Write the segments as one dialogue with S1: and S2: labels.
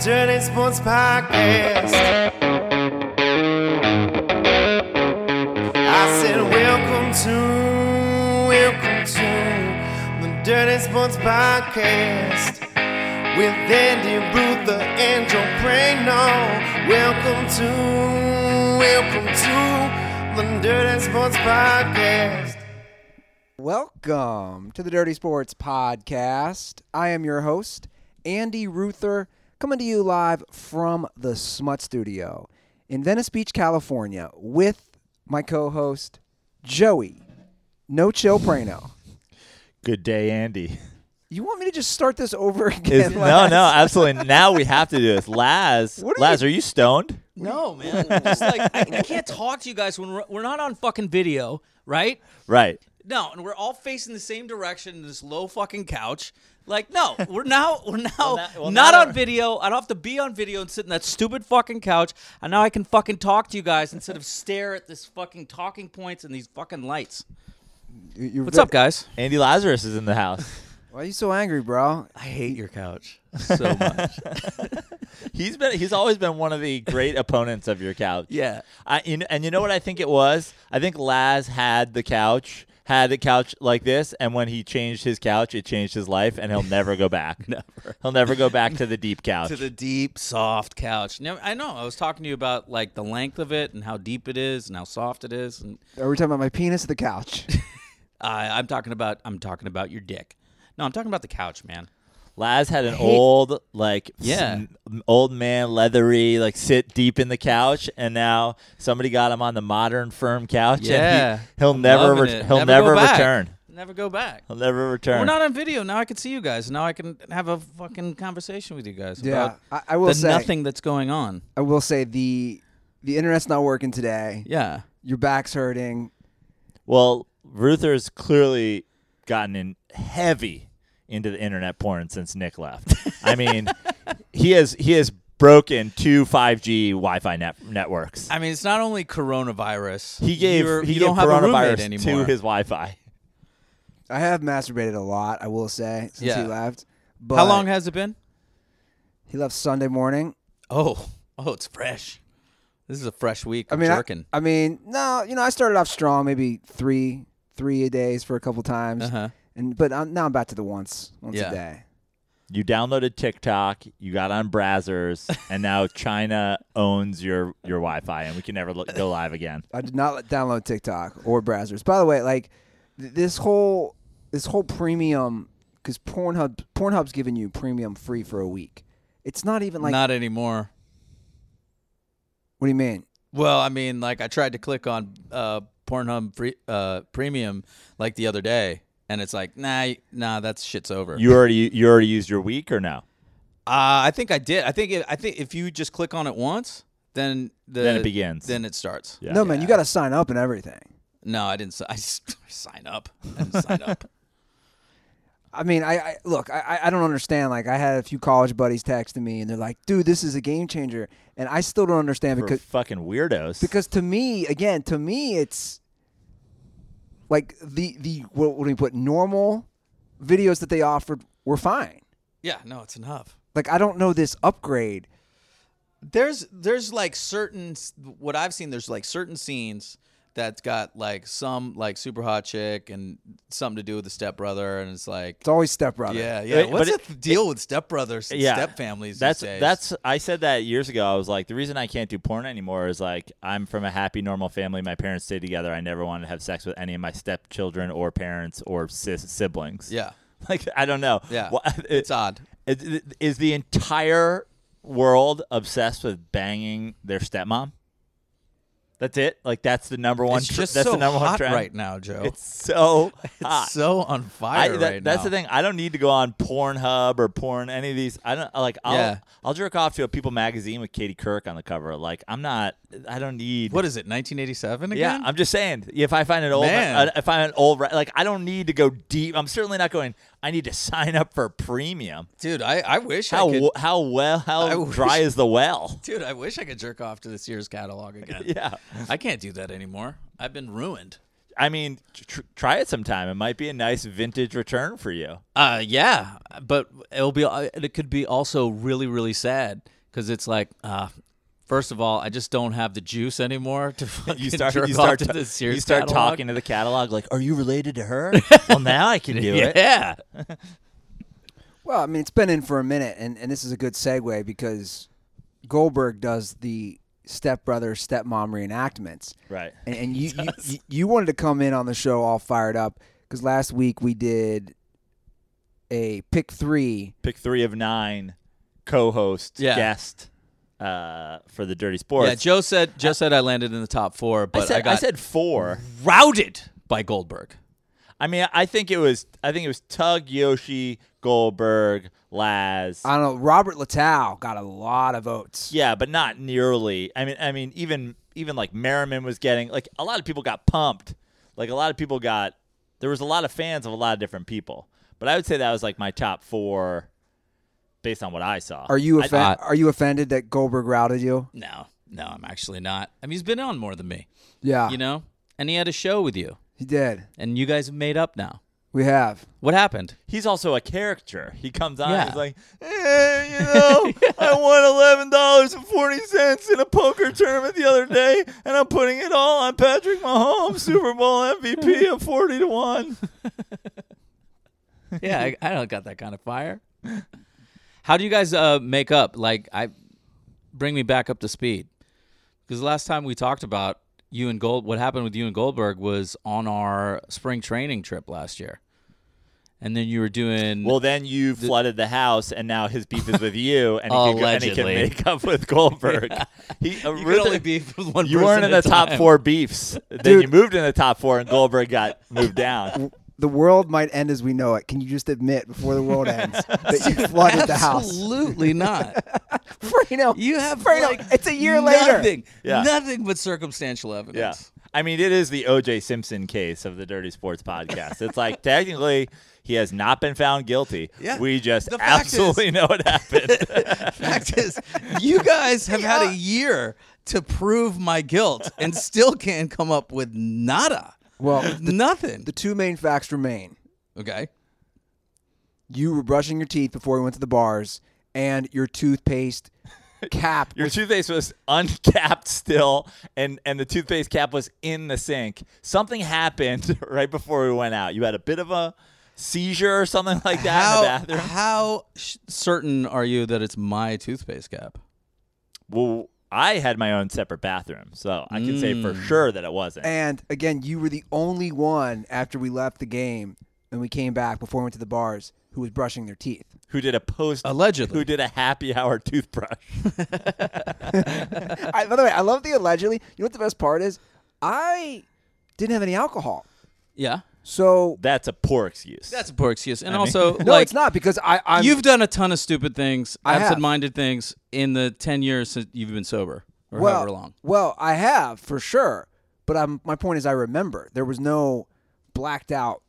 S1: Sports Podcast. I said, Welcome to, welcome to the Dirty Sports Podcast with Andy Ruther and Joe Prano. Welcome to, welcome to the Dirty Sports Podcast.
S2: Welcome to the Dirty Sports Podcast. I am your host, Andy Ruther, coming to you live from the Smut Studio in Venice Beach, California, with my co host, Joey No Chill Prano.
S3: Good day, Andy.
S2: You want me to just start this over
S3: Is-
S2: again?
S3: no,
S2: Laz?
S3: no, absolutely. Now we have to do this. Laz,
S2: What are
S3: Laz, are you stoned?
S4: No, man. Just like I, I can't talk to you guys when we're, we're not on fucking video, right?
S3: Right.
S4: No, and we're all facing the same direction in this low fucking couch. Like, no, we're now we're now
S3: that- well,
S4: not
S3: now
S4: on
S3: we're-
S4: video. I don't have to be on video and sit in that stupid fucking couch. And now I can fucking talk to you guys instead of stare at this fucking talking points and these fucking lights.
S2: You- you're
S4: What's
S2: ve-
S4: up, guys?
S3: Andy Lazarus is in the house.
S2: Why are you so angry, bro?
S4: I hate your couch so much.
S3: He's been he's always been one of the great opponents of your couch.
S4: Yeah.
S3: I you know, and you know what I think it was? I think Laz had the couch, had a couch like this, and when he changed his couch, it changed his life and he'll never go back.
S4: Never.
S3: He'll never go back to the deep couch.
S4: to the deep, soft couch. Now, I know. I was talking to you about like the length of it and how deep it is and how soft it is, and
S2: Are we talking about my penis or the couch?
S4: uh, I'm talking about I'm talking about your dick. No, I'm talking about the couch, man.
S3: Laz had an old, like,
S4: Yeah.
S3: s- m- old man, leathery, like, sit deep in the couch, and now somebody got him on the modern, firm couch.
S4: Yeah.
S3: and he, will
S4: I'm
S3: never,
S4: loving
S3: ret-
S4: it.
S3: he'll
S4: Never
S3: never,
S4: go back.
S3: return.
S4: Never go back.
S3: He'll never return.
S4: We're not on video now. I can see you guys. Now I can have a fucking conversation with you guys.
S2: yeah,
S4: about
S2: I, I will
S4: the
S2: say.
S4: nothing that's going on.
S2: I will say the the internet's not working today.
S4: Yeah.
S2: Your back's hurting.
S3: well, Ruther's clearly gotten in heavy into the internet porn since Nick left. I mean, he has he has broken two 5G Wi-Fi net- networks.
S4: I mean, it's not only coronavirus.
S3: He gave
S4: You're-
S3: he
S4: you
S3: gave
S4: don't have a roommate
S3: coronavirus to
S4: anymore.
S3: his Wi-Fi.
S2: I have masturbated a lot, I will say, since
S4: Yeah.
S2: he left. But
S4: How long has it been?
S2: he left Sunday morning?
S4: Oh, oh, it's fresh. This is a fresh week.
S2: I
S4: of
S2: mean, I,
S4: jerking.
S2: I mean, no, you know, I started off strong, maybe three, three a days for a couple times,
S4: Uh-huh.
S2: and but I'm, now I'm back to the once, once
S4: Yeah.
S2: a day.
S3: You downloaded TikTok, you got on Brazzers, and now China owns your your Wi-Fi, and we can never lo- go live again.
S2: I did not let- download TikTok or browsers. By the way, like th- this whole this whole premium because Pornhub Pornhub's giving you premium free for a week. It's not even like
S4: not anymore.
S2: what do you mean?
S4: Well, I mean, like I tried to click on uh, Pornhub free, uh, Premium like the other day, and it's like, nah, y- nah, that shit's over.
S3: You already you already used your week or no?
S4: uh, I think I did. I think it, I think if you just click on it once, then the,
S3: Then it begins.
S4: Then it starts.
S3: Yeah.
S2: No man, you got to sign up and everything.
S4: No, I didn't. si- I s- sign up. I didn't sign up.
S2: I mean, I, I look, I, I- I don't understand. Like, I had a few college buddies texting me, and they're like, "Dude, this is a game changer," and I still don't understand
S3: We're
S2: because
S3: fucking weirdos.
S2: because to me, again, to me, it's like the the what, what do we put normal videos that they offered were fine.
S4: Yeah, no, it's enough.
S2: Like, I don't know this upgrade.
S4: there's there's like certain what I've seen. There's like certain scenes that's got like some like super hot chick and something to do with the stepbrother, and it's like
S2: It's always stepbrother.
S4: yeah,
S3: Wait,
S4: yeah.
S3: but
S4: What's
S3: it-
S4: the deal with stepbrothers and
S3: yeah,
S4: stepfamilies
S3: that's
S4: these days?
S3: that's I said that years ago. I was like, the reason I can't do porn anymore is like I'm from a happy normal family. My parents stayed together. I never wanted to have sex with any of my stepchildren or parents or sis- siblings.
S4: yeah,
S3: like I don't know.
S4: yeah.
S3: Wha-
S4: it's odd.
S3: Is, is the entire world obsessed with banging their stepmom? That's it. Like that's the number one.
S4: it's
S3: tr-
S4: just
S3: that's
S4: so
S3: the number one
S4: hot
S3: trend
S4: right now, Joe.
S3: It's so
S4: It's
S3: hot.
S4: so on
S3: I,
S4: fire
S3: that,
S4: right
S3: that's
S4: now.
S3: the thing. I don't need to go on Pornhub or porn any of these. I don't like. I'll
S4: Yeah.
S3: I'll jerk off to a People magazine with Katie Kirk on the cover. Like I'm not. I don't need.
S4: What is it? 1987
S3: Yeah,
S4: again?
S3: I'm just saying. If I find an old,
S4: Man.
S3: uh, if I find an old, re- like I don't need to go deep. I'm certainly not going. I need to sign up for premium.
S4: dude. I, I wish
S3: How
S4: I could.
S3: w- how well
S4: I
S3: how
S4: wish-
S3: dry is the well?
S4: dude, I wish I could jerk off to this year's catalog again.
S3: Yeah,
S4: I can't do that anymore. I've been ruined.
S3: I mean, tr- try it sometime. It might be a nice vintage return for you.
S4: Uh, yeah, but it'll be. It could be also really, really sad because it's like, uh, first of all, I just don't have the juice anymore to fucking
S3: You start,
S4: jerk
S3: you start,
S4: off to
S3: ta-
S4: the Sears
S3: you start
S4: catalog.
S3: talking to the catalog like, "Are you related to her?" well, now I can do it.
S4: yeah.
S2: Well, I mean, it's been in for a minute, and, and this is a good segue because Goldberg does the stepbrother stepmom reenactments,
S3: Right.
S2: and, and you, you- you you wanted to come in on the show all fired up because last week we did a pick three.
S3: Pick three of nine co-host
S4: Yeah.
S3: guest uh, for the Dirty Sports.
S4: Yeah. Joe said. Joe said I landed in the top four,
S3: I
S4: but I,
S3: said
S4: got
S3: I said four.
S4: routed by Goldberg.
S3: I mean, I think it was I think it was Tug Yoshi Goldberg Laz.
S2: I don't know. Robert Latow got a lot of votes.
S3: yeah, but not nearly. I mean, I mean, even even like Merriman was getting like a lot of people got pumped. Like a lot of people got there was a lot of fans of a lot of different people. But I would say that was like my top four, based on what I saw.
S2: Are you
S3: I-
S2: offen- are you offended that Goldberg routed you?
S4: No, no, I'm actually not. Ah. I mean, he's been on more than me,
S2: Yeah,
S4: you know, and he had a show with you,
S2: he did.
S4: and you guys have made up now.
S2: We have.
S4: What happened?
S3: he's also a character. He comes on,
S4: Yeah.
S3: he's like, eh, you know, I won eleven dollars and forty cents in a poker tournament the other day, and I'm putting it all on Patrick Mahomes, Super Bowl MVP of forty to one.
S4: yeah, I, I don't got that kind of fire. How do you guys uh, make up? Like, I bring me back up to speed because last time we talked about you and Gold, what happened with you and Goldberg was on our spring training trip last year, and then you were doing
S3: Well, then you flooded the house, and now his beef is with you, and he, can, go- and he can
S4: Allegedly.
S3: make up with Goldberg. He, uh,
S4: you could
S3: Ruther-
S4: only be with one.
S3: you
S4: person
S3: weren't in
S4: at
S3: the
S4: a
S3: top
S4: time.
S3: four beefs. Then you moved in the top four, and Goldberg got moved down.
S2: The world might end as we know it. Can you just admit before the world ends that you flooded the house?
S4: Absolutely not.
S2: Freno,
S4: You have
S2: Freno,
S4: like
S2: it's a year later.
S4: nothing,
S3: Yeah.
S4: nothing but circumstantial evidence.
S3: Yeah. I mean, it is the OJ Simpson case of the Dirty Sports podcast. It's like technically he has not been found guilty.
S4: Yeah.
S3: We just
S4: The fact
S3: absolutely know what happened.
S4: fact is, you guys have had a year to prove my guilt and still can't come up with nada.
S2: Well,
S4: Nothing.
S2: the two main facts remain.
S4: Okay.
S2: You were brushing your teeth before we went to the bars, and your toothpaste cap.
S3: Your
S2: was-
S3: toothpaste was uncapped still, and, and the toothpaste cap was in the sink. Something happened right before we went out. You had a bit of a seizure or something like that in the
S4: How
S3: bathroom.
S4: how sh- certain are you that it's my toothpaste cap?
S3: Well, I had my own separate bathroom, so I can say
S4: Hmm.
S3: for sure that it wasn't.
S2: and again, you were the only one after we left the game and we came back before we went to the bars who was brushing their teeth.
S3: who did a post
S4: Allegedly.
S3: Who did a happy hour toothbrush?
S2: I, by the way, I love the allegedly. You know what the best part is? I didn't have any alcohol,
S4: Yeah.
S2: so
S3: That's a poor excuse.
S4: That's a poor excuse. And also,
S2: no,
S4: like,
S2: it's not because I. I'm,
S4: you've done a ton of stupid things,
S2: I have.
S4: absent-minded things in the ten years since you've been sober or
S2: well,
S4: however long.
S2: Well, I have for sure, but I'm, my point is, I remember there was no blacked out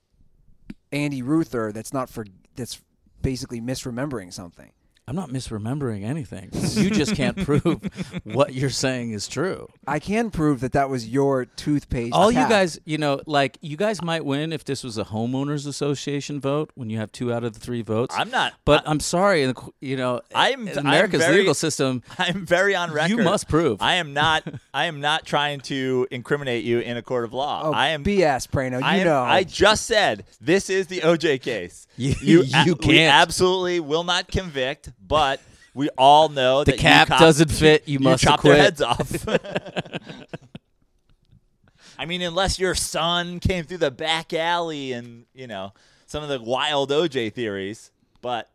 S2: Andy Ruther that's not for that's basically misremembering something.
S4: I'm not misremembering anything. You just can't prove what you're saying is true.
S2: I can prove that that was your toothpaste.
S4: All you
S2: cap.
S4: guys, you know, like you guys might win if this was a homeowners association vote when you have two out of the three votes.
S3: I'm not-
S4: but I, am sorry, the qu- you know,
S3: I'm-
S4: in
S3: I'm
S4: America's
S3: very-
S4: legal system.
S3: I'm very on record.
S4: must prove.
S3: I am not. I am not trying to incriminate you in a court of law.
S2: Oh,
S3: I am.
S2: BS, Prano. You
S3: I am-
S2: know,
S3: I just said this is the OJ case.
S4: You-
S3: a-
S4: you
S3: we
S4: can't.
S3: absolutely will not convict, but we all know
S4: The
S3: that
S4: cap
S3: you cop-
S4: doesn't fit. You,
S3: You
S4: must
S3: chop
S4: acquit.
S3: their heads off. I mean, unless your son came through the back alley and you know some of the wild OJ theories, but.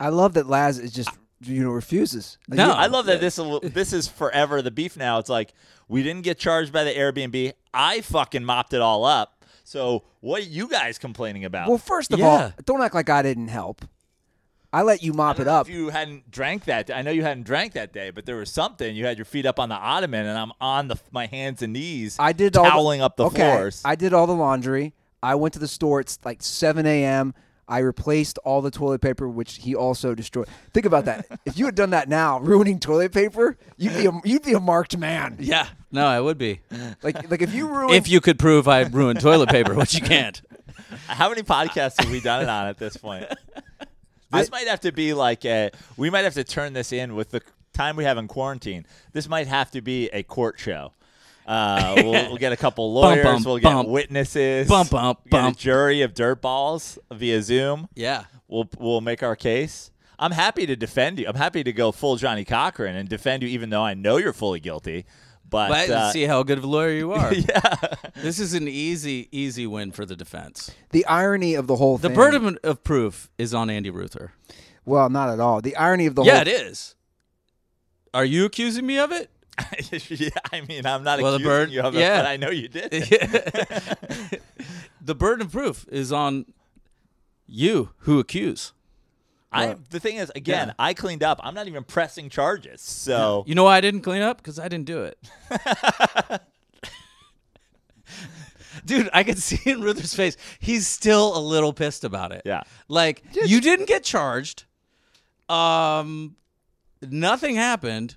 S2: I love that Laz is just you know refuses.
S4: No.
S2: You-
S3: I love that this this is forever the beef now. It's like we didn't get charged by the Airbnb. I fucking mopped it all up. So what are you guys complaining about?
S2: well, first of
S4: Yeah.
S2: all, don't act like I didn't help. I let you mop it up.
S3: if you hadn't drank that, I know you hadn't drank that day, but there was something. You had your feet up on the ottoman, and I'm on the my hands and knees.
S2: I did all
S3: toweling up the
S2: okay,
S3: floors.
S2: I did all the laundry. I went to the store. It's like 7 a.m. I replaced all the toilet paper, which he also destroyed. Think about that. if you had done that now, ruining toilet paper, you'd be a, you'd be a marked man.
S4: yeah, no, I would be
S2: Like like if you ruined
S4: if you could prove I ruined toilet paper, which you can't.
S3: How many podcasts have we done it on at this point? This might have to be like a. We might have to turn this in with the time we have in quarantine. This might have to be a court show. Uh, we'll, we'll get a couple
S4: Bump,
S3: lawyers.
S4: bump,
S3: we'll get
S4: bump.
S3: witnesses.
S4: Bump, bump,
S3: We'll get
S4: bump.
S3: A jury of dirtballs via Zoom.
S4: Yeah.
S3: We'll we'll make our case. I'm happy to defend you. I'm happy to go full Johnny Cochran and defend you, even though I know you're fully guilty. But,
S4: But
S3: uh,
S4: see how good of a lawyer you are. yeah. This is an easy, easy win for the defense.
S2: The irony of the whole
S4: The
S2: thing.
S4: burden of proof is on Andy Ruther.
S2: Well, not at all. The irony of the
S4: yeah,
S2: whole
S4: it is. Are you accusing me of it?
S3: yeah, I mean, I'm not
S4: Well, the
S3: accusing
S4: bird-
S3: you of
S4: yeah.
S3: it, but I know you did. it.
S4: the burden of proof is on you who accuse.
S3: I the thing is, again, I cleaned up. I'm not even pressing charges. So
S4: You know why I didn't clean up? Because I didn't do it. Dude, I could see in Ruther's face, he's still a little pissed about it.
S3: Yeah.
S4: Like, you didn't get charged. Um, nothing happened,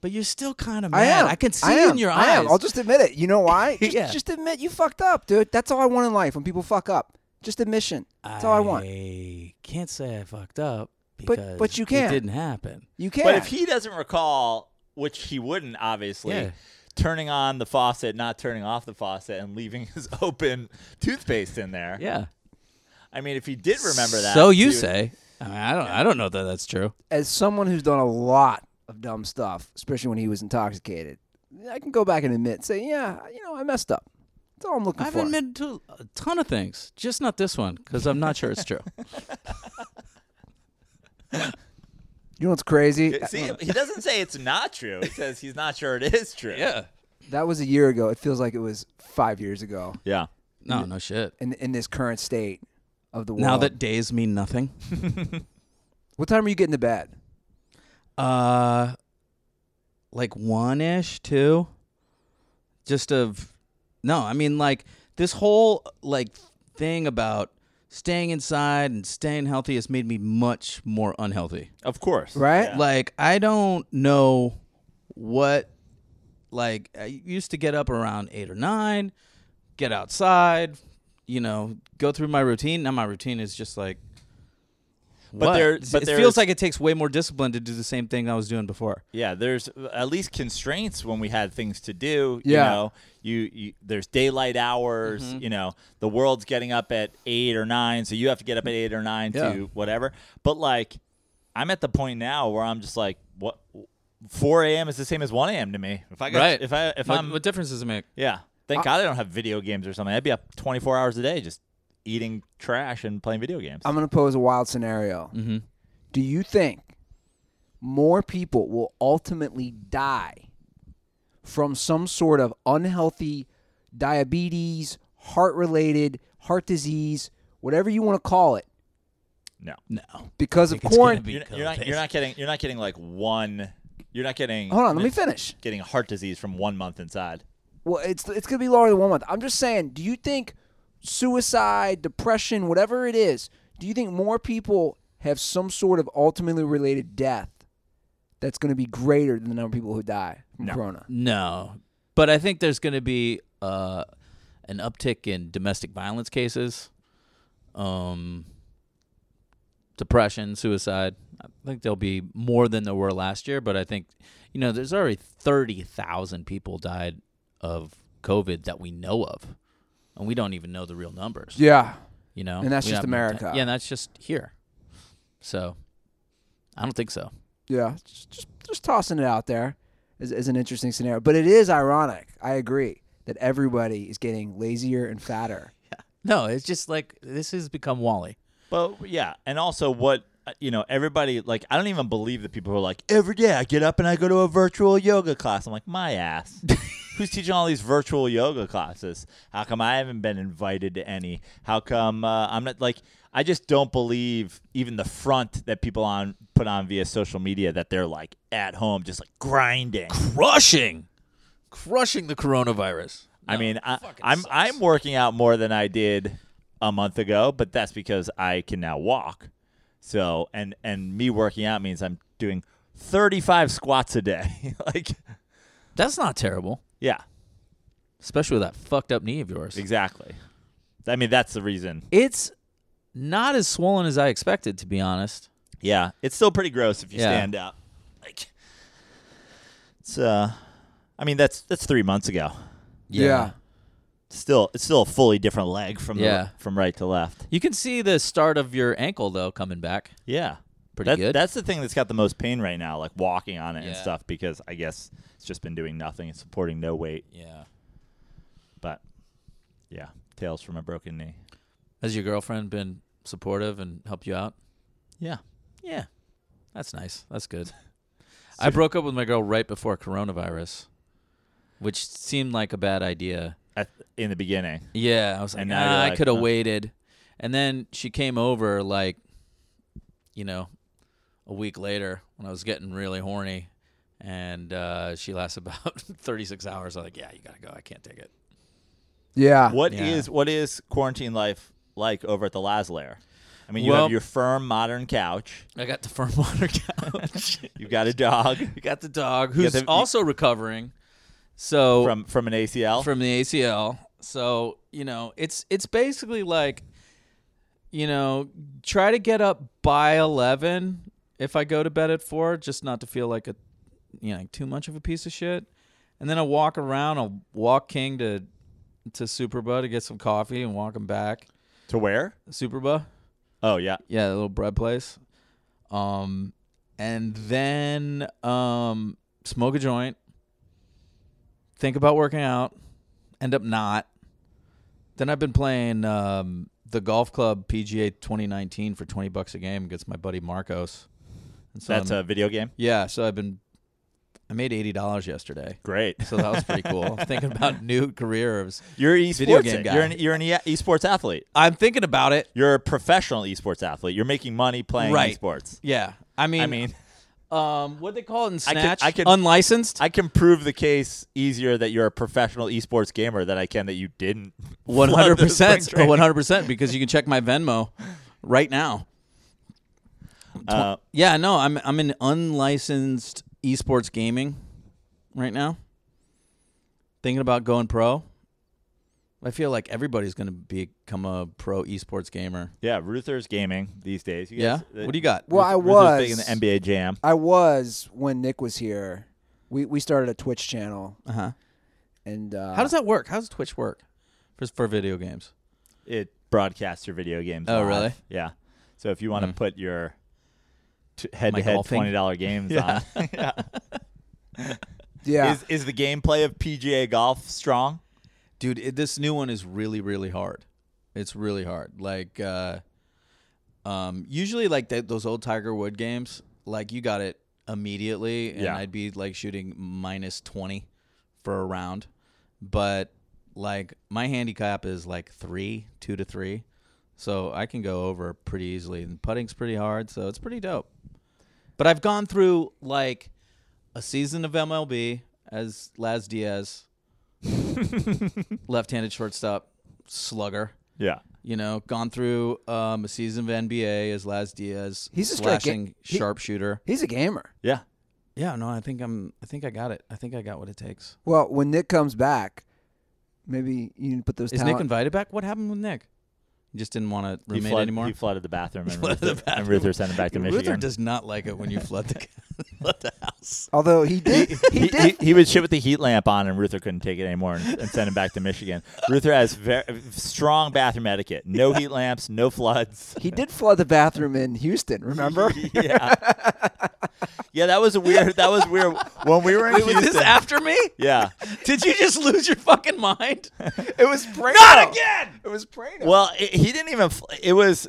S4: but you're still kind of mad.
S2: I am.
S4: can see
S2: I
S4: it
S2: am.
S4: in your
S2: I
S4: eyes.
S2: am. I'll just admit it. You know why? Just,
S4: Yeah.
S2: just admit you fucked up, dude. That's all I want in life when people fuck up. Just admission. That's all I want.
S4: I can't say I fucked up
S2: But-
S4: because
S2: but you
S4: It
S2: can.
S4: didn't happen.
S2: You can't.
S3: But if he doesn't recall, which he wouldn't, obviously,
S4: Yeah.
S3: turning on the faucet, not turning off the faucet, and leaving his open toothpaste in there.
S4: Yeah.
S3: I mean, if he did remember that.
S4: So you
S3: he would-
S4: say. I, mean, I don't. I don't know that that's true.
S2: As someone who's done a lot of dumb stuff, especially when he was intoxicated, I can go back and admit, say, yeah, you know, I messed up. That's all I'm looking
S4: I've
S2: for.
S4: admitted to a ton of things, just not this one, because I'm not sure it's true.
S2: you know what's crazy?
S3: See, he doesn't say it's not true. He says he's not sure it is true.
S2: That was a year ago. It feels like it was five years ago.
S3: Yeah.
S4: No, no shit.
S2: In in this current state of the world.
S4: Now that days mean nothing.
S2: what time are you getting to bed?
S4: Uh, like one ish, two. Just of, no, I mean like this whole like thing about staying inside and staying healthy has made me much more unhealthy.
S3: Of course.
S2: Right?
S3: Yeah.
S4: Like I don't know what like I used to get up around 8 or 9, get outside, you know, go through my routine. Now my routine is just like what?
S3: there-
S4: It's-
S3: but
S4: it
S3: there's-
S4: feels like it takes way more discipline to do the same thing I was doing before.
S3: Yeah, there's at least constraints when we had things to do. You
S2: Yeah.
S3: know, you, you there's daylight hours. You know, the world's getting up at eight or nine, so you have to get up at eight or nine
S4: Yeah.
S3: to whatever. But like, I'm at the point now where I'm just like, what? 4 a.m. is the same as 1 a.m. to me. If I got, if I if
S4: what,
S3: I'm
S4: what difference does it make?
S3: yeah, thank God I don't have video games or something. I'd be up 24 hours a day just eating trash and playing video games.
S2: I'm going to pose a wild scenario.
S4: Mm-hmm.
S2: Do you think more people will ultimately die from some sort of unhealthy diabetes, heart related, heart disease, whatever you want to call it,
S3: no,
S4: No.
S2: because of
S4: think it's gonna
S2: quarantine?
S4: be-
S3: you're, you're not. You're not getting. You're not getting like one. You're not getting.
S2: Hold on, let me finish.
S3: getting heart disease from one month inside.
S2: Well, it's it's going to be lower than one month. I'm just saying, do you think suicide, depression, whatever it is, do you think more people have some sort of ultimately related death that's going to be greater than the number of people who die from corona?
S4: No. But I think there's going to be uh, an uptick in domestic violence cases, um, depression, suicide. I think there'll be more than there were last year, but I think, you know, there's already 30,000 people died of COVID that we know of. And we don't even know the real numbers,
S2: Yeah.
S4: you know?
S2: And that's
S4: We
S2: just
S4: don't have-
S2: America.
S4: Yeah, and that's just here. So I don't think so.
S2: Yeah, just just, just tossing it out there is, is an interesting scenario. But it is ironic. I agree that everybody is getting lazier and fatter.
S4: No, it's just like this has become Wally.
S3: But yeah, and also what uh, you know, everybody like I don't even believe the people who are like every day I get up and I go to a virtual yoga class. I'm like my ass. Who's teaching all these virtual yoga classes? How come I haven't been invited to any? How come uh, I'm not like I just don't believe even the front that people on put on via social media that they're like at home just like grinding.
S4: crushing, crushing the coronavirus.
S3: I mean, I, I'm I'm working out more than I did a month ago, but that's because I can now walk. So and and me working out means I'm doing 35 squats a day. like,
S4: That's not terrible,
S3: yeah,
S4: especially with that fucked up knee of yours.
S3: exactly. I mean, that's the reason.
S4: It's not as swollen as I expected, to be honest.
S3: Yeah, it's still pretty gross if you
S4: Yeah.
S3: stand up. Like, it's uh, I mean that's that's three months ago.
S2: yeah.
S3: Still, it's still a fully different leg from
S4: Yeah.
S3: the, from right to left.
S4: You can see the start of your ankle though coming back.
S3: Yeah,
S4: Pretty
S3: That-
S4: good.
S3: That's the thing that's got the most pain right now, like walking on it and
S4: Yeah.
S3: stuff, because I guess it's just been doing nothing. It's supporting no weight,
S4: Yeah.
S3: but yeah, tails from a broken knee.
S4: Has your girlfriend been supportive and helped you out?
S3: Yeah,
S4: Yeah. That's nice. That's good. I broke up with my girl right before coronavirus, which seemed like a bad idea.
S3: At, in the beginning,
S4: Yeah, I was like,
S3: And now you're
S4: nah, I
S3: like,
S4: could have
S3: huh."
S4: waited. And then she came over like, you know, a week later when I was getting really horny, and uh, she lasts about 36 hours. I was like, yeah, you gotta go. I can't take it.
S2: Yeah.
S3: What is
S4: Yeah.
S3: what is quarantine life like over at the Laz Lair? I mean, you
S4: Well-
S3: have your firm modern couch.
S4: I got the firm water couch.
S3: You've got a dog
S4: you got the dog
S3: got
S4: who's
S3: the-
S4: also recovering. So
S3: from from an ACL.
S4: from the ACL. So you know, it's it's basically like, you know, try to get up by eleven. If I go to bed at four, just not to feel like a, you know, like too much of a piece of shit. And then I walk around. I'll walk King to to Superba to get some coffee and walk him back.
S3: to where?
S4: Superba,
S3: Oh yeah,
S4: yeah, the little bread place. Um, and then um, smoke a joint. Think about working out. End up not. Then I've been playing um, the golf club PGA 2019 for 20 bucks a game against my buddy Marcos. And so
S3: that's
S4: I'm-
S3: a video game.
S4: yeah. So I've been. I made eighty dollars yesterday,
S3: Great.
S4: so that was pretty cool. I'm thinking about new careers.
S3: You're an esports.
S4: Video game guy.
S3: You're an you're an e- esports athlete.
S4: I'm thinking about it.
S3: You're a professional esports athlete. You're making money playing
S4: Right.
S3: esports.
S4: Yeah, I mean,
S3: I mean,
S4: um, what do they call it in
S3: I could-
S4: Snatch?
S3: I could-
S4: unlicensed.
S3: I can prove the case easier that you're a professional esports gamer than I can that you didn't.
S4: One
S3: flood
S4: hundred
S3: the spring
S4: percent,
S3: training.
S4: one hundred percent, because you can check my Venmo right now.
S3: Uh,
S4: Yeah, no, I'm I'm in unlicensed esports gaming right now. Thinking about going pro. I feel like everybody's going to become a pro esports gamer.
S3: yeah, Ruther's gaming these days. You
S4: Yeah.
S3: guys-
S4: what do you got?
S2: Well, I
S3: Ruther's big in the
S2: was.
S3: NBA Jam.
S2: I was when Nick was here. We we started a Twitch channel
S4: Uh huh.
S2: and uh,
S4: How does that work? How does Twitch work for for video games?
S3: it broadcasts your video games.
S4: Oh,
S3: live.
S4: really? Hmm.
S3: Yeah. So if you want to put your t- head-to-head
S4: golfing?
S3: twenty dollar games on, yeah.
S2: yeah
S3: is is the gameplay of PGA golf strong?
S4: dude it, this new one is really really hard it's really hard like uh um usually like th- those old tiger wood games like you got it immediately and
S3: Yeah.
S4: i'd be like shooting minus 20 for a round but like my handicap is like three two to three so i can go over pretty easily and putting's pretty hard so it's pretty dope but i've gone through like a season of mlb as laz diaz left-handed shortstop slugger.
S3: Yeah.
S4: You know, gone through um, a season of NBA as Laz Diaz.
S2: He's a straight ga-
S4: slashing
S2: he-
S4: sharpshooter.
S2: he's a gamer.
S3: Yeah.
S4: Yeah, no, I think I'm. I think I got it. I think I got what it takes.
S2: Well, when Nick comes back, maybe you can put those.
S4: Is
S2: talent-
S4: Nick invited back? What happened with Nick? He just didn't want to
S3: He,
S4: remain
S3: flood-
S4: anymore.
S3: he flooded the bathroom, and,
S4: flooded the
S3: Ruther, and
S4: bathroom.
S3: Ruther sent him back to
S4: Ruther
S3: Michigan.
S4: does not like it when you flood the, flood the house.
S2: Although he did, he,
S3: he,
S2: did.
S3: he, he would shit with the heat lamp on, and Ruther couldn't take it anymore and, and sent him back to Michigan. Ruther has very strong bathroom etiquette: no heat lamps, no floods.
S2: he did flood the bathroom in Houston. Remember?
S3: yeah, yeah, that was weird. That was weird when we were in
S4: Wait, was
S3: Houston.
S4: this after me?
S3: yeah,
S4: Did you just lose your fucking mind?
S2: it was Prano.
S4: Not again.
S2: It was Prano.
S3: Well, it, he didn't even. fl- It was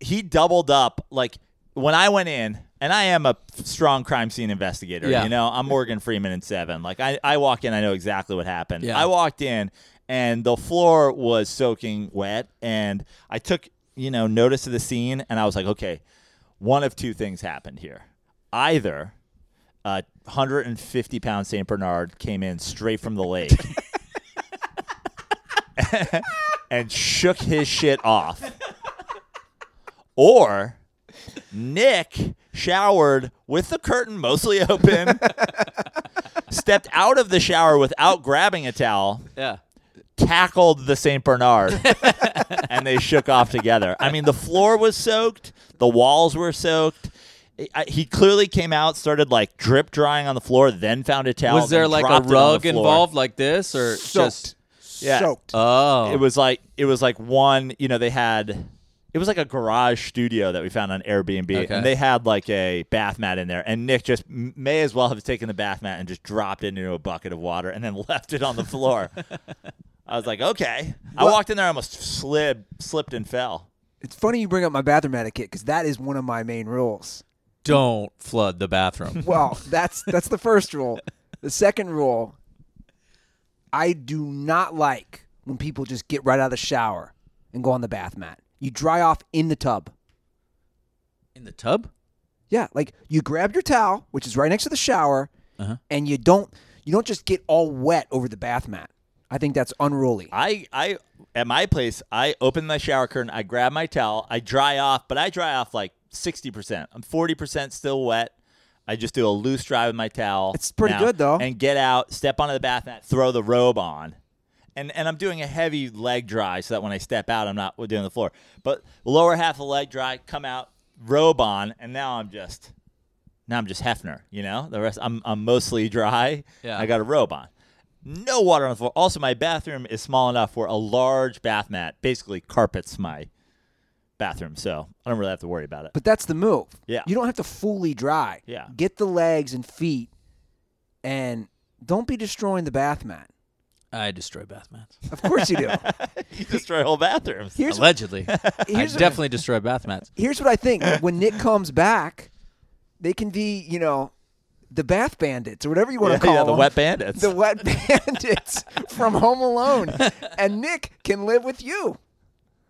S3: he doubled up. Like when I went in, and I am a strong crime scene investigator.
S4: Yeah.
S3: You know, I'm Morgan Freeman in Seven. Like I, I walk in, I know exactly what happened.
S4: Yeah.
S3: I walked in, and the floor was soaking wet, and I took you know notice of the scene, and I was like, okay, one of two things happened here. Either a 150 pound St. Bernard came in straight from the lake and shook his shit off. Or Nick showered with the curtain mostly open, stepped out of the shower without grabbing a towel,
S4: Yeah.
S3: tackled the St. Bernard, and they shook off together. I mean, the floor was soaked, the walls were soaked. I- he clearly came out, started like drip drying on the floor, then found a towel.
S4: Was there
S3: and
S4: like a
S3: dropped it on the
S4: rug
S3: floor.
S4: involved like this or just
S2: soaked,
S3: Yeah.
S2: soaked.
S4: Oh.
S3: It was like it was like one. You know, they had it was like a garage studio that we found on Airbnb,
S4: Okay.
S3: and they had like a bath mat in there. And Nick just m- may as well have taken the bath mat and just dropped it into a bucket of water and then left it on the floor. I was like, okay. I walked in there, I almost slid, slipped, and fell.
S2: It's funny you bring up my bathroom etiquette because that is one of my main rules.
S4: Don't flood the bathroom.
S2: Well, that's that's the first rule. The second rule, I do not like when people just get right out of the shower and go on the bath mat. You dry off in the tub.
S4: In the tub?
S2: Yeah, like you grab your towel, which is right next to the shower,
S4: Uh-huh.
S2: and you don't you don't just get all wet over the bath mat. I think that's unruly.
S3: I, I at my place, I open my shower curtain, I grab my towel, I dry off, but I dry off like sixty percent. I'm forty percent still wet. I just do a loose dry with my towel.
S2: It's pretty
S3: now,
S2: good, though.
S3: And get out, step onto the bath mat, throw the robe on. And and I'm doing a heavy leg dry so that when I step out I'm not doing the floor. But lower half of the leg dry, come out, robe on, and now I'm just now I'm just Hefner, you know? The rest I'm I'm mostly dry.
S4: Yeah.
S3: I got a robe on. No water on the floor. Also, my bathroom is small enough where a large bath mat basically carpets my bathroom, so I don't really have to worry about it.
S2: But that's the move.
S3: Yeah.
S2: You don't have to fully dry.
S3: Yeah.
S2: Get the legs and feet and don't be destroying the bath mat.
S4: I destroy bath mats.
S2: Of course you do.
S3: you destroy whole bathrooms.
S2: Here's
S4: Allegedly. I
S2: here's
S4: definitely destroy bath mats.
S2: here's what I think. When Nick comes back, they can be, you know, the bath bandits or whatever you want
S3: yeah,
S2: to call
S3: yeah, the
S2: them.
S3: wet bandits.
S2: the wet bandits from Home Alone. And Nick can live with you.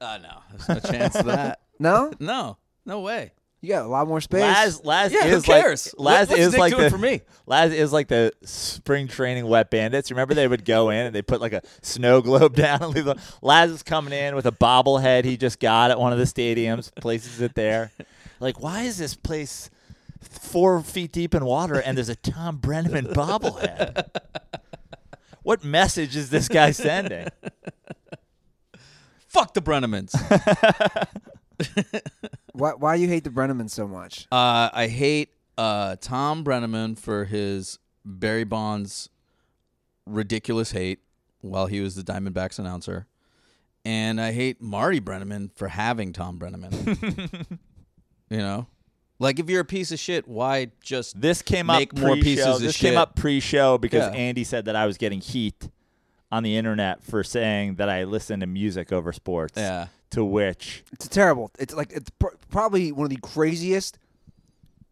S4: Oh, no. There's no chance of that.
S2: No?
S4: No. No way.
S2: You got a lot more space.
S3: Laz, Laz
S4: Yeah, who
S3: is
S4: cares?
S3: like Laz
S4: What- what's
S3: is
S4: Nick
S3: like
S4: doing
S3: the,
S4: for me?
S3: Laz is like the spring training wet bandits. Remember they would go in and they put like a snow globe down and leave them. Laz is coming in with a bobblehead he just got at one of the stadiums, places it there. Like, why is this place four feet deep in water and there's a Tom Brenneman bobblehead? What message is this guy sending?
S4: Fuck the Brennemans.
S2: why, why you hate the Brenneman so much?
S4: Uh, I hate uh, Tom Brenneman for his Barry Bonds ridiculous hate while he was the Diamondbacks announcer. And I hate Marty Brenneman for having Tom Brenneman. you know? Like, if you're a piece of shit, why just.
S3: This came
S4: Make
S3: up
S4: more
S3: pre-show.
S4: pieces of
S3: This
S4: shit.
S3: came up pre-show because
S4: Yeah.
S3: Andy said that I was getting heat on the internet for saying that I listen to music over sports.
S4: Yeah.
S3: To which
S2: It's terrible. It's like it's pr- probably one of the craziest,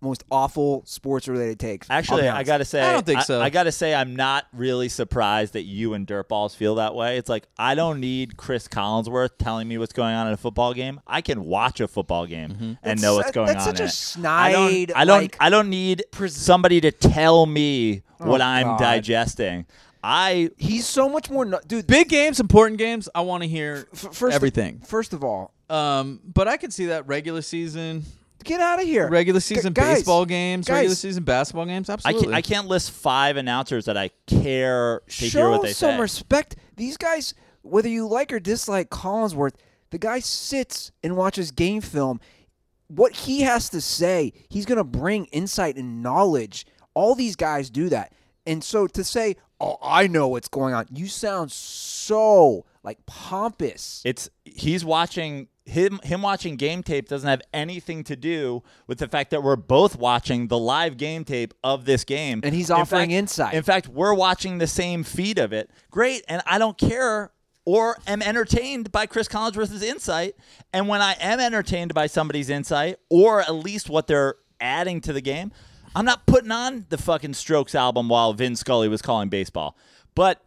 S2: most awful sports-related takes. I'll be
S3: actually I
S2: honest.
S3: gotta say
S4: I don't think so.
S3: I gotta say I'm not really surprised that you and Dirtballs feel that way. It's like I don't need Chris Collinsworth telling me what's going on in a football game. I can watch a football game
S4: Mm-hmm.
S3: and
S2: That's
S3: know
S2: su-
S3: what's going
S2: that's
S3: on.
S2: such a
S3: in it.
S2: snide,
S3: I don't I don't,
S2: like- Oh,
S3: I don't need somebody to tell me what I'm
S2: God.
S3: digesting. I
S2: He's so much more, nu- dude.
S4: Big games, important games, I want to hear
S2: f- first
S4: everything.
S2: First of all,
S4: Um, but I could see that regular season,
S2: get out of here.
S4: regular
S2: G-
S4: season
S2: guys,
S4: baseball games, regular
S2: guys,
S4: season basketball games.
S3: I
S4: Absolutely.
S3: can't, I can't list five announcers that I care to hear
S2: Show
S3: what they
S2: some
S3: say.
S2: respect. These guys, whether you like or dislike Collinsworth, the guy sits and watches game film. What he has to say, he's going to bring insight and knowledge. All these guys do that. And so to say, oh, I know what's going on, you sound so like pompous.
S3: it's he's watching him him watching game tape doesn't have anything to do with the fact that we're both watching the live game tape of this game.
S2: And he's
S3: In
S2: offering
S3: fact-
S2: insight.
S3: In fact, we're watching the same feed of it. Great, and I don't care or am entertained by Chris Collinsworth's insight. And when I am entertained by somebody's insight or at least what they're adding to the game, I'm not putting on the fucking Strokes album while Vin Scully was calling baseball. But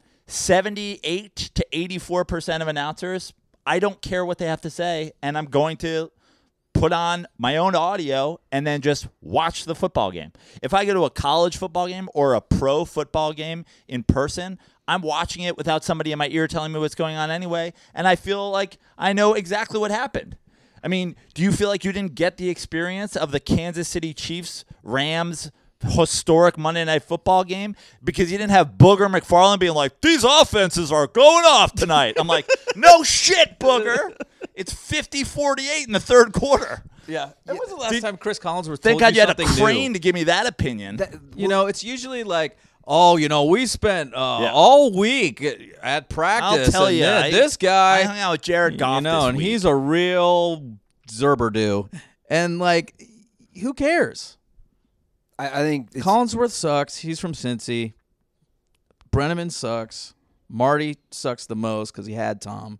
S3: 78 to 84% of announcers, I don't care what they have to say and I'm going to put on my own audio and then just watch the football game. If I go to a college football game or a pro football game in person, I'm watching it without somebody in my ear telling me what's going on anyway, and I feel like I know exactly what happened. I mean, do you feel like you didn't get the experience of the Kansas City Chiefs Rams historic Monday night football game because you didn't have Booger McFarland being like, these offenses are going off tonight. I'm like, no shit, Booger. It's 50-48 in the third quarter.
S4: Yeah. When was the last
S3: Did-
S4: time Chris Collinsworth
S3: Thank
S4: told
S3: God you
S4: you
S3: had a
S4: something
S3: crane
S4: new?
S3: to give me that opinion.
S4: You know, it's usually like, oh, you know, we spent uh,
S3: Yeah.
S4: all week at- at
S3: I'll
S4: practice.
S3: tell
S4: and
S3: you,
S4: then this guy,
S3: I hung out with Jared Goff.
S4: you know,
S3: this
S4: and
S3: week.
S4: he's a real Zerberdoo. And like, who cares?
S2: I, I think it's,
S4: Collinsworth sucks. He's from Cincy. Brenneman sucks. Marty sucks the most because he had Tom.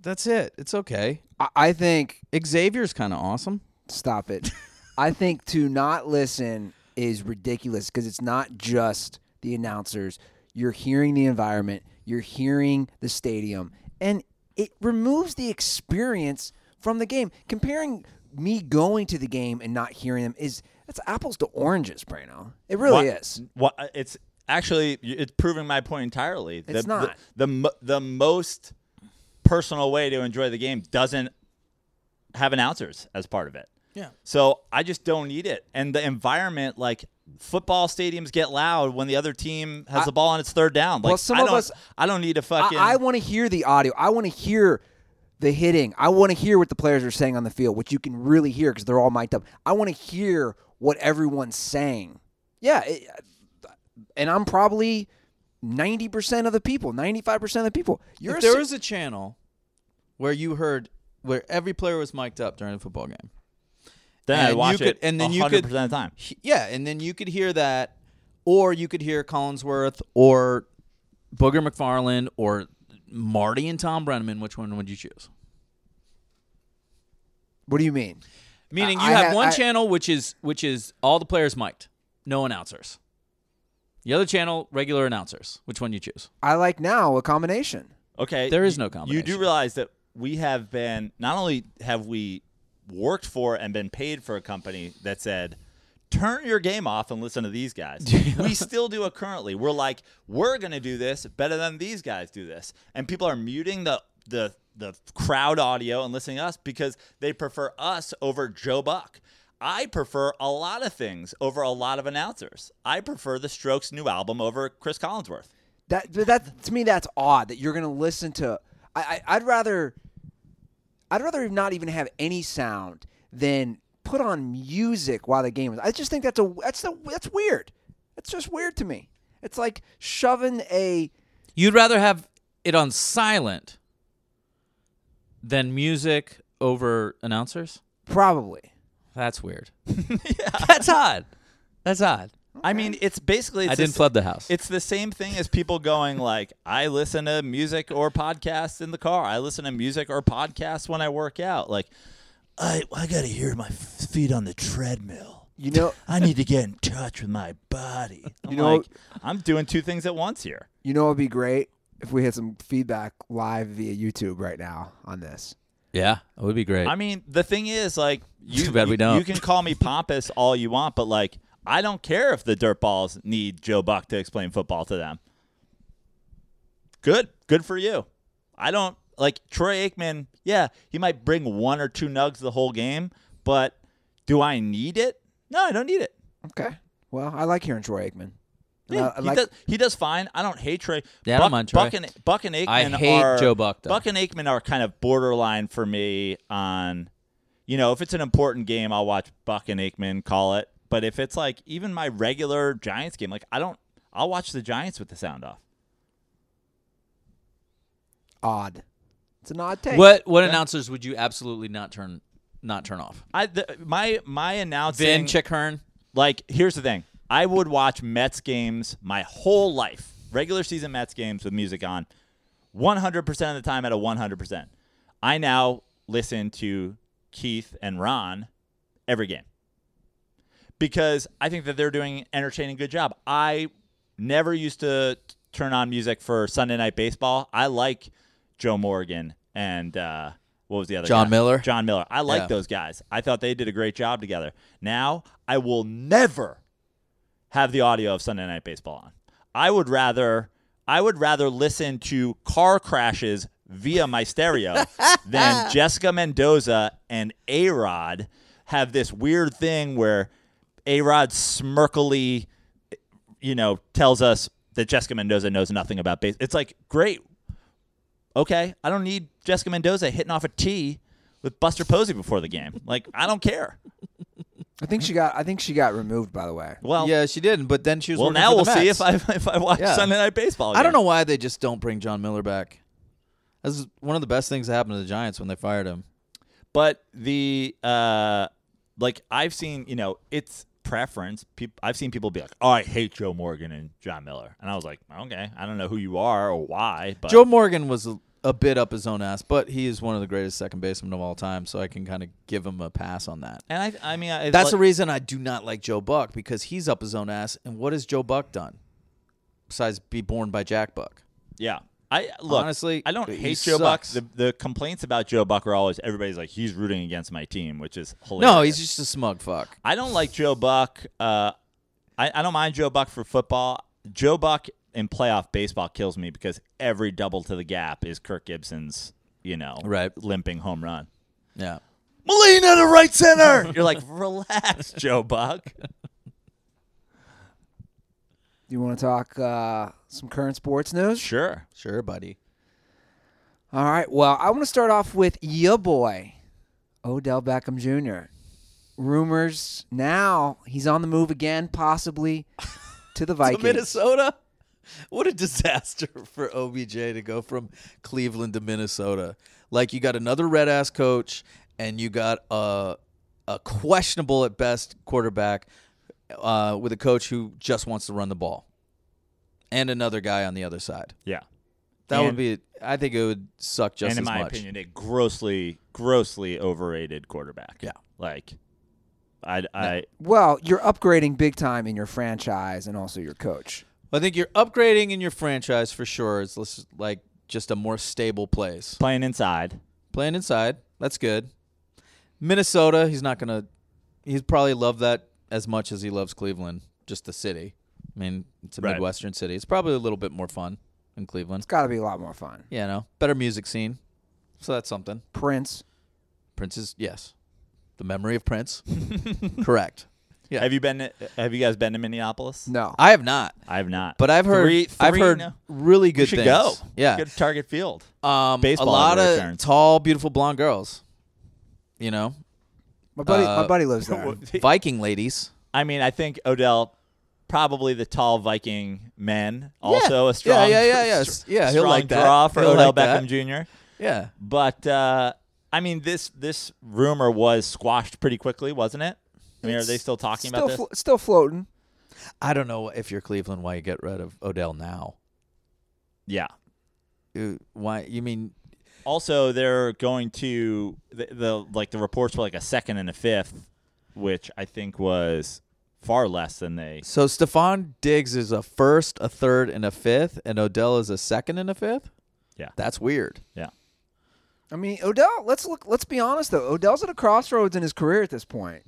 S4: That's it. It's okay.
S2: I, I think
S4: Xavier's kind of awesome.
S2: stop it. I think to not listen is ridiculous because it's not just the announcers. You're hearing the environment, you're hearing the stadium, and it removes the experience from the game. Comparing me going to the game and not hearing them is that's apples to oranges, Brano. It really
S3: Wha-
S2: is.
S3: wha- it's actually it's proving my point entirely. The-
S2: It's not.
S3: the the, mo- the most personal way to enjoy the game doesn't have announcers as part of it.
S4: Yeah.
S3: So I just don't need it. And the environment, like football stadiums, get loud when the other team has the ball on its third down. Like
S2: Well, some
S3: I
S2: of
S3: don't,
S2: us-
S3: I don't need a fucking.
S2: I, I want to hear the audio. I want to hear the hitting. I want to hear what the players are saying on the field, which you can really hear because they're all mic'd up. I want to hear what everyone's saying. Yeah, it, uh, and I'm probably ninety percent of the people, ninety five percent of the people. You're
S4: if there
S2: si-
S4: was a channel where you heard where every player was mic'd up during a football game,
S3: then I
S4: and
S3: watch
S4: you could-
S3: it.
S4: and then you
S3: 100%
S4: could-
S3: of the time.
S4: he- yeah, and then you could hear that, or you could hear Collinsworth or Booger McFarland or Marty and Tom Brenneman. Which one would you choose?
S2: what do you mean?
S4: Meaning
S2: I-
S4: you
S2: I
S4: have
S2: ha-
S4: one
S2: I-
S4: channel which is which is all the players mic'd, no announcers. The other channel, regular announcers. Which one you choose?
S2: I like now a combination.
S3: Okay.
S4: There is
S3: you-
S4: no
S3: You do
S4: combination.
S3: realize that we have been not only have we worked for and been paid for a company that said turn your game off and listen to these guys. we still do it currently. We're like we're going to do this better than these guys do this. And people are muting the the the crowd audio and listening to us because they prefer us over Joe Buck. I prefer a lot of things over a lot of announcers. I prefer the Strokes new album over Chris Collinsworth.
S2: That that to me that's odd that you're gonna listen to. I, I I'd rather, I'd rather not even have any sound than put on music while the game is. I just think that's a that's the that's weird. That's just weird to me. It's like shoving a
S4: You'd rather have it on silent than music over announcers?
S2: probably.
S4: That's weird. That's odd. That's odd.
S3: I mean, it's basically it's
S4: I didn't
S3: this-
S4: flood the house.
S3: It's the same thing as people going like, I listen to music or podcasts in the car. I listen to music or podcasts when I work out. Like, I I gotta hear my f- feet on the treadmill.
S2: You know,
S3: I need to get in touch with my body. I'm
S2: You know-
S3: like, I'm doing two things at once here.
S2: you know it'd be great if we had some feedback live via YouTube right now on this.
S4: yeah, that would be great.
S3: I mean, the thing is, like, you,
S4: Too bad we
S3: you-
S4: don't.
S3: You can call me pompous all you want, but like, I don't care if the dirtballs need Joe Buck to explain football to them. Good, good for you. I don't like Troy Aikman. Yeah, he might bring one or two nugs the whole game, but do I need it? No, I don't need it.
S2: Okay. Well, I like hearing Troy Aikman. And
S3: Yeah,
S2: I- I
S3: he
S2: like-
S3: does. He does fine. I don't hate Trey.
S4: Yeah, I
S3: Buck,
S4: don't mind Trey.
S3: Buck and, Buck and Aikman
S4: I hate
S3: are
S4: Joe Buck, though.
S3: Buck and Aikman are kind of borderline for me. On, you know, if it's an important game, I'll watch Buck and Aikman call it. But if it's like even my regular Giants game, like I don't, I'll watch the Giants with the sound off.
S2: odd. It's an odd take.
S4: what what announcers would you absolutely not turn not turn off?
S3: I the, my my announcing.
S4: Vin Chick Hearn.
S3: Like, here's the thing. I would watch Mets games my whole life, regular season Mets games with music on, 100% of the time at a 100%. I now listen to Keith and Ron every game because I think that they're doing an entertaining good job. I never used to t- turn on music for Sunday night baseball. I like Joe Morgan and uh, what was the other
S4: John
S3: guy?
S4: Miller?
S3: John Miller. I like
S4: Yeah.
S3: those guys. I thought they did a great job together. Now I will never have the audio of Sunday night baseball on. I would rather I would rather listen to car crashes via my stereo than Jessica Mendoza and A Rod have this weird thing where A Rod smirkily, you know, tells us that Jessica Mendoza knows nothing about base. It's like great. okay, I don't need Jessica Mendoza hitting off a tee with Buster Posey before the game. Like, I don't care.
S2: I think she got. I think she got removed. By the way,
S3: Well,
S4: yeah, she didn't. But then she was.
S3: well,
S4: working
S3: now
S4: for
S3: we'll
S4: the
S3: see
S4: Mets.
S3: if I if I watch
S4: Yeah.
S3: Sunday Night Baseball.
S4: I don't
S3: again.
S4: know why they just don't bring John Miller back. That's one of the best things that happened to the Giants when they fired him.
S3: but the uh like i've seen you know it's preference Peop i've seen people be like oh i hate joe morgan and john miller and i was like okay i don't know who you are or why but
S4: Joe Morgan was a, a bit up his own ass, but he is one of the greatest second basemen of all time, so I can kind of give him a pass on that.
S3: and i i mean I,
S4: That's
S3: like,
S4: the reason I do not like Joe Buck because he's up his own ass. And what has Joe Buck done besides be born by Jack Buck?
S3: yeah I look.
S4: Honestly,
S3: I don't
S4: he
S3: hate Joe Buck.
S4: sucks.
S3: The, the complaints about Joe Buck are always everybody's like he's rooting against my team, which is hilarious.
S4: No, he's just a smug fuck.
S3: I don't like Joe Buck. Uh, I, I don't mind Joe Buck for football. Joe Buck in playoff baseball kills me because every double to the gap is Kirk Gibson's, you know,
S4: Right.
S3: limping home run.
S4: Yeah.
S3: Molina to right center. You're like, relax, Joe Buck.
S2: you want to talk uh, some current sports news?
S3: Sure.
S4: Sure, buddy.
S2: All right. Well, I want to start off with your boy, Odell Beckham Jr. Rumors now he's on the move again, possibly to the
S4: To
S2: Vikings.
S4: Minnesota? What a disaster for OBJ to go from Cleveland to Minnesota. Like you got another red ass coach and you got a a questionable at best quarterback uh, with a coach who just wants to run the ball. And another guy on the other side.
S3: Yeah.
S4: That
S3: And-
S4: would be I think it would suck just
S3: and in
S4: as
S3: my
S4: much.
S3: opinion, a grossly, grossly overrated quarterback.
S4: Yeah.
S3: Like, I, I,
S2: Well, you're upgrading big time in your franchise and also your coach.
S4: I think you're upgrading in your franchise for sure. It's less- like just a more stable place.
S3: playing inside.
S4: playing inside. That's good. Minnesota, he's not gonna. He's probably loved that as much as he loves Cleveland, just the city. I mean, it's a
S3: Right.
S4: midwestern city. It's probably a little bit more fun in Cleveland.
S2: It's got to be a lot more fun.
S4: Yeah, no, better music scene. So that's something.
S2: Prince,
S4: Prince is yes, the memory of Prince. Correct. Yeah.
S3: Have you been? Have you guys been to Minneapolis?
S2: no.
S4: I have not,
S3: I have not.
S4: but I've heard
S3: Three-
S4: I've
S3: three
S4: heard
S3: now.
S4: really good
S3: We should
S4: things.
S3: go.
S4: Yeah,
S3: Good target field.
S4: um,
S3: Baseball
S4: a lot
S3: over
S4: of
S3: returns.
S4: tall, beautiful blonde girls. You know,
S2: my buddy, my
S4: uh,
S2: buddy lives there.
S4: Viking ladies.
S3: I mean, I think Odell probably the tall Viking men also a strong
S4: Yeah, yeah, yeah, yeah.
S3: str-
S4: Yeah, he'll
S3: strong
S4: like that.
S3: draw for
S4: He'll
S3: Odell
S4: like that.
S3: Beckham Jr.
S4: Yeah.
S3: But uh, I mean this this rumor was squashed pretty quickly, wasn't it? I mean, are they still talking
S2: Still,
S3: about this?
S2: flo- still floating.
S4: I don't know if you're Cleveland why you get rid of Odell now.
S3: yeah.
S4: Uh, Why you mean
S3: Also, they're going to the, the like the reports were like a second and a fifth, which I think was far less than they.
S4: so Stefan Diggs is a first, a third, and a fifth, and Odell is a second and a fifth?
S3: Yeah.
S4: That's weird.
S3: Yeah.
S2: I mean, Odell. Let's look. Let's be honest though. Odell's at a crossroads in his career at this point.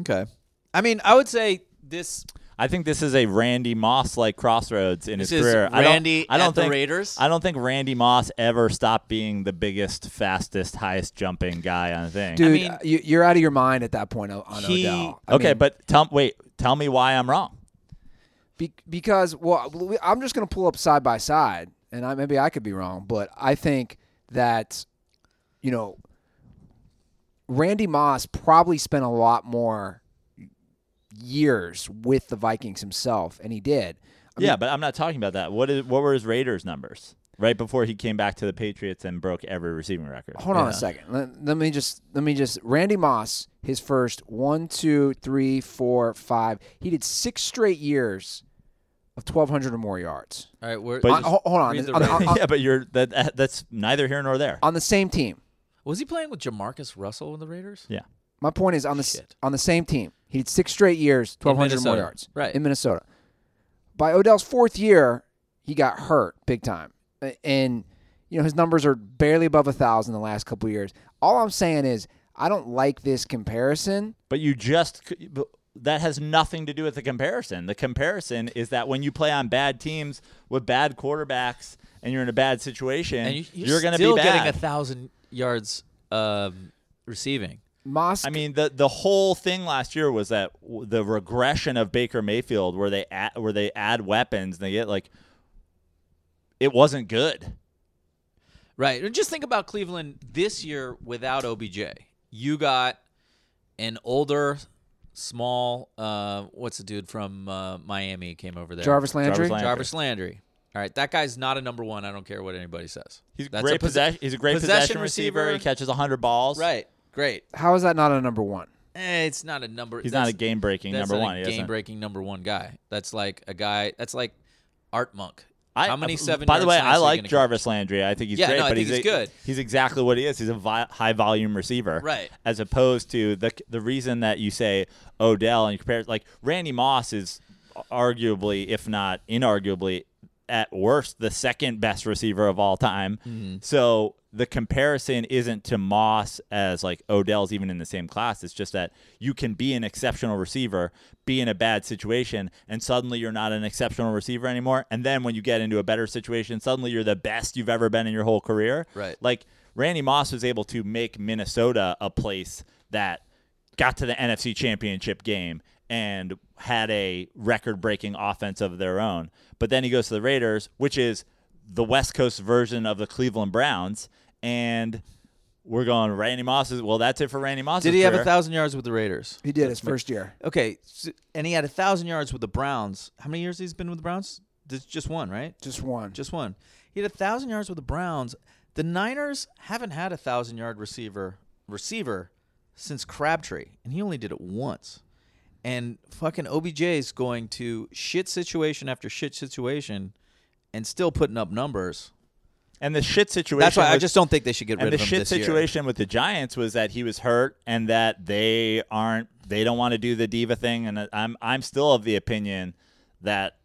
S4: Okay. I mean, I would say this
S3: I think this is a Randy Moss like crossroads in
S5: This
S3: his
S5: is
S3: career.
S5: Randy
S3: I don't, I don't
S5: at the
S3: think,
S5: Raiders?
S3: I don't think Randy Moss ever stopped being the biggest, fastest, highest jumping guy on a thing.
S2: Dude,
S5: mean-
S2: uh, you, you're out of your mind at that point on on
S5: He-
S2: Odell. I
S3: okay,
S2: mean,
S3: but tell wait, tell me why I'm wrong.
S2: Be- because well, we- I'm just going to pull up side by side, and I, maybe I could be wrong, but I think that you know, Randy Moss probably spent a lot more years with the Vikings himself, and he did. I mean,
S3: yeah, but I'm not talking about that. What is what were his Raiders numbers right before he came back to the Patriots and broke every receiving record?
S2: hold on a second. Let, let me just let me just Randy Moss, his first one, two, three, four, five. He did six straight years of 1,200 or more yards.
S4: All right, we're
S3: But-
S2: On- ho- hold on.
S4: read the
S2: On- on-
S4: rating.
S2: on-
S3: yeah, but you're that- that that's neither here nor there.
S2: on the same team.
S4: was he playing with Jamarcus Russell in the Raiders?
S3: Yeah.
S2: My point is on the s
S4: Shit.
S2: on the same team. He had six straight years, twelve hundred more
S4: Minnesota.
S2: yards,
S4: Right.
S2: in Minnesota. By Odell's fourth year, he got hurt big time, A- and you know his numbers are barely above a thousand the last couple of years. All I'm saying is I don't like this comparison.
S3: But you just c- but that has nothing to do with the comparison. The comparison is that when you play on bad teams with bad quarterbacks and you're in a bad situation,
S5: And you, you're,
S3: going to be
S5: still
S3: bad.
S5: getting a thousand yards um, receiving.
S2: Moss,
S3: I mean, the the whole thing last year was that w- the regression of Baker Mayfield, where they add, where they add weapons, and they get like it wasn't good.
S4: Right. And just think about Cleveland this year without OBJ. You got an older, small, uh, what's the dude from uh, Miami came over there?
S2: Jarvis Landry.
S3: Jarvis Landry.
S4: Jarvis Landry. All right. That guy's not a number one. I don't care what anybody says.
S3: He's a
S4: That's
S3: great
S4: posi-
S3: possession. He's a great
S4: possession
S3: possession, receiver.
S4: receiver.
S3: He catches hundred balls.
S4: Right. Great.
S2: How is that not a number one?
S4: Eh, it's not a number.
S3: He's
S4: that's-
S3: not a game breaking
S4: that's
S3: number
S4: not
S3: one. He
S4: A
S3: doesn't-
S4: game breaking number one guy. That's like a guy. That's like Art Monk.
S3: I, uh,
S4: How many seven?
S3: By the
S4: yard
S3: way,
S4: slants are
S3: I
S4: you
S3: like
S4: gonna catch?
S3: Jarvis Landry. I think he's
S4: Yeah,
S3: great,
S4: no, I
S3: but
S4: think
S3: he's,
S4: he's good.
S3: He's exactly what he is. He's a vi- high volume receiver,
S4: Right.
S3: As opposed to the the reason that you say Odell and you compare like Randy Moss is arguably, if not inarguably, at worst the second best receiver of all time. So the comparison isn't to Moss as like Odell's even in the same class. It's just that you can be an exceptional receiver, be in a bad situation, and suddenly you're not an exceptional receiver anymore. And then when you get into a better situation, suddenly you're the best you've ever been in your whole career.
S4: Right.
S3: Like Randy Moss was able to make Minnesota a place that got to the NFC Championship game and had a record-breaking offense of their own. But then he goes to the Raiders, which is the West Coast version of the Cleveland Browns, and we're going Randy Moss is well. That's it for Randy Moss.
S4: Did he have a
S3: career.
S4: thousand yards with the Raiders?
S2: He did his first year.
S4: Okay, s and he had a thousand yards with the Browns. How many years he's been with the Browns? This- Just one, right?
S2: Just one.
S4: Just one. He had a thousand yards with the Browns. The Niners haven't had a thousand yard receiver receiver since Crabtree, and he only did it once. And fucking OBJ is going to shit situation after shit situation, and still putting up numbers.
S3: And the shit situation.
S4: That's why I
S3: with-
S4: just don't think they should get rid
S3: and
S4: of
S3: the
S4: him
S3: shit
S4: this year.
S3: situation with the Giants was that he was hurt and that they aren't they don't want to do the diva thing and I'm I'm still of the opinion that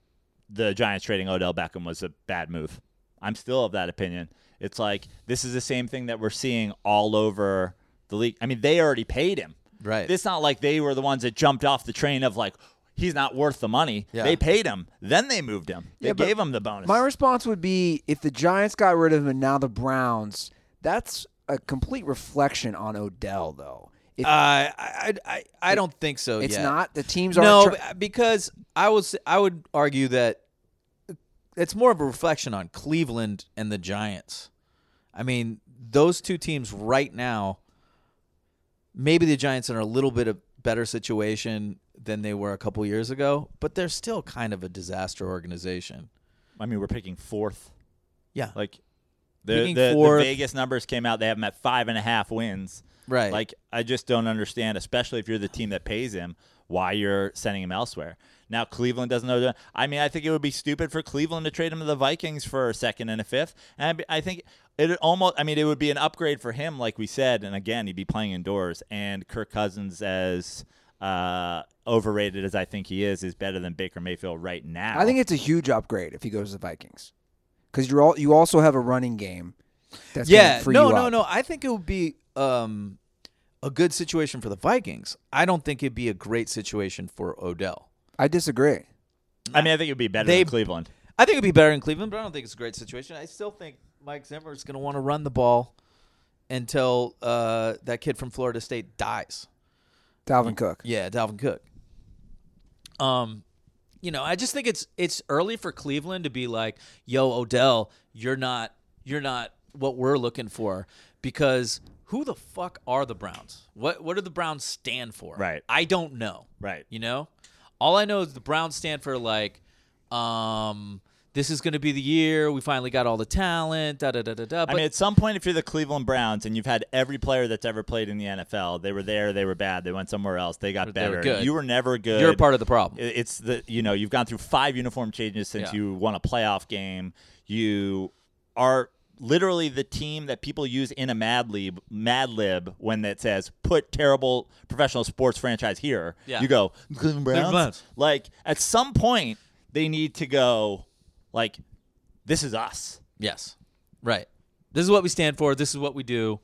S3: the Giants trading Odell Beckham was a bad move. I'm still of that opinion. It's like this is the same thing that we're seeing all over the league. I mean, they already paid him.
S4: Right.
S3: It's not like they were the ones that jumped off the train of like he's not worth the money.
S4: Yeah.
S3: They paid him, then they moved him. They
S2: Yeah, but
S3: gave him the bonus.
S2: My response would be if the Giants got rid of him and now the Browns, that's a complete reflection on Odell, though. If
S4: Uh, I, I I I don't think so.
S2: it's
S4: yet.
S2: not, the teams aren't.
S4: No,
S2: tr-
S4: b- because I was I would argue that it's more of a reflection on Cleveland and the Giants. I mean, those two teams right now. Maybe the Giants are in a little bit of better situation than they were a couple years ago, but they're still kind of a disaster organization.
S3: I mean, we're picking fourth.
S4: Yeah,
S3: Like the,
S4: Picking
S3: the, the
S4: fourth.
S3: Vegas numbers came out. They have him at five and a half wins.
S4: right.
S3: Like I just don't understand, especially if you're the team that pays him, why you're sending him elsewhere. Now Cleveland doesn't know. that- I mean, I think it would be stupid for Cleveland to trade him to the Vikings for a second and a fifth. And I'd be- I think it almost. I mean, it would be an upgrade for him, like we said. And again, he'd be playing indoors. And Kirk Cousins, as uh, overrated as I think he is, is better than Baker Mayfield right now.
S2: I think it's a huge upgrade if he goes to the Vikings. Because you're all, you also have a running game. That's gonna
S4: yeah,
S2: free
S4: no,
S2: you
S4: no,
S2: up.
S4: no. I think it would be um, a good situation for the Vikings. I don't think it'd be a great situation for Odell.
S2: I disagree.
S3: I mean, I think it'd be better
S4: They-
S3: than Cleveland.
S4: I think it'd be better in Cleveland, but I don't think it's a great situation. I still think Mike Zimmer is going to want to run the ball until uh, that kid from Florida State dies.
S2: Dalvin Cook.
S4: Yeah, Dalvin Cook. Um, you know, I just think it's it's early for Cleveland to be like, "Yo, Odell, you're not you're not what we're looking for," because who the fuck are the Browns? What what do the Browns stand for?
S3: Right.
S4: I don't know.
S3: Right.
S4: You know, all I know is the Browns stand for like, um, this is going to be the year we finally got all the talent. Da da da da da.
S3: I mean, at some point, if you're the Cleveland Browns and you've had every player that's ever played in the NFL, they were there, they were bad, they went somewhere else, they got
S4: They were
S3: better.
S4: good.
S3: You were never good.
S4: you're a part of the problem.
S3: It- It's the you know you've gone through five uniform changes since
S4: Yeah.
S3: you won a playoff game. You are literally the team that people use in a Mad Lib Mad Lib when that says put terrible professional sports franchise here.
S4: Yeah.
S3: You go Cleveland Browns.
S4: Browns.
S3: Like at some point they need to go like this is us.
S4: Yes. Right. This is what we stand for. This is what we do.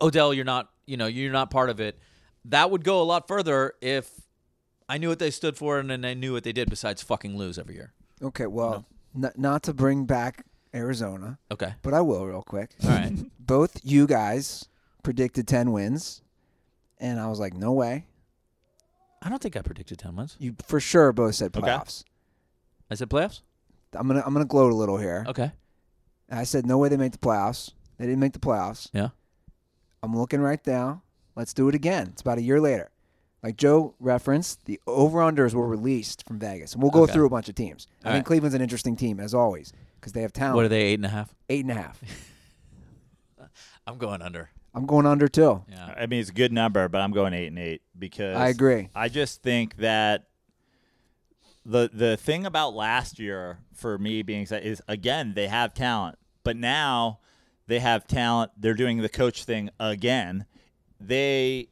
S4: Odell, you're not, you know, you're not part of it. That would go a lot further if I knew what they stood for and then I knew what they did besides fucking lose every year.
S2: Okay, well, n- not to bring back Arizona,
S4: Okay.
S2: but I will real quick.
S4: All right.
S2: Both you guys predicted 10 wins, and I was like, no way.
S4: I don't think I predicted 10 wins.
S2: You for sure both said
S3: Okay.
S2: playoffs.
S4: I said playoffs?
S2: I'm gonna I'm gonna gloat a little here.
S4: Okay.
S2: I said no way they make the playoffs. They didn't make the playoffs.
S4: Yeah.
S2: I'm looking right now. Let's do it again. It's about a year later. Like Joe referenced, the over unders were released from Vegas, and we'll go through a bunch of teams. I
S4: All
S2: think
S4: right.
S2: Cleveland's an interesting team as always because they have talent.
S4: What are they? Eight and a half.
S2: Eight and a half.
S6: I'm going under.
S2: I'm going under too.
S4: Yeah.
S3: I mean, it's a good number, but I'm going eight and eight because
S2: I agree.
S3: I just think that the the thing about last year for me being excited is again they have talent, but now they have talent. They're doing the coach thing again. They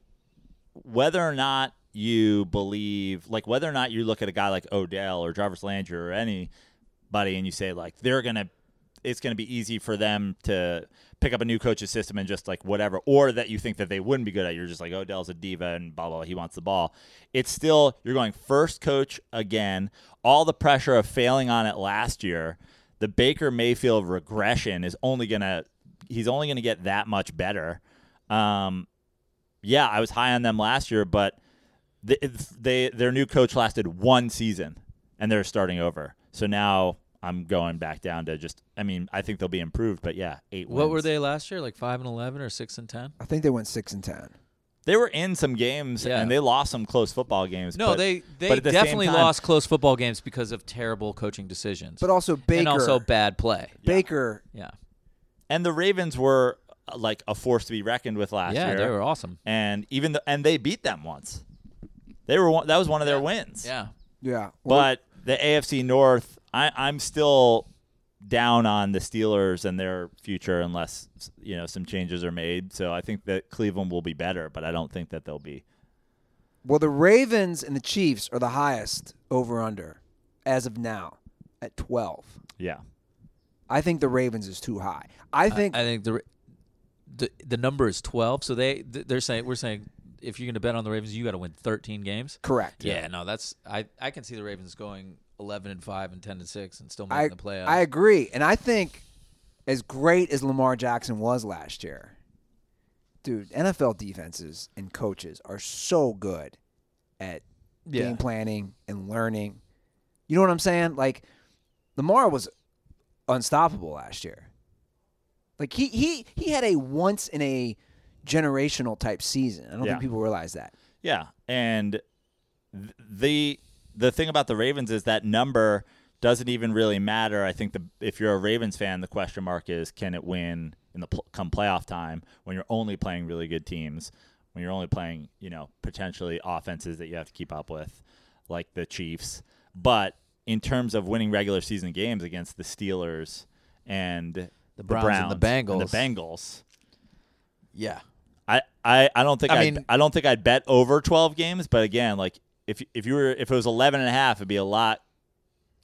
S3: whether or not you believe, like whether or not you look at a guy like Odell or Jarvis Landry or anybody, and you say like they're gonna, it's gonna be easy for them to pick up a new coach's system and just like whatever, or that you think that they wouldn't be good at. You're just like oh, Odell's a diva and blah blah. blah he wants the ball. It's still you're going first coach again. All the pressure of failing on it last year. The Baker Mayfield regression is only gonna, he's only gonna get that much better. Um, yeah, I was high on them last year, but th- if they their new coach lasted one season and they're starting over. So now I'm going back down to just. I mean, I think they'll be improved, but yeah, eight.
S4: What were
S3: wins.
S4: they last year? Like five and eleven or six and ten?
S2: I think they went six and ten.
S3: They were in some games
S4: Yeah.
S3: and they lost some close football games.
S4: No,
S3: but-
S4: they they
S3: but at the same
S4: definitely
S3: time-
S4: lost close football games because of terrible coaching decisions,
S2: But also Baker.
S4: and also bad play.
S2: Baker.
S4: Yeah,
S3: And the Ravens were uh, like a force to be reckoned with last
S4: yeah,
S3: year.
S4: they were awesome.
S3: And even though, and they beat them once. They were one, that was one of their wins.
S4: Yeah,
S2: Yeah. Well,
S3: But the AFC North, I, I'm still down on the Steelers and their future unless you know some changes are made. So I think that Cleveland will be better, but I don't think that they'll be.
S2: well, the Ravens and the Chiefs are the highest over under as of now at twelve.
S3: Yeah,
S2: I think the Ravens is too high. I think
S4: I think the the the number is twelve. So they th- they're saying we're saying if you're going to bet on the Ravens, you got to win thirteen games.
S2: correct.
S4: Yeah, no, that's I I can see the Ravens going eleven and five and ten and six and still making
S2: I
S4: the playoffs.
S2: I agree, and I think as great as Lamar Jackson was last year, dude, NFL defenses and coaches are so good at
S4: Yeah.
S2: game planning and learning. You know what I'm saying? Like Lamar was unstoppable last year. Like he he he had a once in a generational type season. I don't
S3: Yeah.
S2: think people realize that.
S3: yeah. And th- the the thing about the Ravens is that number doesn't even really matter. I think the if you're a Ravens fan, the question mark is can it win in the pl- come playoff time when you're only playing really good teams, when you're only playing you know potentially offenses that you have to keep up with, like the Chiefs. But in terms of winning regular season games against the Steelers and the,
S6: Browns and the
S3: and the
S6: Bengals.
S3: Bengals,
S6: Yeah.
S3: I, I, I don't think
S6: I
S3: I
S6: mean-
S3: I don't think I'd bet over 12 games, but again, like if if you were if it was 11 and a half, it'd be a lot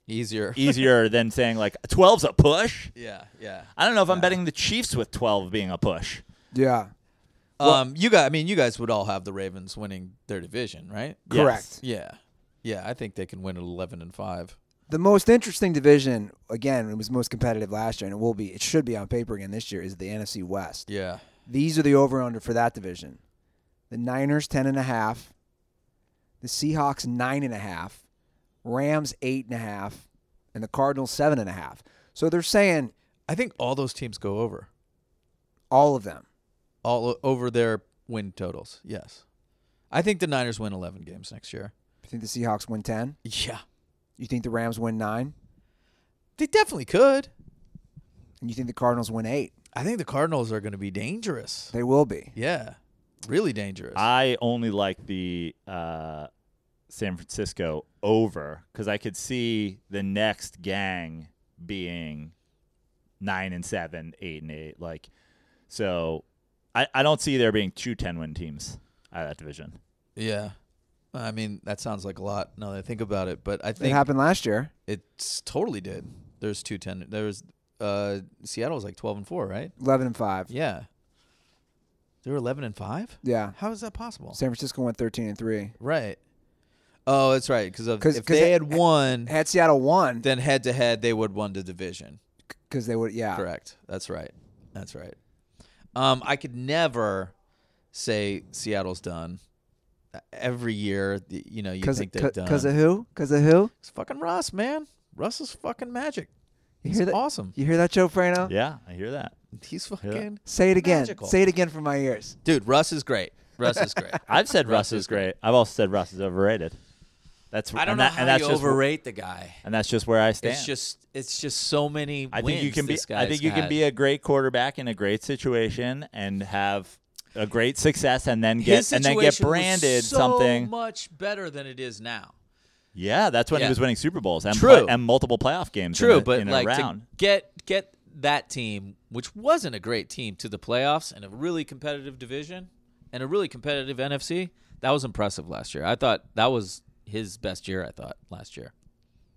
S6: Easier.
S3: easier than saying like 12's a push.
S6: Yeah, yeah.
S3: I don't know if I'm betting the Chiefs with 12 being a push.
S2: Yeah.
S6: um, you guys. I mean, you guys would all have the Ravens winning their division, right?
S2: Correct.
S6: Yeah, yeah. I think they can win at eleven and five.
S2: The most interesting division, again, it was most competitive last year, and it will be, it should be on paper again this year, is the NFC West.
S6: Yeah,
S2: These are the over under for that division. The Niners, 10.5. The Seahawks, 9.5. Rams, 8.5. And the Cardinals, 7.5. So they're saying
S6: I think all those teams go over,
S2: all of them.
S6: all o- over their win totals. Yes, I think the Niners win eleven games next year.
S2: You think the Seahawks win 10?
S6: Yeah,
S2: You think the Rams win 9?
S6: they definitely could.
S2: And you think the Cardinals win 8?
S6: I think the Cardinals are going to be dangerous.
S2: They will be.
S6: Yeah, really dangerous.
S3: I only like the uh, San Francisco over because I could see the next gang being nine and seven, eight and eight. Like, so I, I don't see there being two 10 win teams out of that division.
S6: yeah, I mean that sounds like a lot now that I think about it, but I
S2: It
S6: think
S2: happened last year.
S6: it's totally did. There's two ten. There's uh, Seattle was like twelve and four, right?
S2: 11 and 5.
S6: Yeah. They were 11 and 5?
S2: Yeah.
S6: How is that possible?
S2: San Francisco went 13 and 3.
S6: Right. Oh, that's right. Because if
S2: 'Cause- 'cause
S6: they
S2: it-
S6: had won,
S2: Had Seattle won,
S6: then head to head, they would won the division.
S2: because they would yeah
S6: Correct. That's right. That's right. Um, I could never say Seattle's done. Every year, y- you know, you
S2: because
S6: think they've done.
S2: because of who because of who
S6: it's fucking Russ, man. Russ is fucking magic.
S2: you
S6: He's
S2: hear that
S6: awesome.
S2: you hear that Joe Frano
S3: Yeah, I hear that.
S4: He's fucking
S2: Say it again.
S4: Magical.
S2: Say it again for my ears.
S4: dude. Russ is great. Russ is great.
S3: I've said Russ, is great. I've also said Russ is overrated. That's
S4: I don't
S3: and
S4: know
S3: that,
S4: how
S3: and that's
S4: you
S3: just
S4: overrate the guy.
S3: and that's just where I stand.
S4: It's just it's just so many.
S3: I think you
S4: wins
S3: can be
S4: this
S3: I think
S4: guy's
S3: you can
S4: had.
S3: be a great quarterback in a great situation and have a great success and then
S4: His
S3: get and then get
S4: situation was
S3: branded
S4: so
S3: something.
S4: much better than it is now.
S3: Yeah, that's when
S4: Yeah.
S3: he was winning Super Bowls and
S4: True.
S3: play- and multiple playoff games. in
S4: True,
S3: a-
S4: but
S3: in a
S4: like
S3: round.
S4: to get get that team, which wasn't a great team, to the playoffs and a really competitive division and a really competitive NFC, that was impressive last year. I thought that was his best year. I thought last year.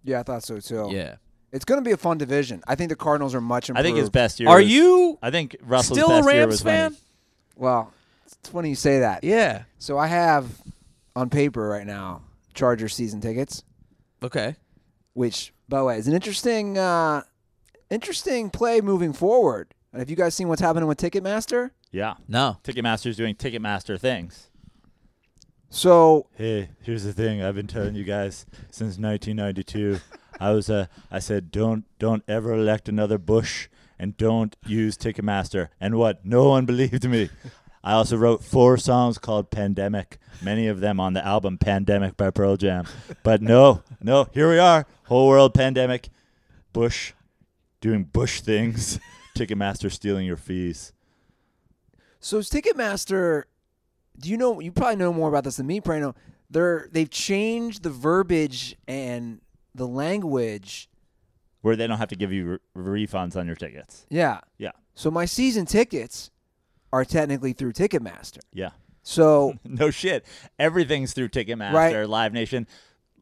S2: Yeah, I thought so too.
S4: Yeah.
S2: It's going to be a fun division. I think the Cardinals are much improved.
S3: I think his best year.
S4: Are
S3: was-
S4: you
S3: I think Russell's
S4: still a
S3: best year
S4: Rams
S3: was when he-
S4: fan?
S2: Well, it's funny you say that.
S4: Yeah.
S2: So I have on paper right now Charger season tickets,
S4: Okay.
S2: which by the way is an interesting, uh, interesting play moving forward. And Have you guys seen what's happening with Ticketmaster?
S3: yeah.
S4: No.
S3: Ticketmaster's doing Ticketmaster things.
S2: So
S3: Hey, here's the thing. I've been telling you guys since 1992. I was uh, I said don't don't ever elect another Bush and don't use Ticketmaster. And what? No one believed me. I also wrote four songs called Pandemic, many of them on the album Pandemic by Pearl Jam. But no, no, here we are. Whole world pandemic. Bush doing Bush things. Ticketmaster stealing your fees.
S2: So is Ticketmaster, do you know? You probably know more about this than me, Prano. They're they've changed the verbiage and the language.
S3: Where they don't have to give you re- refunds on your tickets.
S2: Yeah.
S3: Yeah.
S2: So my season tickets are technically through Ticketmaster.
S3: Yeah.
S2: So
S3: No shit. Everything's through Ticketmaster,
S2: Right.
S3: Live Nation.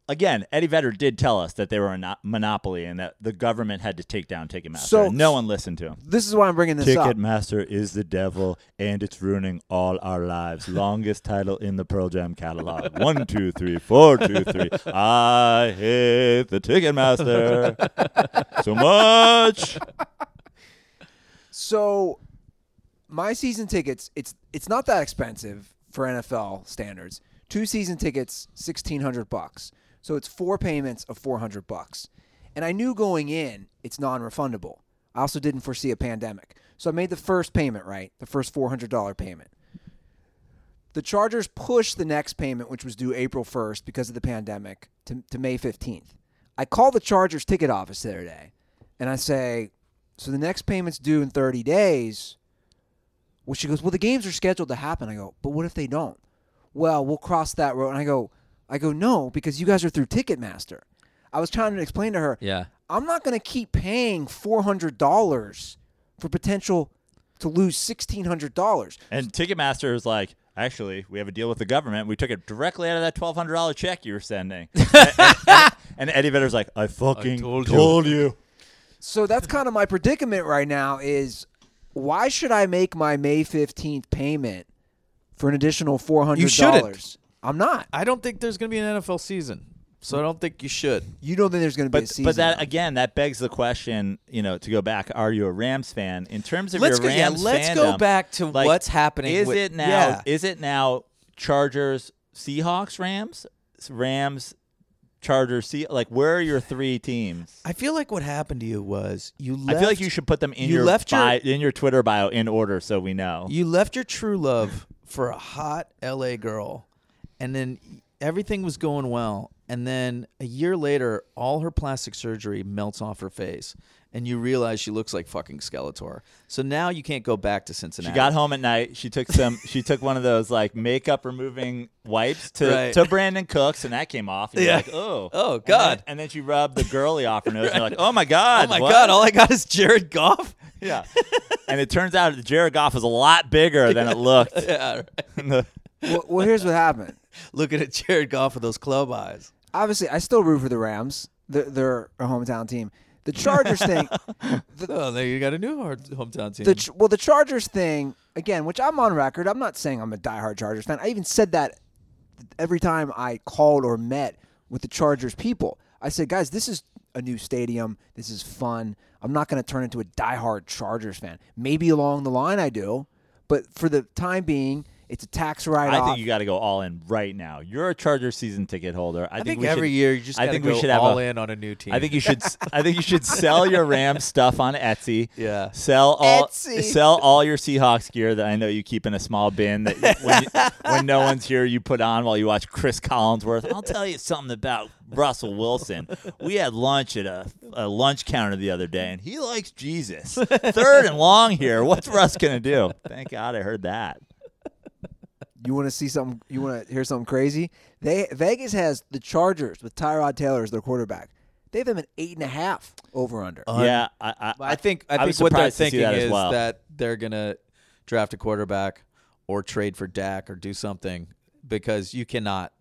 S3: Again, Eddie Vedder did tell us that they were a no- monopoly and that the government had to take down Ticketmaster.
S2: So-
S3: no one listened to him.
S2: this is why I'm bringing this up.
S3: Ticketmaster is the devil and it's ruining all our lives. Longest title in the Pearl Jam catalog. One, two, three, four, two, three. I hate the Ticketmaster so much.
S2: So my season tickets, it's it's not that expensive for NFL standards. Two season tickets, sixteen hundred bucks. So it's four payments of four hundred bucks. And I knew going in it's non refundable. I also didn't foresee a pandemic. So I made the first payment, right? The first four hundred dollar payment. The Chargers pushed the next payment, which was due April 1st because of the pandemic, to, to May 15th. I call the Chargers ticket office the other day and I say, So the next payment's due in 30 days. Well, she goes, Well, the games are scheduled to happen. I go, But what if they don't? Well, we'll cross that road. And I go, I go, No, because you guys are through Ticketmaster. I was trying to explain to her,
S4: Yeah.
S2: I'm not going to keep paying $400 for potential to lose $1,600.
S3: And Ticketmaster is like, actually, we have a deal with the government. We took it directly out of that twelve hundred dollar check you were sending. and, and- and Eddie Vedder's like, I fucking
S4: told
S3: told,
S4: you."
S3: you.
S2: So that's kind of my predicament right now is why should I make my May 15th payment for an additional $400?
S4: You shouldn't.
S2: I'm not.
S4: I don't think there's going to be an NFL season, so I don't think you should.
S2: You don't think there's going to be a
S3: But
S2: season.
S3: but that again, that begs the question. You know, to go back, are you a Rams fan? In terms of
S4: Let's
S3: your
S4: go- yeah,
S3: Rams
S4: let's go
S3: fandom,
S4: back to
S3: like,
S4: what's happening
S3: Is
S4: with-
S3: it now?
S4: yeah.
S3: Is it now Chargers, Seahawks, Rams, Rams, Chargers, Se- like where are your three teams?
S4: I feel like what happened to you was you. Left,
S3: I feel like you should put them in
S4: you
S3: your
S4: left your-
S3: bio, in your Twitter bio in order so we know.
S4: You left your true love for a hot LA girl, and then everything was going well. And then a year later, all her plastic surgery melts off her face, and you realize she looks like fucking Skeletor. So now you can't go back to Cincinnati.
S3: She got home at night. She took some. she took one of those like makeup removing wipes to
S4: Right.
S3: to Brandon Cooks, and that came off. And you're
S4: Yeah.
S3: like, oh,
S4: Oh,
S3: And
S4: God.
S3: then- And then, she rubbed the girly off her nose, and you're like, oh my god,
S4: Oh my
S3: what?
S4: god! All I got is Jared Goff.
S3: yeah. and it turns out that Jared Goff is a lot bigger than it looked.
S4: yeah, right.
S3: And the-
S2: well, well, here's what happened.
S4: looking at Jared Goff with those club eyes.
S2: Obviously, I still root for the Rams. They're, they're a hometown team. The Chargers thing,
S4: Oh, there you got a new hard hometown team.
S2: the Ch- well, the Chargers thing again, which I'm on record. I'm not saying I'm a diehard Chargers fan. I even said that every time I called or met with the Chargers people. I said, guys, this is a new stadium. This is fun. I'm not going to turn into a diehard Chargers fan. Maybe along the line I do, but for the time being, It's a tax write
S3: I
S2: off.
S3: think you got to go all in right now. You're a Charger season ticket holder. I,
S6: I think,
S3: we
S6: every
S3: should,
S6: year you just
S3: I
S6: gotta
S3: think
S6: go
S3: we should have
S6: all
S3: a,
S6: in on a new team.
S3: I think you should. s- I think you should sell your Ram stuff on Etsy.
S6: Yeah.
S3: Sell all.
S2: Etsy.
S3: Sell all your Seahawks gear that I know you keep in a small bin that you, when, you, when no one's here you put on while you watch Chris Collinsworth. I'll tell you something about Russell Wilson. We had lunch at a, a lunch counter the other day, and he likes Jesus. Third and long here. What's Russ gonna do? Thank God I heard that.
S2: You want to see something? You want to hear something crazy? They Vegas has the Chargers with Tyrod Taylor as their quarterback. They have them at eight and a half over under.
S3: yeah, I, I,
S6: But I think I,
S3: I was
S6: think what they're
S3: surprised to see
S6: thinking
S3: that as
S6: is
S3: well.
S6: that they're gonna draft a quarterback or trade for Dak or do something because you cannot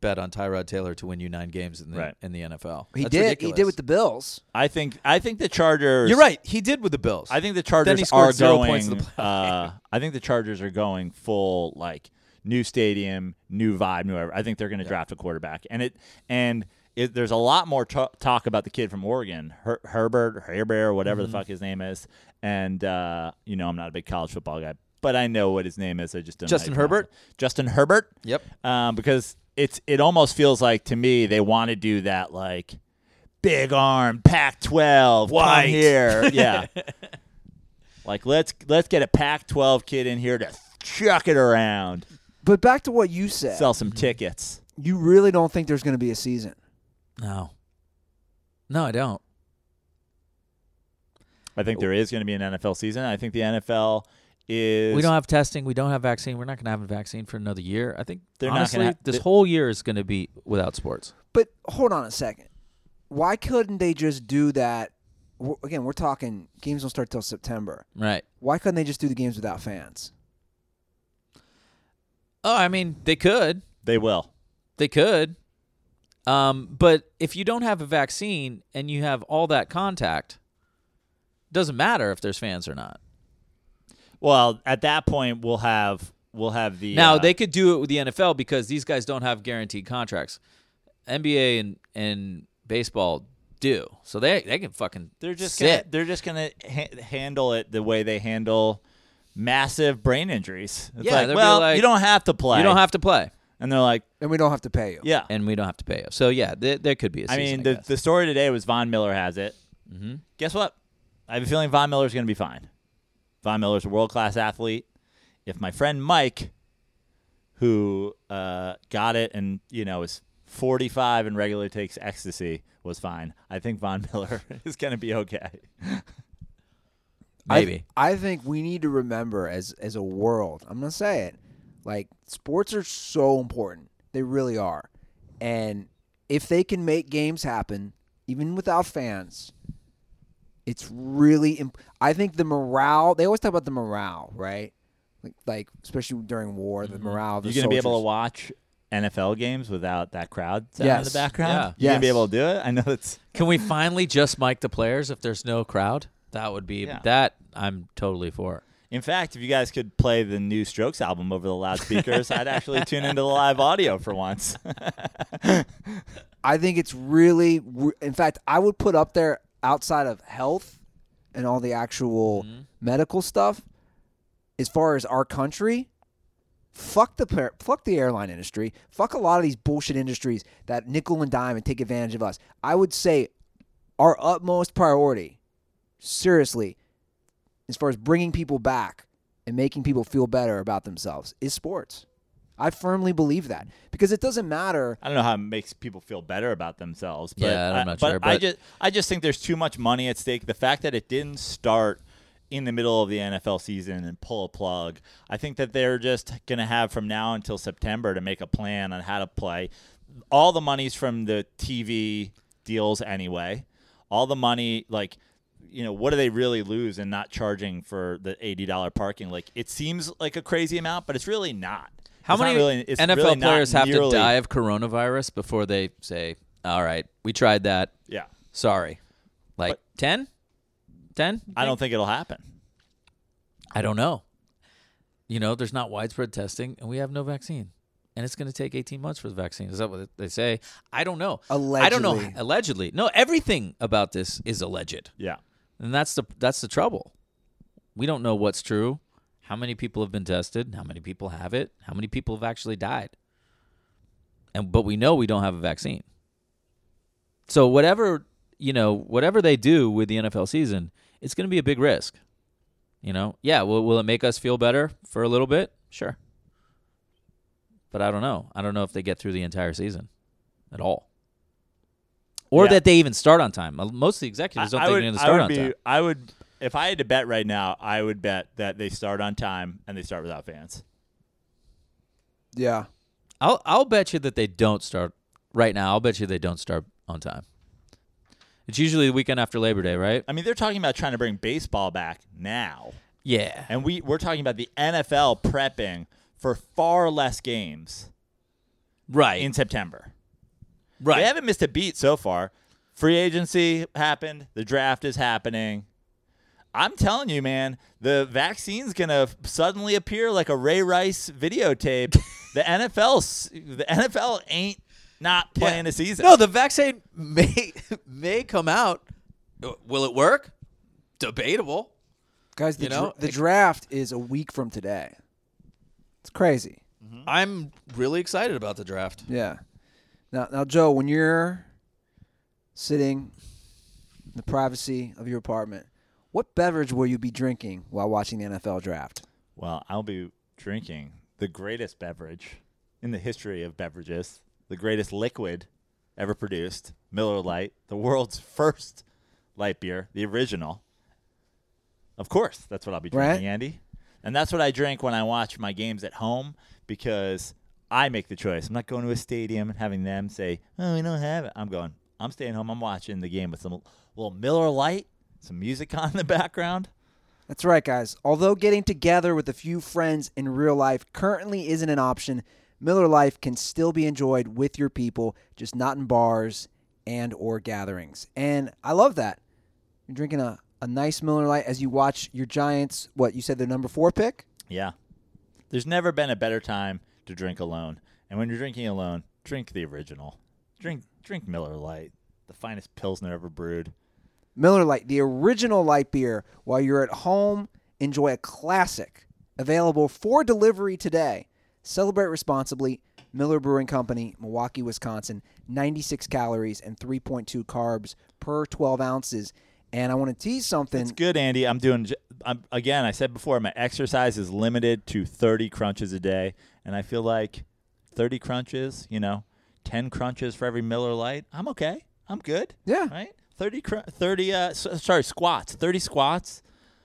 S6: bet on Tyrod Taylor to win you nine games in the
S3: Right.
S6: in the NFL.
S2: he
S6: That's
S2: did. He
S6: ridiculous.
S2: did with the Bills.
S3: I think I think the Chargers.
S6: You're right. He did with the Bills.
S3: I think the
S6: Then he
S3: Chargers
S6: scored
S3: are
S6: zero
S3: going.
S6: points in the playoff
S3: uh, I think the Chargers are going full like new stadium, new vibe, new. Whatever. I think they're going to draft a quarterback, and it and it, there's a lot more ta- talk about the kid from Oregon, Her- Herbert, or Herbert, or whatever
S6: Mm-hmm.
S3: the fuck his name is. And uh, you know, I'm not a big college football guy, but I know what his name is. I just don't. know how
S6: Justin
S3: you pronounce
S6: Herbert?
S3: it. Justin Herbert.
S6: Yep.
S3: Um, because it's it almost feels like to me they want to do that like. Big arm, Pac-12,
S6: White.
S3: come here, yeah. Like let's let's get a Pac-12 kid in here to chuck it around,
S2: But back to what you said.
S3: sell some tickets.
S2: you really don't think there's going to be a season.
S6: no. No, I don't.
S3: I think there is going to be an NFL season. I think the NFL is
S4: We don't have testing. We don't have vaccine. We're not going to have a vaccine for another year. I think
S3: They're not
S4: honestly,
S3: gonna ha-
S4: this
S3: they-
S4: whole year is going to be without sports.
S2: But hold on a second. Why couldn't they just do that? w- Again, we're talking games don't start till September.
S4: Right.
S2: Why couldn't they just do the games without fans?
S4: Oh, I mean, they could.
S3: they will.
S4: They could. Um, but if you don't have a vaccine and you have all that contact, doesn't matter if there's fans or not.
S3: Well, at that point we'll have we'll have the
S4: Now
S3: uh,
S4: they could do it with the NFL because these guys don't have guaranteed contracts. NBA and and baseball do, so they they can fucking
S3: they're just
S4: sit.
S3: Gonna, they're just going to ha- handle it the way they handle massive brain injuries. It's
S4: Yeah,
S3: like,
S4: they'll be
S3: well,
S4: like,
S3: you don't have to play.
S4: you don't have to play,
S3: and they're like,
S2: And we don't have to pay you.
S3: yeah.
S4: and we don't have to pay you. So yeah, there, there could be a
S3: I
S4: season.
S3: mean,
S4: I
S3: the
S4: guess.
S3: the story today was Von Miller has it. Guess what? I have a feeling Von Miller's going to be fine. Von Miller's a world class athlete. If my friend Mike, who uh, got it and you know is 45 and regularly takes ecstasy, was fine, I think Von Miller is going to be okay.
S2: I-
S4: maybe.
S2: I, think we need to remember as as a world. I'm gonna say it. Like sports are so important. They really are. And if they can make games happen even without fans, it's really imp- I think the morale, they always talk about the morale, right? Like like especially during war, the morale of the
S3: Mm-hmm. You're going to be able to
S2: soldiers.
S3: watch NFL games without that crowd sound in
S2: Yes.
S3: the background.
S4: Yeah.
S3: You're going to be
S2: Yes.
S3: able to do it. I know that's
S4: Can we finally just mic the players if there's no crowd? That would be
S3: Yeah.
S4: that I'm totally for.
S3: In fact, if you guys could play the new Strokes album over the loudspeakers, I'd actually tune into the live audio for once.
S2: I think it's really. re- In fact, I would put up there outside of health and all the actual medical stuff. As far as our country, fuck the par- fuck the airline industry. Fuck a lot of these bullshit industries that nickel and dime and take advantage of us. I would say our utmost priority, seriously, as far as bringing people back and making people feel better about themselves, is sports. I firmly believe that because it doesn't matter.
S3: I don't know how it makes people feel better about themselves, but,
S4: Yeah, I'm
S3: I-
S4: not
S3: but
S4: sure,
S3: I
S4: but-
S3: just I just think there's too much money at stake. The fact that it didn't start in the middle of the NFL season and pull a plug, I think that they're just going to have from now until September to make a plan on how to play. All the money's from the TV deals anyway. All the money like you know, what do they really lose in not charging for the $80 parking? Like it seems like a crazy amount, but it's really not.
S4: How
S3: It's not
S4: many
S3: really, it's
S4: NFL
S3: really not
S4: players have
S3: nearly-
S4: to die of coronavirus before they say, "All right, we tried that.
S3: Yeah.
S4: Sorry." Like 10? 10?
S3: I don't think it'll happen.
S4: I don't know. You know, there's not widespread testing, and we have no vaccine, and it's going to take 18 months for the vaccine. Is that what they say? I don't know. I don't
S2: Allegedly.
S4: know. Allegedly, no. Everything about this is alleged,
S3: Yeah.
S4: and that's the that's the trouble. We don't know what's true, how many people have been tested, how many people have it, how many people have actually died. And but we know we don't have a vaccine. So whatever, you know, whatever they do with the NFL season, it's going to be a big risk. You know, yeah, will will it make us feel better for a little bit? Sure. But I don't know. I don't know if they get through the entire season at all. Or
S3: Yeah.
S4: that they even start on time. Most of the executives don't
S3: I- I
S4: think
S3: would,
S4: they're going to
S3: I
S4: start
S3: would
S4: on
S3: be,
S4: time.
S3: I would, if I had to bet right now, I would bet that they start on time and they start without fans.
S2: Yeah.
S4: I'll I'll bet you that they don't start right now. I'll bet you they don't start on time. It's usually the weekend after Labor Day, right?
S3: I mean, they're talking about trying to bring baseball back now,
S4: Yeah.
S3: and we we're talking about the NFL prepping for far less games
S4: Right.
S3: in September.
S4: right.
S3: They haven't missed a beat so far. Free agency happened. The draft is happening. I'm telling you, man, the vaccine's gonna f- suddenly appear like a Ray Rice videotape. the NFL's the NFL ain't not
S6: Yeah.
S3: playing a season.
S6: No, the vaccine may may come out. Uh, Will it work? Debatable.
S2: Guys, the,
S6: You know,
S2: dra- the
S6: it-
S2: draft is a week from today. It's crazy.
S6: Hmm. I'm really excited about the draft.
S2: Yeah. Now, now, Joe, when you're sitting in the privacy of your apartment, what beverage will you be drinking while watching the NFL draft?
S3: well, I'll be drinking the greatest beverage in the history of beverages, the greatest liquid ever produced, Miller Lite, the world's first light beer, the original. Of course, that's what I'll be drinking,
S2: Right.
S3: Andy. And that's what I drink when I watch my games at home because I make the choice. I'm not going to a stadium and having them say, "Oh, we don't have it." I'm going. I'm staying home. I'm watching the game with some little Miller Lite, some music on in the background.
S2: That's right, guys. Although getting together with a few friends in real life currently isn't an option, Miller Life can still be enjoyed with your people, just not in bars and or gatherings. And I love that. You're drinking a, a nice Miller Lite as you watch your Giants, what, you said their number four pick?
S3: Yeah. There's never been a better time to drink alone. And when you're drinking alone, drink the original. Drink drink Miller Lite, the finest pilsner ever brewed.
S2: Miller Lite, the original light beer, while you're at home, enjoy a classic. Available for delivery today. Celebrate responsibly. Miller Brewing Company, Milwaukee, Wisconsin. 96 calories and 3.2 carbs per 12 ounces. And I want to tease something.
S3: It's good, Andy. I'm doing j- I'm, again, I said before my exercise is limited to 30 crunches a day, and I feel like 30 crunches, you know, 10 crunches for every Miller Lite. I'm okay. I'm good.
S2: Yeah.
S3: Right? 30 cr- 30 uh s- sorry, squats. 30 squats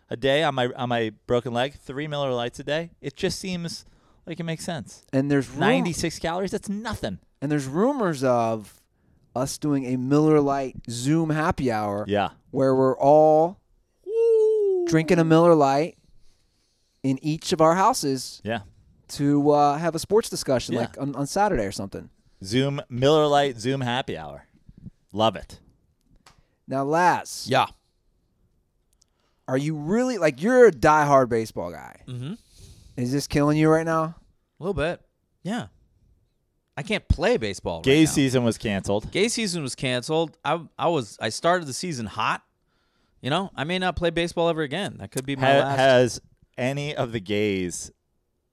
S3: a day on my on my broken leg, 3 Miller Lights a day. It just seems like it makes sense.
S2: And there's rum-
S3: 96 calories. That's nothing.
S2: and there's rumors of us doing a Miller Lite Zoom happy hour.
S3: Yeah.
S2: where we're all drinking a Miller Lite in each of our houses
S3: Yeah.
S2: to uh, have a sports discussion,
S3: Yeah.
S2: like on, on Saturday or something.
S3: Zoom Miller Lite Zoom happy hour. Love it.
S2: Now, Laz,
S6: Yeah.
S2: are you really like you're a diehard baseball guy? Mm-hmm. Is this killing you right now?
S4: a little bit. Yeah. I can't play baseball.
S3: Gay
S4: right now.
S3: season was canceled.
S4: Gay season was canceled. I I was I started the season hot. You know, I may not play baseball ever again. That could be my
S3: Ha-
S4: last.
S3: has any of the gays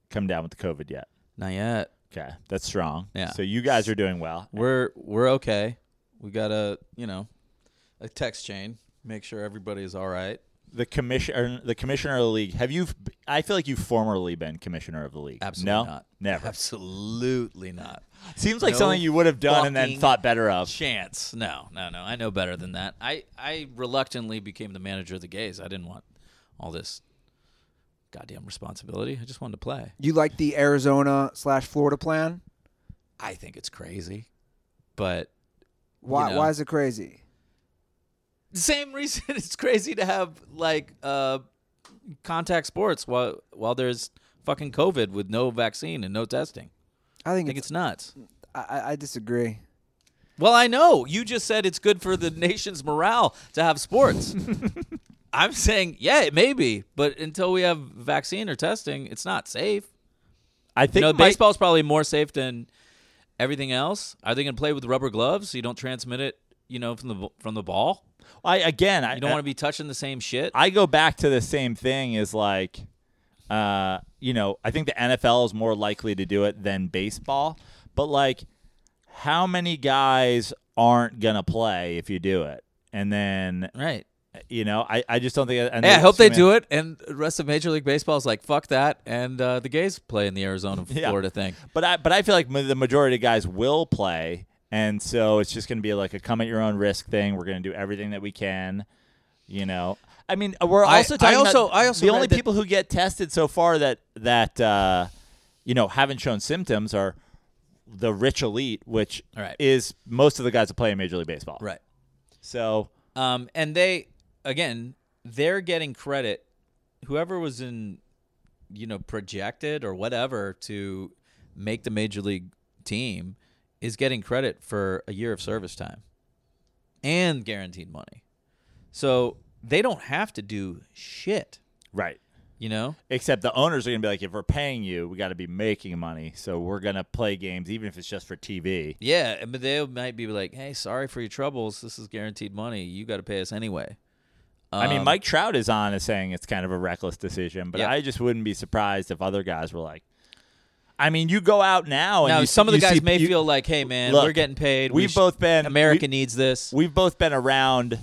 S3: come down with COVID yet?
S4: not yet.
S3: Okay, that's strong.
S4: Yeah.
S3: So you guys are doing well.
S4: We're we're okay. We got a you know
S6: A text chain. Make sure everybody is all right.
S3: The commissioner, the commissioner of the league. Have you? I feel like you've formerly been commissioner of the league.
S6: Absolutely
S3: no,
S6: not.
S3: never.
S6: Absolutely not.
S3: Seems like
S6: No
S3: something you would have done and then
S6: fucking
S3: thought better of.
S4: chance. No, no, no. I know better than that. I, I reluctantly became the manager of the gays. I didn't want all this goddamn responsibility. I just wanted to play.
S2: You like the Arizona slash Florida plan?
S4: I think it's crazy, but
S2: Why?
S4: You know.
S2: Why is it crazy?
S4: same reason it's crazy to have like uh, contact sports while while there's fucking COVID with no vaccine and no testing.
S2: I
S4: I
S2: think
S4: think
S2: it's.
S4: it's nuts.
S2: I, I- I disagree.
S4: Well, I know. You just said it's good for the nation's morale to have sports. I'm saying, yeah, it may be, but until we have vaccine or testing, it's not safe.
S3: I think
S4: You know,
S3: Mike-
S4: baseball's probably more safe than everything else. Are they going to play with rubber gloves so you don't transmit it, you know, from the from the ball?
S3: I again. I
S4: You don't want to be touching the same shit.
S3: I go back to the same thing is like Uh, you know, I think the NFL is more likely to do it than baseball, but like, how many guys aren't gonna play if you do it? And then
S4: Right.
S3: you know, I, I just don't think. And
S4: Hey, I hope they do it. And the rest of Major League Baseball is like, fuck that. And uh, the gays play in the Arizona and
S3: Yeah.
S4: Florida thing.
S3: But I but I feel like ma- the majority of guys will play, and so it's just going to be like a come at your own risk thing. We're going to do everything that we can, you know. I mean, uh, we're
S6: I-
S3: also
S6: I
S3: talking about
S6: also- I also
S3: the
S6: read
S3: only
S6: that-
S3: people who get tested so far that that uh, you know haven't shown symptoms are the rich elite, which
S4: Right.
S3: is most of the guys that play in Major League Baseball.
S6: Right.
S3: So
S4: Um, and they, again, they're getting credit. Whoever was in, you know, projected or whatever to make the major league team is getting credit for a year of service time and guaranteed money. So they don't have to do shit,
S3: right.
S4: you know?
S3: Except the owners are going to be like, if we're paying you, we got to be making money. So we're going to play games, even if it's just for TV.
S4: Yeah, but they might be like, "Hey, sorry for your troubles. This is guaranteed money. You got to pay us anyway."
S3: I mean,
S4: Um,
S3: Mike Trout is on as saying it's kind of a reckless decision, but
S4: Yeah.
S3: I just wouldn't be surprised if other guys were like, I mean, you go out now and
S4: Um, Now,
S3: you-
S4: some of the
S3: you
S4: guys
S3: see-
S4: may
S3: you-
S4: feel like, "Hey, man,
S3: Look,
S4: we're getting paid.
S3: we've both been-
S4: America
S3: we-
S4: needs this."
S3: we've both been around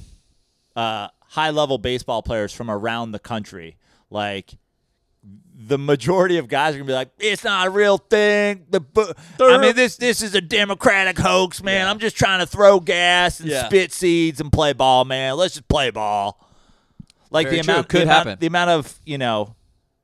S3: uh, high level baseball players from around the country. Like the majority of guys are gonna be like, it's not a real thing. The bu- I mean, this this is a democratic hoax, man. I'm just trying to throw gas and
S4: Yeah.
S3: spit seeds and play ball, man. Let's just play ball. Like
S4: Very
S3: the
S4: true.
S3: amount
S4: Could
S3: the amount-
S4: happen.
S3: the amount of you know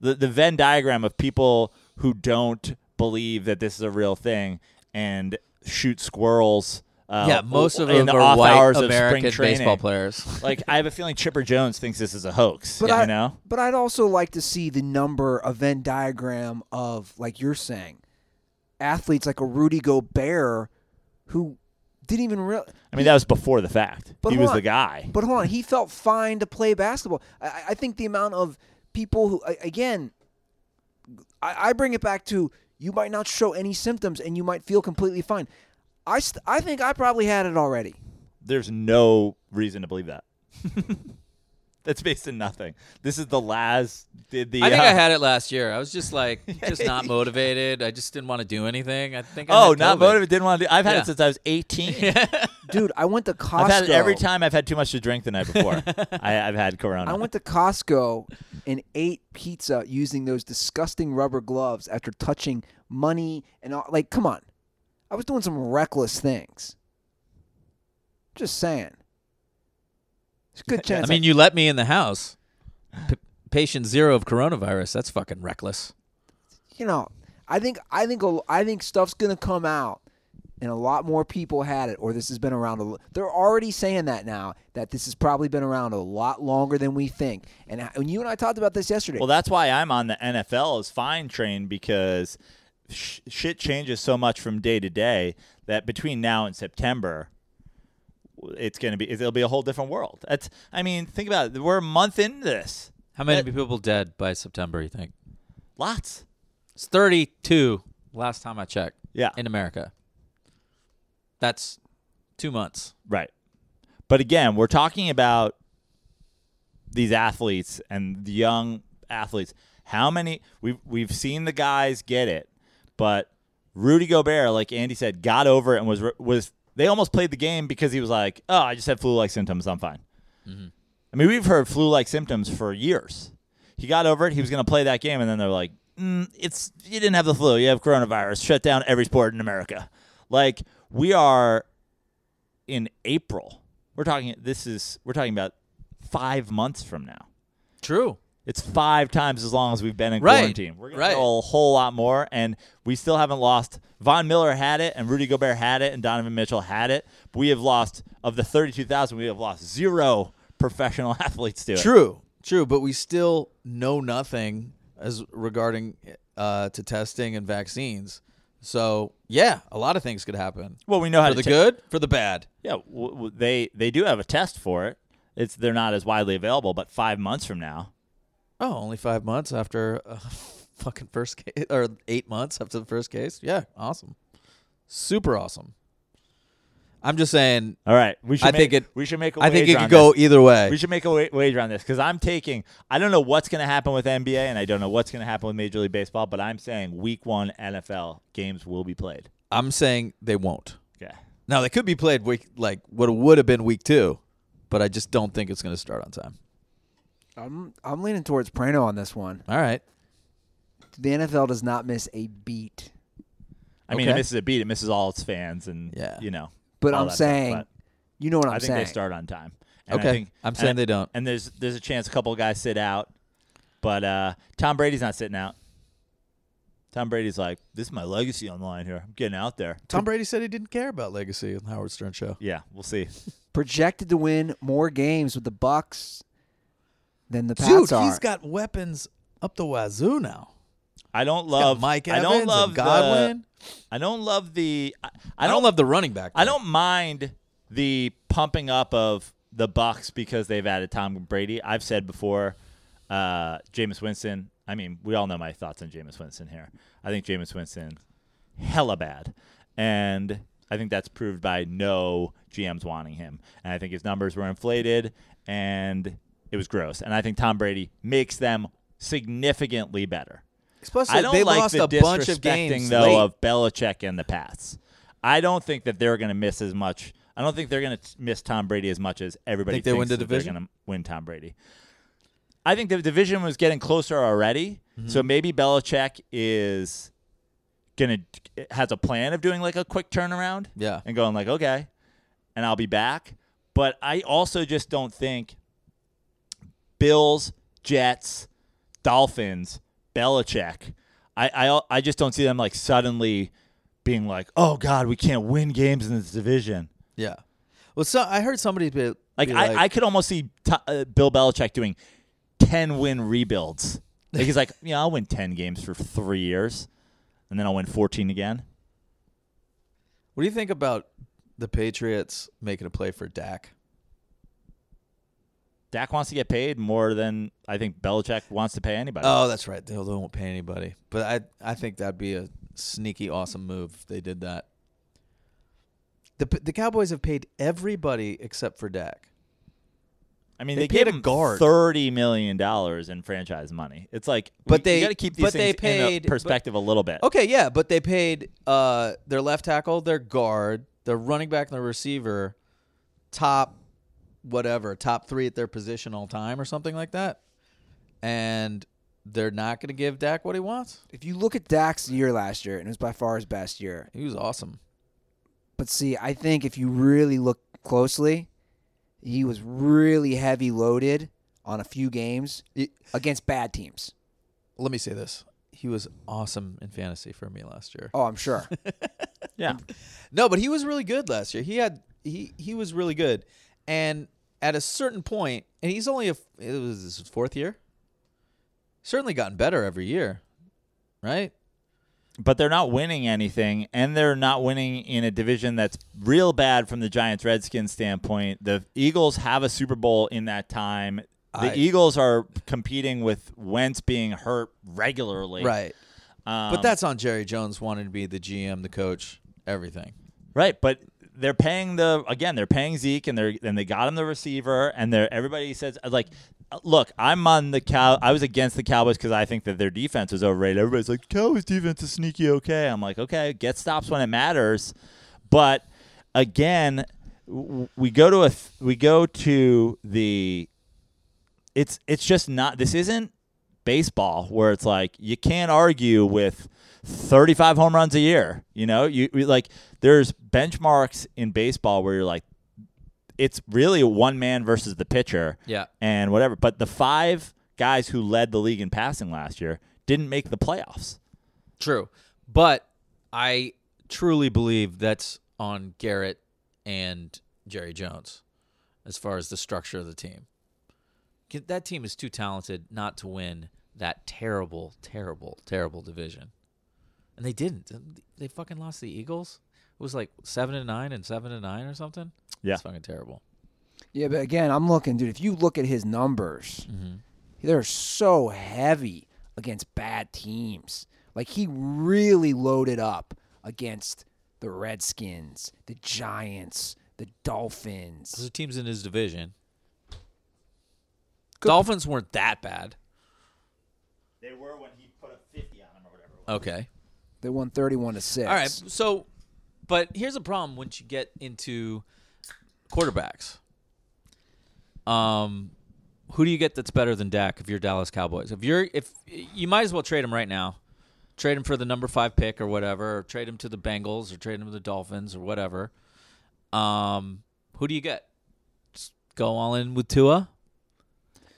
S3: the the Venn diagram of people who don't believe that this is a real thing and shoot squirrels. Uh,
S4: yeah, most of
S3: in
S4: them
S3: the
S4: are
S3: off
S4: white
S3: hours
S4: American
S3: of spring training.
S4: baseball players.
S3: Like I have a feeling Chipper Jones thinks this is a hoax.
S2: But
S3: you
S2: I
S3: know,
S2: But I'd also like to see the number of Venn diagram of like you're saying, athletes like a Rudy Gobert, who didn't even real.
S3: I mean that was before the fact.
S2: But
S3: he
S2: hold
S3: was
S2: on.
S3: the guy.
S2: But hold on, he felt fine to play basketball. I- I, I think the amount of people who, a- again, I, I bring it back to you might not show any symptoms and you might feel completely fine. I, st- I think I probably had it already.
S3: There's no reason to believe that. That's based in nothing. This is the last. Did the
S4: I think
S3: uh,
S4: I had it last year. I was just like, just not motivated. I just didn't want to do anything. I think. I
S3: Oh,
S4: had
S3: not
S4: COVID.
S3: motivated. Didn't want to. do I've had
S4: Yeah.
S3: it since I was 18.
S2: Dude, I went to Costco.
S3: I've had it every time I've had too much to drink the night before. I, I've had Corona.
S2: I went to Costco and ate pizza using those disgusting rubber gloves after touching money and all. Like, come on. I was doing some reckless things. Just saying. It's a good
S4: I
S2: chance.
S4: mean, you let me in the house. P- patient zero of coronavirus. That's fucking reckless.
S2: you know, I think I think a- I think stuff's gonna come out, and a lot more people had it, or this has been around. A, l- they're already saying that now that this has probably been around a lot longer than we think. And, I- and you and I talked about this yesterday.
S3: Well, that's why I'm on the NFL is fine train because sh- shit changes so much from day to day that between now and September, it's gonna be it'll be a whole different world. That's I mean, think about it. We're a month into this.
S4: How many people dead by September? You think?
S3: Lots.
S4: It's 32 last time I checked
S3: Yeah.
S4: in America. That's two months.
S3: Right. But again, we're talking about these athletes and the young athletes. How many we've we've seen the guys get it, but Rudy Gobert, like Andy said, got over it and was was they almost played the game because he was like, "Oh, I just had flu-like symptoms. I'm fine." I mean, we've heard flu-like symptoms for years. He got over it. He was going to play that game, and then they're like, mm, "It's you didn't have the flu. You have coronavirus. Shut down every sport in America." Like we are in April. We're talking this is we're talking about 5 months from now.
S4: True.
S3: It's 5 times as long as we've been in
S4: Right,
S3: quarantine. We're going
S4: right.
S3: to know a whole lot more and we still haven't lost Von Miller had it and Rudy Gobert had it and Donovan Mitchell had it. But we have lost of the 32,000 we have lost zero professional athletes to it.
S6: True, true, but we still know nothing as regarding uh, to testing and vaccines. So yeah, a lot of things could happen
S3: Well, we know how
S6: for the
S3: to ta-
S6: good, for the bad.
S3: Yeah, w- w- they they do have a test for it. It's they're not as widely available, but 5 months from now.
S6: Oh, only five months after uh, fucking first case, or eight months after the first case. Yeah, awesome, super awesome.
S4: I'm just saying.
S3: All right, we should.
S4: I
S3: make,
S4: think it-
S3: We should make. A
S4: I think
S3: wager
S4: it could
S3: on
S4: go
S3: this.
S4: either way.
S3: We should make a wa- wager on this because I'm taking. I don't know what's going to happen with NBA, and I don't know what's going to happen with Major League Baseball, but I'm saying Week One NFL games will be played.
S4: I'm saying they won't.
S3: Okay.
S4: Now they could be played week like what would have been week two, but I just don't think it's going to start on time.
S2: I'm I'm leaning towards Prano on this one.
S4: All right,
S2: The NFL does not miss a beat.
S3: I mean, it
S4: Okay.
S3: misses a beat. It misses all its fans, and
S4: Yeah.
S3: you know.
S2: But
S3: all
S2: I'm
S3: that stuff,
S2: saying,
S3: but-
S2: you know what I'm
S3: I think
S2: saying.
S3: they start on time. And
S4: Okay.
S3: I think,
S4: I'm
S3: and
S4: saying
S3: I-
S4: they don't.
S3: And there's there's a chance a couple of guys sit out, but uh, Tom Brady's not sitting out. Tom Brady's like, this is my legacy on the line here. I'm getting out there.
S4: Tom Brady said he didn't care about legacy on the Howard Stern show.
S3: Yeah, we'll see.
S2: Projected to win more games with the Bucks than the Pats
S4: Dude,
S2: are.
S4: he's got weapons up the wazoo now.
S3: I don't
S4: He's got
S3: love
S4: Mike
S3: I
S4: Evans
S3: don't love
S4: and Godwin.
S3: The, I don't love the. I, I
S4: I
S3: don't
S4: don't love the running back.
S3: I
S4: though.
S3: don't mind the pumping up of the Bucks because they've added Tom Brady. I've said before, uh, Jameis Winston. I mean, we all know my thoughts on Jameis Winston here. I think Jameis Winston, hella bad, and I think that's proved by no GMs wanting him. And I think his numbers were inflated, and it was gross. And I think Tom Brady makes them significantly better.
S4: Especially
S3: I don't
S4: they
S3: like
S4: lost
S3: the
S4: a bunch of
S3: disrespecting,
S4: games
S3: though
S4: late.
S3: of Belichick and the Pats. I don't think that they're going to miss as much. I don't think they're going to miss Tom Brady as much as everybody
S4: Think they
S3: thinks
S4: win the
S3: that
S4: division?
S3: They're going to win Tom Brady. I think the division was getting closer already, so
S4: Mm-hmm.
S3: maybe Belichick is going to has a plan of doing like a quick turnaround.
S4: Yeah.
S3: and going like okay, and I'll be back. But I also just don't think Bills, Jets, Dolphins, Belichick. I, I I just don't see them like suddenly being like, oh God, we can't win games in this division.
S4: yeah. Well, so I heard somebody be,
S3: Like
S4: be
S3: I, I could almost see t- uh, Bill Belichick doing ten win rebuilds. Like he's like, yeah, I'll win ten games for three years, and then I'll win fourteen again.
S4: What do you think about the Patriots making a play for Dak?
S3: Dak wants to get paid more than I think Belichick wants to pay anybody.
S4: Oh, that's right. They they won't pay anybody. But I I think that'd be a sneaky awesome move if they did that. The P- the Cowboys have paid everybody except for Dak.
S3: I mean,
S4: they
S3: they,
S4: paid
S3: gave
S4: a
S3: him
S4: guard.
S3: thirty million dollars in franchise money. It's like,
S4: But
S3: we-
S4: they-
S3: you got to keep these
S4: but they
S3: things in
S4: paid-
S3: a
S4: but-
S3: perspective a little bit.
S4: Okay, yeah, but they paid uh their left tackle, their guard, their running back, and their receiver top whatever, top 3 at their position all time or something like that. And they're not going to give Dak what he wants.
S2: if you look at Dak's year last year, and it was by far his best year.
S4: He was awesome.
S2: But see, I think if you really look closely, he was really heavy loaded on a few games
S4: He-
S2: against bad teams.
S4: let me say this. He was awesome in fantasy for me last year.
S2: Oh, I'm sure.
S3: Yeah,
S4: No, but he was really good last year. He had he he was really good, and at a certain point, and he's only a it was his fourth year. Certainly gotten better every year, right?
S3: but they're not winning anything, and they're not winning in a division that's real bad from the Giants Redskins standpoint. The Eagles have a Super Bowl in that time. The
S4: I-
S3: Eagles are competing with Wentz being hurt regularly.
S4: Right.
S3: Um,
S4: but that's on Jerry Jones wanting to be the GM, the coach, everything.
S3: Right, but they're paying the again. They're paying Zeke, and they're and they got him the receiver, and they're everybody says uh, like, look, I'm on the cow. I was against the Cowboys because I think that their defense was overrated. Everybody's like, Cowboys defense is sneaky okay. I'm like, okay, get stops when it matters, but again, w- we go to a th- we go to the it's it's just not this isn't baseball where it's like you can't argue with 35 home runs a year you know you you- like there's benchmarks in baseball where you're like it's really one man versus the pitcher
S4: Yeah.
S3: and whatever but the five guys who led the league in passing last year didn't make the playoffs
S4: True. But I truly believe that's on Garrett and Jerry Jones as far as the structure of the team. 'Cause That team is too talented not to win that terrible, terrible, terrible division. And they didn't. They fucking lost the Eagles. It was like 7 to 9 and 7 to 9 or something.
S3: Yeah.
S4: It's fucking terrible.
S2: Yeah, but again, I'm looking, dude. If you look at his numbers,
S4: Mm-hmm.
S2: they're so heavy against bad teams. Like he really loaded up against the Redskins, the Giants, the Dolphins.
S4: Those are teams in his division. Dolphins weren't that bad.
S3: They were when he put a 50 on him or whatever.
S4: Okay.
S2: They won 31 to 6.
S4: All right. So, but here's a problem once you get into quarterbacks. Um, who do you get that's better than Dak if you're Dallas Cowboys? If you're if you might as well trade him right now, trade him for the number five pick or whatever, or trade him to the Bengals or trade him to the Dolphins or whatever. Um, who do you get? Just go all in with Tua.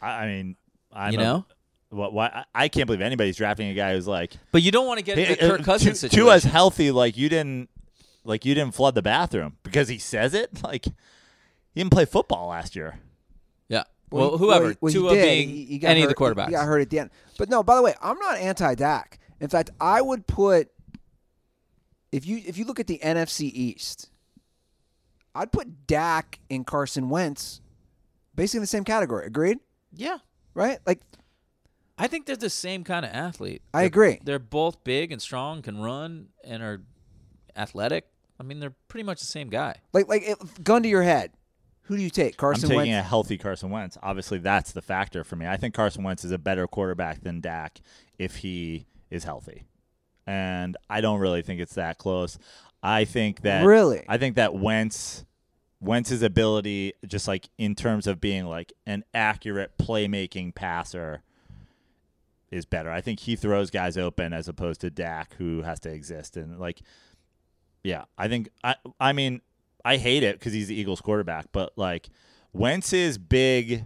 S3: I, I mean, I
S4: You know.
S3: What, why I I can't believe anybody's drafting a guy who's like
S4: But you don't want to get into
S3: Hey,
S4: the Kirk
S3: uh,
S4: Cousins
S3: Tu-
S4: situation.
S3: Tua's healthy. Like you didn't, like you didn't flood the bathroom because he says it. Like he didn't play football last year.
S4: yeah.
S2: Well,
S4: Well,
S2: he-
S4: whoever
S2: well, he- well, he
S4: Tua
S2: did.
S4: being
S2: He- he got
S4: any of
S2: hurt-
S4: the quarterbacks.
S2: He got hurt at the end. But no, by the way, I'm not anti Dak. In fact, I would put if you if you look at the NFC East, I'd put Dak and Carson Wentz basically in the same category. Agreed?
S4: Yeah.
S2: Right? Like
S4: I think they're the same kind of athlete.
S2: I
S4: They're-
S2: agree.
S4: They're both big and strong, can run, and are athletic. I mean, they're pretty much the same guy.
S2: Like like it, gun to your head. Who do you take? Carson
S3: I'm
S2: Wentz.
S3: taking a healthy Carson Wentz. Obviously, that's the factor for me. I think Carson Wentz is a better quarterback than Dak if he is healthy, and I don't really think it's that close. I think that
S2: Really?
S3: I think that Wentz. Wentz's ability, just like in terms of being like an accurate playmaking passer, is better. I think he throws guys open as opposed to Dak, who has to exist. And like, yeah, I think I. I mean, I hate it because he's the Eagles quarterback, but like, Wentz is big.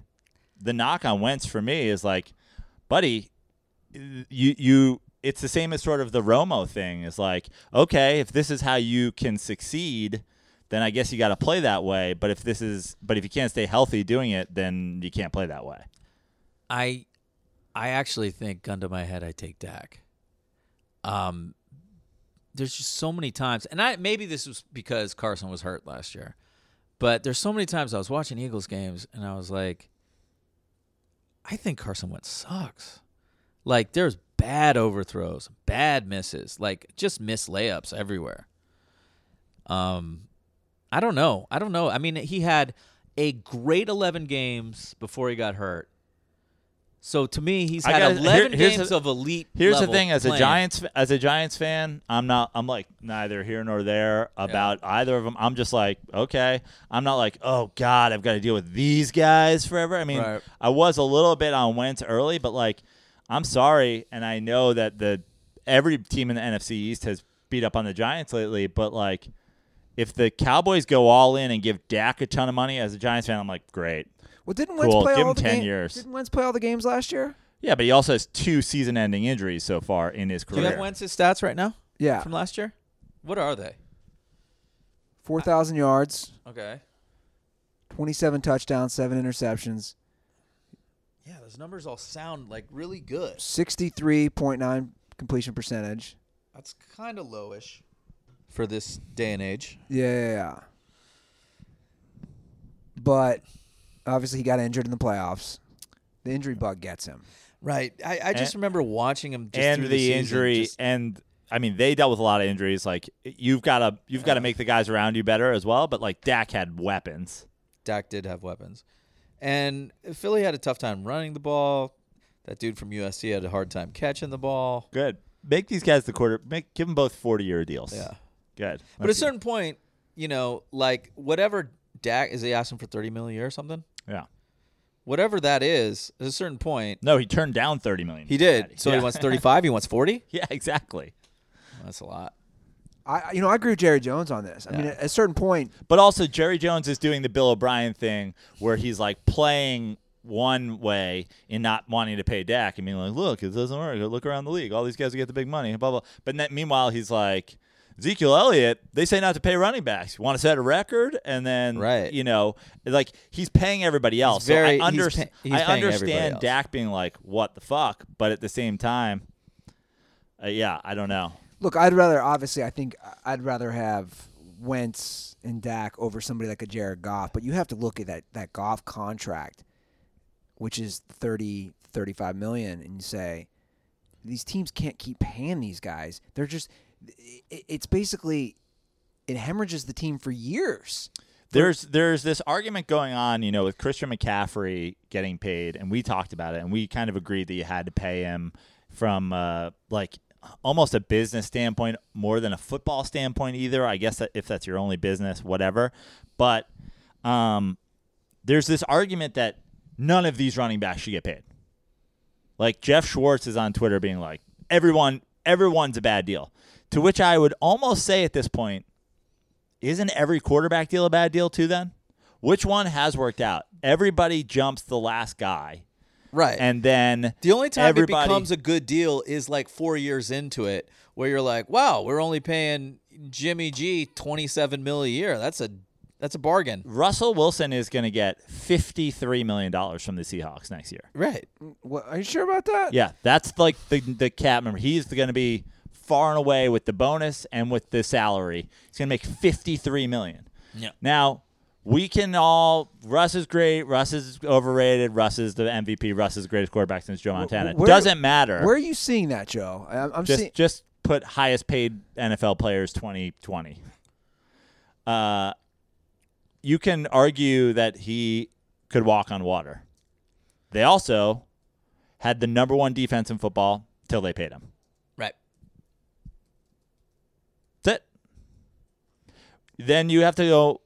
S3: The knock on Wentz for me is like, buddy, you you. It's the same as sort of the Romo thing. Is like, okay, if this is how you can succeed. Then I guess you got to play that way. But if this is, but if you can't stay healthy doing it, then you can't play that way.
S4: I, I actually think, gun to my head, I take Dak. Um, there's just so many times, and I maybe this was because Carson was hurt last year, but there's so many times I was watching Eagles games and I was like, I think Carson Wentz sucks. Like there's bad overthrows, bad misses, like just miss layups everywhere. Um, I don't know. I don't know. I mean, he had a great 11 games before he got hurt. So to me, he's
S3: I
S4: had
S3: gotta- here-
S4: 11
S3: here's
S4: games
S3: the-
S4: of elite.
S3: Here's the
S4: level
S3: thing: as a
S4: playing.
S3: Giants as a Giants fan, I'm not. I'm like neither here nor there about either of them. I'm just like, okay. I'm not like, oh God, I've got to deal with these guys forever. I mean,
S4: Right.
S3: I was a little bit on Wentz early, but like, I'm sorry, and I know that the every team in the NFC East has beat up on the Giants lately, but like. If the Cowboys go all in and give Dak a ton of money as a Giants fan, I'm like, great.
S2: well, didn't Wentz
S3: Cool.
S2: play
S3: Give
S2: all
S3: him
S2: the
S3: 10
S2: game-
S3: years.
S2: Didn't Wentz play all the games last year?
S3: Yeah, but he also has two season-ending injuries so far in his
S4: Do
S3: career.
S4: you have Wentz's stats right now
S2: Yeah,
S4: from last year? What are they?
S2: four thousand yards,
S4: Okay.
S2: twenty-seven touchdowns, seven interceptions.
S4: Yeah, those numbers all sound like really good.
S2: 63.9 completion percentage.
S4: That's kind of lowish for this day and age.
S2: Yeah, yeah, yeah. But obviously, he got injured in the playoffs. The injury bug gets him.
S4: Right. I, I just
S3: And-
S4: remember watching him just
S3: and
S4: through
S3: the,
S4: season,
S3: injury
S4: just-
S3: and I mean they dealt with a lot of injuries. Like you've got to you've got to make the guys around you better as well. But like Dak had weapons.
S4: Dak did have weapons. And Philly had a tough time running the ball. That dude from USC had a hard time catching the ball.
S3: Good. Make these guys the quarter. Make give them both forty year deals.
S4: Yeah.
S3: Good.
S4: But at a certain point, you know, like whatever Dak is he asking for 30 million a year or something?
S3: yeah.
S4: Whatever that is, at a certain point,
S3: No, he turned down thirty million.
S4: He did. So
S3: yeah.
S4: he wants 35. He wants 40.
S3: yeah, exactly.
S4: That's a lot.
S2: I, you know, I agree with Jerry Jones on this. I mean,
S4: Yeah.
S2: at a certain point,
S3: But also Jerry Jones is doing the Bill O'Brien thing where he's like playing one way in not wanting to pay Dak and being like, look, it doesn't work. Look around the league. All these guys who get the big money, blah, blah. But then, meanwhile, he's like, Ezekiel Elliott, they say not to pay running backs. You want to set a record? And then,
S4: Right.
S3: you know, like he's paying everybody else.
S4: very-
S3: so
S4: he's
S3: I, under-
S4: pay- he's
S3: I
S4: paying everybody
S3: understand
S4: else.
S3: Dak being like, what the fuck? But at the same time, uh, yeah, I don't know.
S2: look, I'd rather, obviously, I think I'd rather have Wentz and Dak over somebody like a Jared Goff. But you have to look at that, that Goff contract, which is 30, 35 million, and you say, these teams can't keep paying these guys. They're just, it, it's basically it hemorrhages the team for years.
S3: There's there's this argument going on, you know, with Christian McCaffrey getting paid, and we talked about it, and we kind of agreed that you had to pay him from uh, like almost a business standpoint more than a football standpoint either. I guess that if that's your only business, whatever. But um, there's this argument that none of these running backs should get paid. Like Jeff Schwartz is on Twitter being like, everyone, everyone's a bad deal. To which I would almost say at this point, isn't every quarterback deal a bad deal too? Then, which one has worked out? Everybody jumps the last guy,
S6: Right.
S3: and then
S6: The only time
S3: everybody
S6: it becomes a good deal is like four years into it, where you're like, "Wow, we're only paying Jimmy G twenty seven mil a year. That's a that's a bargain."
S3: Russell Wilson is going to get fifty three million dollars from the Seahawks next year.
S6: Right.
S2: What, are you sure about that?
S3: Yeah, that's like the the cap number. He's going to be far and away with the bonus and with the salary. He's going to make fifty three million.
S6: Yeah.
S3: Now we can all. Russ is great. Russ is overrated. Russ is the MVP. Russ is the greatest quarterback since Joe Montana.
S2: where-
S3: Doesn't matter.
S2: Where are you seeing that, Joe? I- I'm, I'm
S3: just
S2: seeing.
S3: just put highest paid NFL players 2020. Uh, you can argue that he could walk on water. They also had the number one defense in football till they paid him.
S6: Right.
S3: That's it. Then you have to go.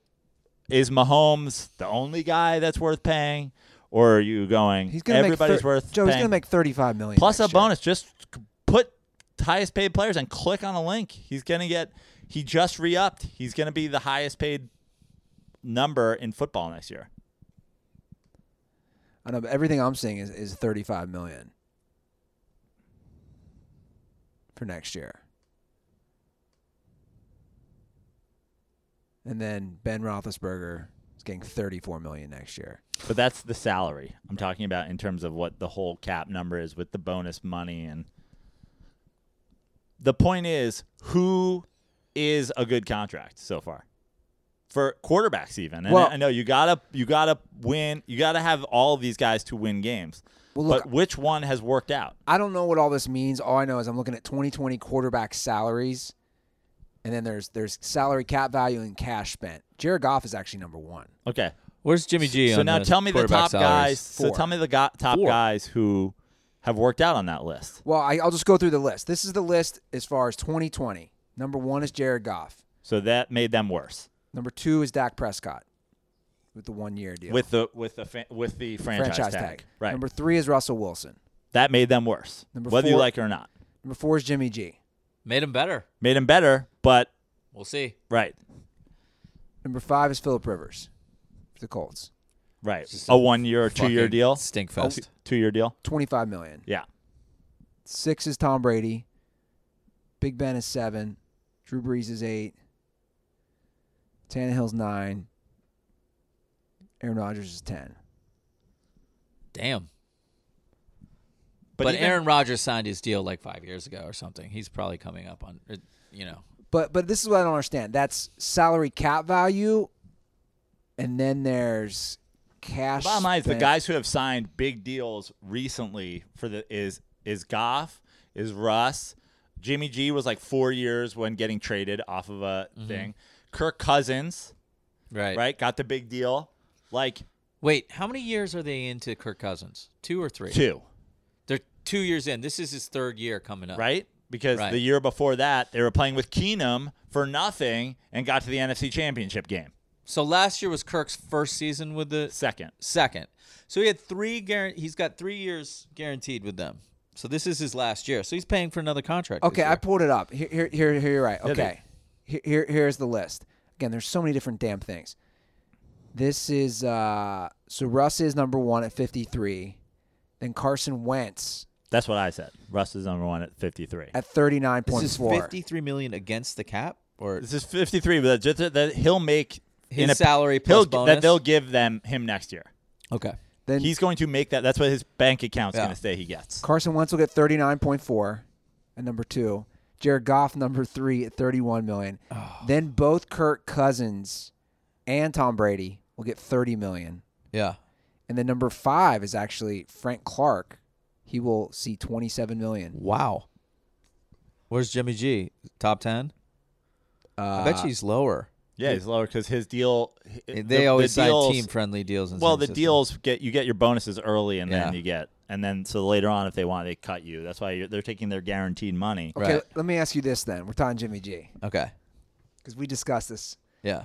S3: Is Mahomes the only guy that's worth paying, or are you going?
S2: He's gonna
S3: everybody's
S2: make thir-
S3: worth.
S2: Joe. He's
S3: paying?
S2: gonna make thirty-five million
S3: plus a
S2: next year.
S3: bonus. Just c- put highest paid players and click on a link. He's gonna get. He just re upped. He's gonna be the highest paid number in football next year.
S2: I know, but everything I'm seeing is, is 35 million for next year. And then Ben Roethlisberger is getting 34 million next year.
S3: But that's the salary I'm talking about in terms of what the whole cap number is with the bonus money and. The point is, who is a good contract so far for quarterbacks? Even and I-
S2: Well-
S3: I know you gotta you gotta win. You gotta have all of these guys to win games.
S2: Well, look-
S3: but which one has worked out?
S2: I don't know what all this means. All I know is I'm looking at 2020 quarterback salaries, and then there's there's salary cap value and cash spent. Jared Goff is actually number one.
S3: Okay,
S4: Where's Jimmy G?
S3: So
S4: on
S3: now
S4: the
S3: tell me the
S4: quarterback
S3: top
S4: salaries?
S3: guys. So
S2: Four.
S3: tell me the go- top
S4: Four.
S3: guys who have worked out on that list.
S2: Well, I, I'll just go through the list. This is the list as far as 2020. Number one is Jared Goff.
S3: So that made them worse
S2: Number two is Dak Prescott with the one year deal.
S3: with the with the fa- with the franchise, tag. Right.
S2: Number three is Russell Wilson.
S3: that made them worse.
S2: Number
S3: whether you
S2: four-
S3: like it or not,
S2: Number four is Jimmy G.
S4: made him better.
S3: made them better. But
S4: We'll see.
S3: right,
S2: Number five is Philip Rivers for the Colts.
S3: right, a one year or two year
S4: Fucking
S3: deal, Oh,
S4: Stink fest.
S3: two year deal.
S2: Twenty five million.
S3: Yeah,
S2: Six is Tom Brady. Big Ben is seven. Drew Brees is eight. Tannehill's nine. Aaron Rodgers is ten.
S4: Damn.
S3: but,
S4: But,
S3: even-
S4: Aaron Rodgers signed his deal like five years ago or something. He's probably coming up on, it- you know.
S2: But but this is what I don't understand. That's salary cap value, and then there's cash.
S3: Bottom line is the
S2: spent.
S3: guys who have signed big deals recently for the is is Goff, is Russ, Jimmy G was like four years when getting traded off of a thing. Kirk Cousins,
S4: Mm-hmm. Right.
S3: right, got the big deal, like
S4: Wait, how many years are they into Kirk Cousins? Two or three?
S3: two,
S4: They're two years in. This is his third year coming up.
S3: right? Because
S4: Right.
S3: the year before that they were playing with Keenum for nothing and got to the NFC Championship game,
S4: So last year was Kirk's first season with the
S3: second.
S4: second. So he had three guar- he's got three years guaranteed with them. So this is his last year. So he's paying for another contract. this
S2: Okay, I
S4: year.
S2: pulled it up. Here, here, here, here you're right.
S3: they-
S2: Okay, here, here, here's the list. Again, there's so many different damn things. This is uh so Russ is number one at 53, then Carson Wentz
S3: That's what I said. Russ is number one at fifty three.
S2: at 39.4.
S4: this is 53 million against the cap or
S3: This is fifty three, but that, that, that he'll make
S4: His
S3: in a-
S4: salary
S3: he'll-
S4: plus
S3: that
S4: bonus?
S3: they'll give them him next year.
S4: Okay.
S2: Then
S3: He's going to make that. That's what his bank account's
S4: Yeah.
S3: going to say he gets.
S2: Carson Wentz will get 39.4 at number two. Jared Goff number three at 31 million.
S4: Oh.
S2: Then both Kirk Cousins and Tom Brady will get 30 million.
S4: Yeah.
S2: And then number five is actually Frank Clark. He will see 27 million.
S4: Wow. Where's Jimmy G? Top 10?
S6: I bet you he's lower.
S3: Yeah, he's lower because his deal. h-
S6: Uh, They
S3: the- the
S6: always sign
S3: deals-
S6: team friendly deals. in
S3: Well,
S6: San
S3: the
S6: Francisco.
S3: deals get you get your bonuses early, and then
S6: Yeah.
S3: you get, and then so later on, if they want, they cut you. That's why you're, they're taking their guaranteed money.
S2: Okay,
S6: Right.
S2: let me ask you this then. We're talking Jimmy G
S6: Okay.
S2: because we discussed this.
S6: Yeah.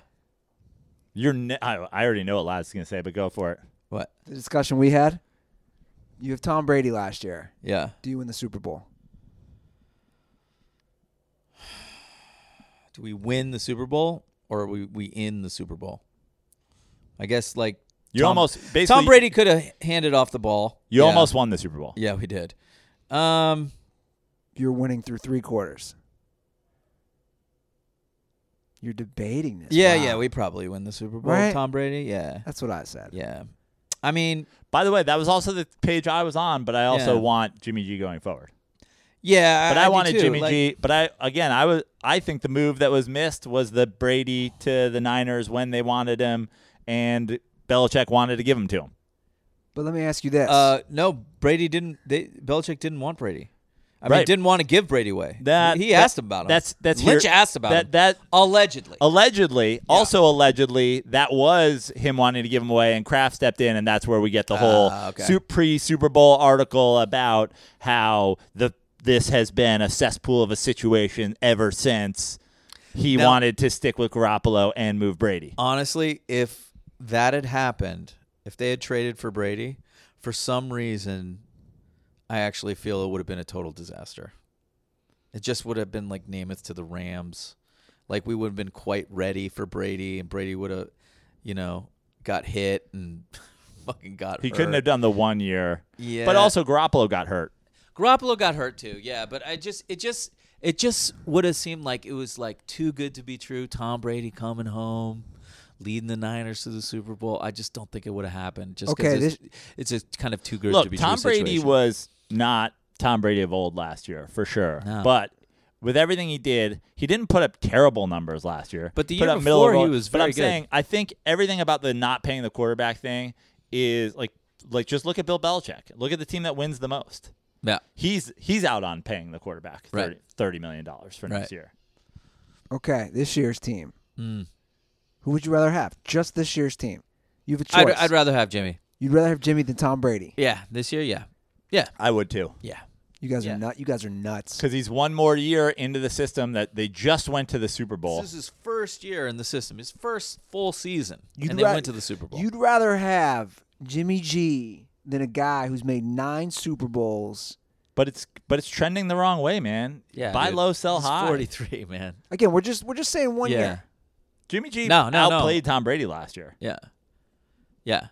S3: You're. Ne- I, I already know what Lad's gonna say, but go for it.
S6: What?
S2: The discussion we had. You have Tom Brady last year.
S6: Yeah.
S2: Do you win the Super Bowl?
S6: Do we win the Super Bowl or are we we in the Super Bowl? I guess like
S3: You
S6: Tom-
S3: almost basically.
S6: Tom Brady could have handed off the ball.
S3: You
S6: Yeah.
S3: almost won the Super Bowl.
S6: Yeah, we did. Um,
S2: You're winning through three quarters. You're debating this.
S6: yeah,
S2: Wow.
S6: yeah, we probably win the Super Bowl.
S2: Right?
S6: Tom Brady, yeah,
S2: That's what I said.
S6: yeah. I mean,
S3: By the way, that was also the page I was on, but I also
S6: Yeah.
S3: want Jimmy G going forward.
S6: yeah,
S3: But
S6: I,
S3: I,
S6: do
S3: wanted
S6: too.
S3: Jimmy
S6: Like,
S3: G. But I again, I was. I think the move that was missed was the Brady to the Niners when they wanted him, and Belichick wanted to give him to him.
S2: But let me ask you this.
S6: Uh, no, Brady didn't. They, Belichick didn't want Brady. I mean,
S3: Right.
S6: didn't want to give Brady away.
S3: That
S6: he
S3: that-
S6: asked him about him.
S3: That's that's here-
S6: Lynch asked about
S3: that.
S6: him.
S3: That
S6: allegedly.
S3: allegedly, also allegedly, that was him wanting to give him away, and Kraft stepped in, and that's where we get the whole
S6: Ah, okay.
S3: pre Super Bowl article about how the this has been a cesspool of a situation ever since he
S6: Now-
S3: wanted to stick with Garoppolo and move Brady.
S6: Honestly, if that had happened, if they had traded for Brady, for some reason, I actually feel it would have been a total disaster. It just would have been like Namath to the Rams. Like we would have been quite ready for Brady, and Brady would have, you know, got hit and fucking got.
S3: He couldn't have done the one year,
S6: Yeah.
S3: but also Garoppolo got hurt.
S4: Garoppolo got hurt too. Yeah, but I just it just it just would have seemed like it was like too good to be true. Tom Brady coming home, leading the Niners to the Super Bowl. I just don't think it would have happened. Just 'cause
S2: Okay,
S4: it's, it's just kind of too good to
S3: Look,
S4: be
S3: Tom
S4: true.
S3: Brady
S4: situation.
S3: was not Tom Brady of old last year for sure,
S4: No.
S3: but. With everything he did, he didn't put up terrible numbers last year.
S4: But the
S3: put
S4: year
S3: up middle of
S4: before, he
S3: road-
S4: was
S3: But
S4: very
S3: I'm
S4: good.
S3: saying, I think everything about the not paying the quarterback thing is like, like just look at Bill Belichick. Look at the team that wins the most.
S4: yeah.
S3: He's he's out on paying the quarterback 30,
S4: Right.
S3: $30 million dollars for
S6: Right.
S3: next year.
S2: okay, this year's team.
S6: hmm.
S2: Who would you rather have? Just this year's team. You have a
S4: I'd,
S2: choice.
S4: I'd rather have Jimmy.
S2: You'd rather have Jimmy than Tom Brady.
S4: Yeah, this year. Yeah,
S3: I would too.
S4: yeah.
S2: You guys
S4: Yeah.
S2: are nut. You guys are nuts.
S3: Because he's one more year into the system that they just went to the Super Bowl.
S4: This is his first year in the system. His first full season,
S2: You'd
S4: and they
S2: ra-
S4: went to the Super Bowl.
S2: You'd rather have Jimmy G than a guy who's made nine Super Bowls.
S3: But it's but it's trending the wrong way, man.
S4: Yeah,
S3: buy
S4: dude.
S3: low, sell
S4: He's
S3: high.
S4: Forty-three, man.
S2: Again, we're just we're just saying one
S4: yeah,
S2: year.
S3: Jimmy G
S4: No, no, no.
S3: outplayed Tom Brady last year.
S4: yeah, yeah.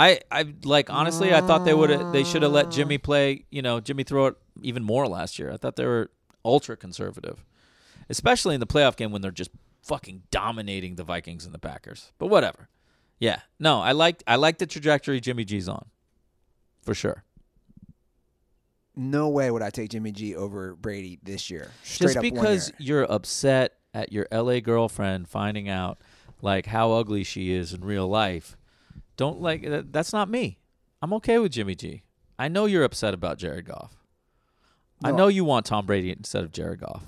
S4: I, I like honestly, I thought they would have. They should have let Jimmy play. You know, Jimmy throw it even more last year. I thought they were ultra conservative, especially in the playoff game when they're just fucking dominating the Vikings and the Packers. But whatever. Yeah, no, I like I like the trajectory Jimmy G's on, for sure.
S2: No way would I take Jimmy G over Brady this year. Straight
S4: just
S2: up one
S4: because
S2: year.
S4: you're upset at your LA girlfriend finding out like how ugly she is in real life, don't like that, that's not me. I'm okay with Jimmy G. I know you're upset about Jared Goff. I
S2: No.
S4: know you want Tom Brady instead of Jared Goff.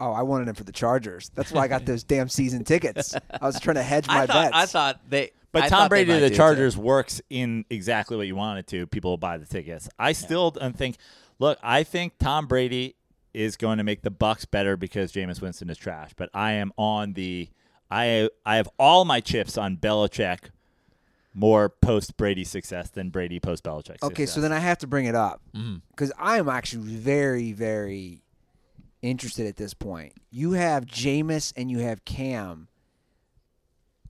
S2: Oh, I wanted him for the Chargers. That's why I got those damn season tickets. I was trying to hedge my
S4: I thought
S2: bets.
S4: I thought they
S3: But Tom Brady to the Chargers works in exactly what you want it to. People will buy the tickets. I still don't think. Look, I think Tom Brady is going to make the Bucks better because Jameis Winston is trash. But I am on the. I I have all my chips on Belichick. More post Brady success than Brady post Belichick.
S2: okay, so then I have to bring it up because I am actually very, very interested at this point. You have Jameis and you have Cam.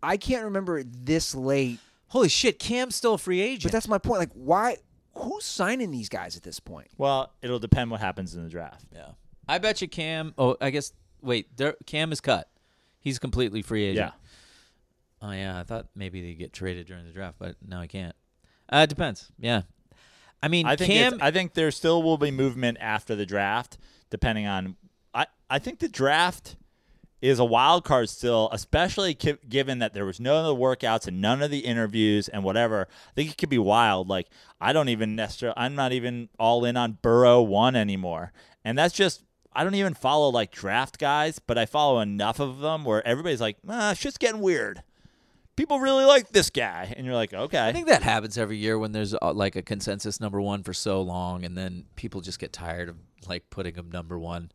S2: I can't remember it this late,
S4: Holy shit, Cam's still a free
S2: but
S4: agent.
S2: that's my point. Like, why? Who's signing these guys at this point?
S3: well, it'll depend what happens in the draft.
S4: yeah. I bet you Cam oh I guess wait, there, Cam is cut. He's a completely free agent.
S3: Yeah.
S4: Oh yeah, I thought maybe they get traded during the draft, but no, I can't. Uh, it depends. Yeah, I mean,
S3: I think
S4: Cam.
S3: it's, I think there still will be movement after the draft, depending on. I I think the draft is a wild card still, especially ki- given that there was none of the workouts and none of the interviews and whatever. I think it could be wild. Like I don't even necessarily. I'm not even all in on Burrow one anymore, and that's just. I don't even follow like draft guys, but I follow enough of them where everybody's like, ah, shit's getting weird. People really like this guy, and you're like, okay.
S4: I think that happens every year when there's uh, like a consensus number one for so long, and then people just get tired of like putting them number one.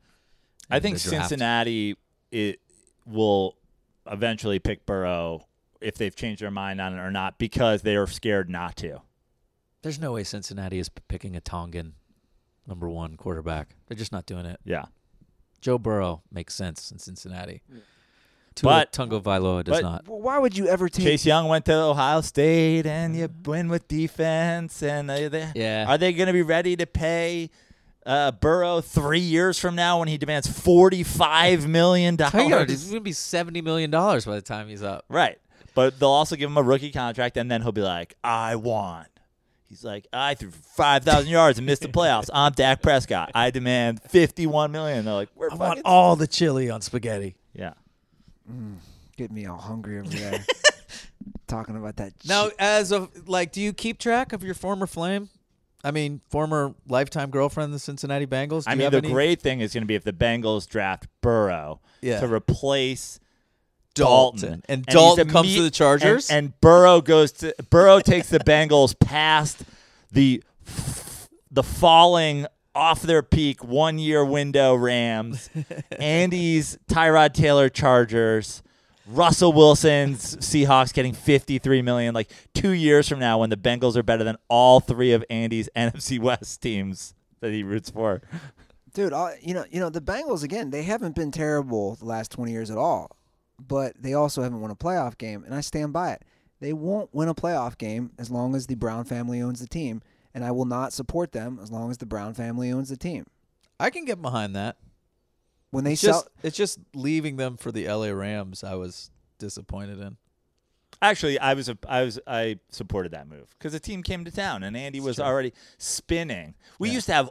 S3: I
S4: in
S3: think
S4: the draft.
S3: Cincinnati it will eventually pick Burrow if they've changed their mind on it or not because they are scared not to.
S4: There's no way Cincinnati is p- picking a Tongan number one quarterback. They're just not doing it.
S3: Yeah.
S4: Joe Burrow makes sense in Cincinnati.
S3: But-
S4: But Tungo Vailoa does
S3: but-
S4: not.
S2: Well, why would you ever take?
S3: Chase Young went to Ohio State and you win with defense and are they,
S4: Yeah.
S3: are they going to be ready to pay uh, Burrow 3 years from now when he demands 45 million
S4: He's
S3: dollars?
S4: going to be $70 million by the time he's up.
S3: Right. But they'll also give him a rookie contract and then he'll be like, "I won." He's like, "I threw 5,000 yards and missed the playoffs. I'm Dak Prescott. I demand 51 million." They're like, "We're fucking
S4: all the chili on spaghetti.
S3: Yeah.
S2: Get me all hungry over there. Talking about that.
S4: Now,
S2: shit.
S4: as of like, do you keep track of your former flame? I mean, former lifetime girlfriend, of the Cincinnati Bengals. Do
S3: I
S4: you
S3: mean,
S4: have
S3: the
S4: any?
S3: great thing is going to be if the Bengals draft Burrow
S4: Yeah.
S3: to replace
S4: Dalton.
S3: Dalton,
S4: And
S3: he's
S4: Dalton comes to
S3: imme-
S4: the Chargers?
S3: and, and Burrow goes to Burrow takes the Bengals past the the falling off their peak one year window Rams, Andy's Tyrod Taylor Chargers. Russell Wilson's Seahawks getting 53 million like 2 years from now when the Bengals are better than all 3 of Andy's NFC West teams that he roots for.
S2: dude, i you know, you know, the Bengals again. They haven't been terrible the last twenty years at all, but they also haven't won a playoff game, and I stand by it. They won't win a playoff game as long as the Brown family owns the team, and I will not support them as long as the Brown family owns the team.
S4: I can get behind that.
S2: When they
S4: It's
S2: sell,
S4: just it's just leaving them for the LA Rams. I was disappointed in.
S3: Actually, I was a, I was I supported that move because the team came to town and Andy was already spinning. We used to have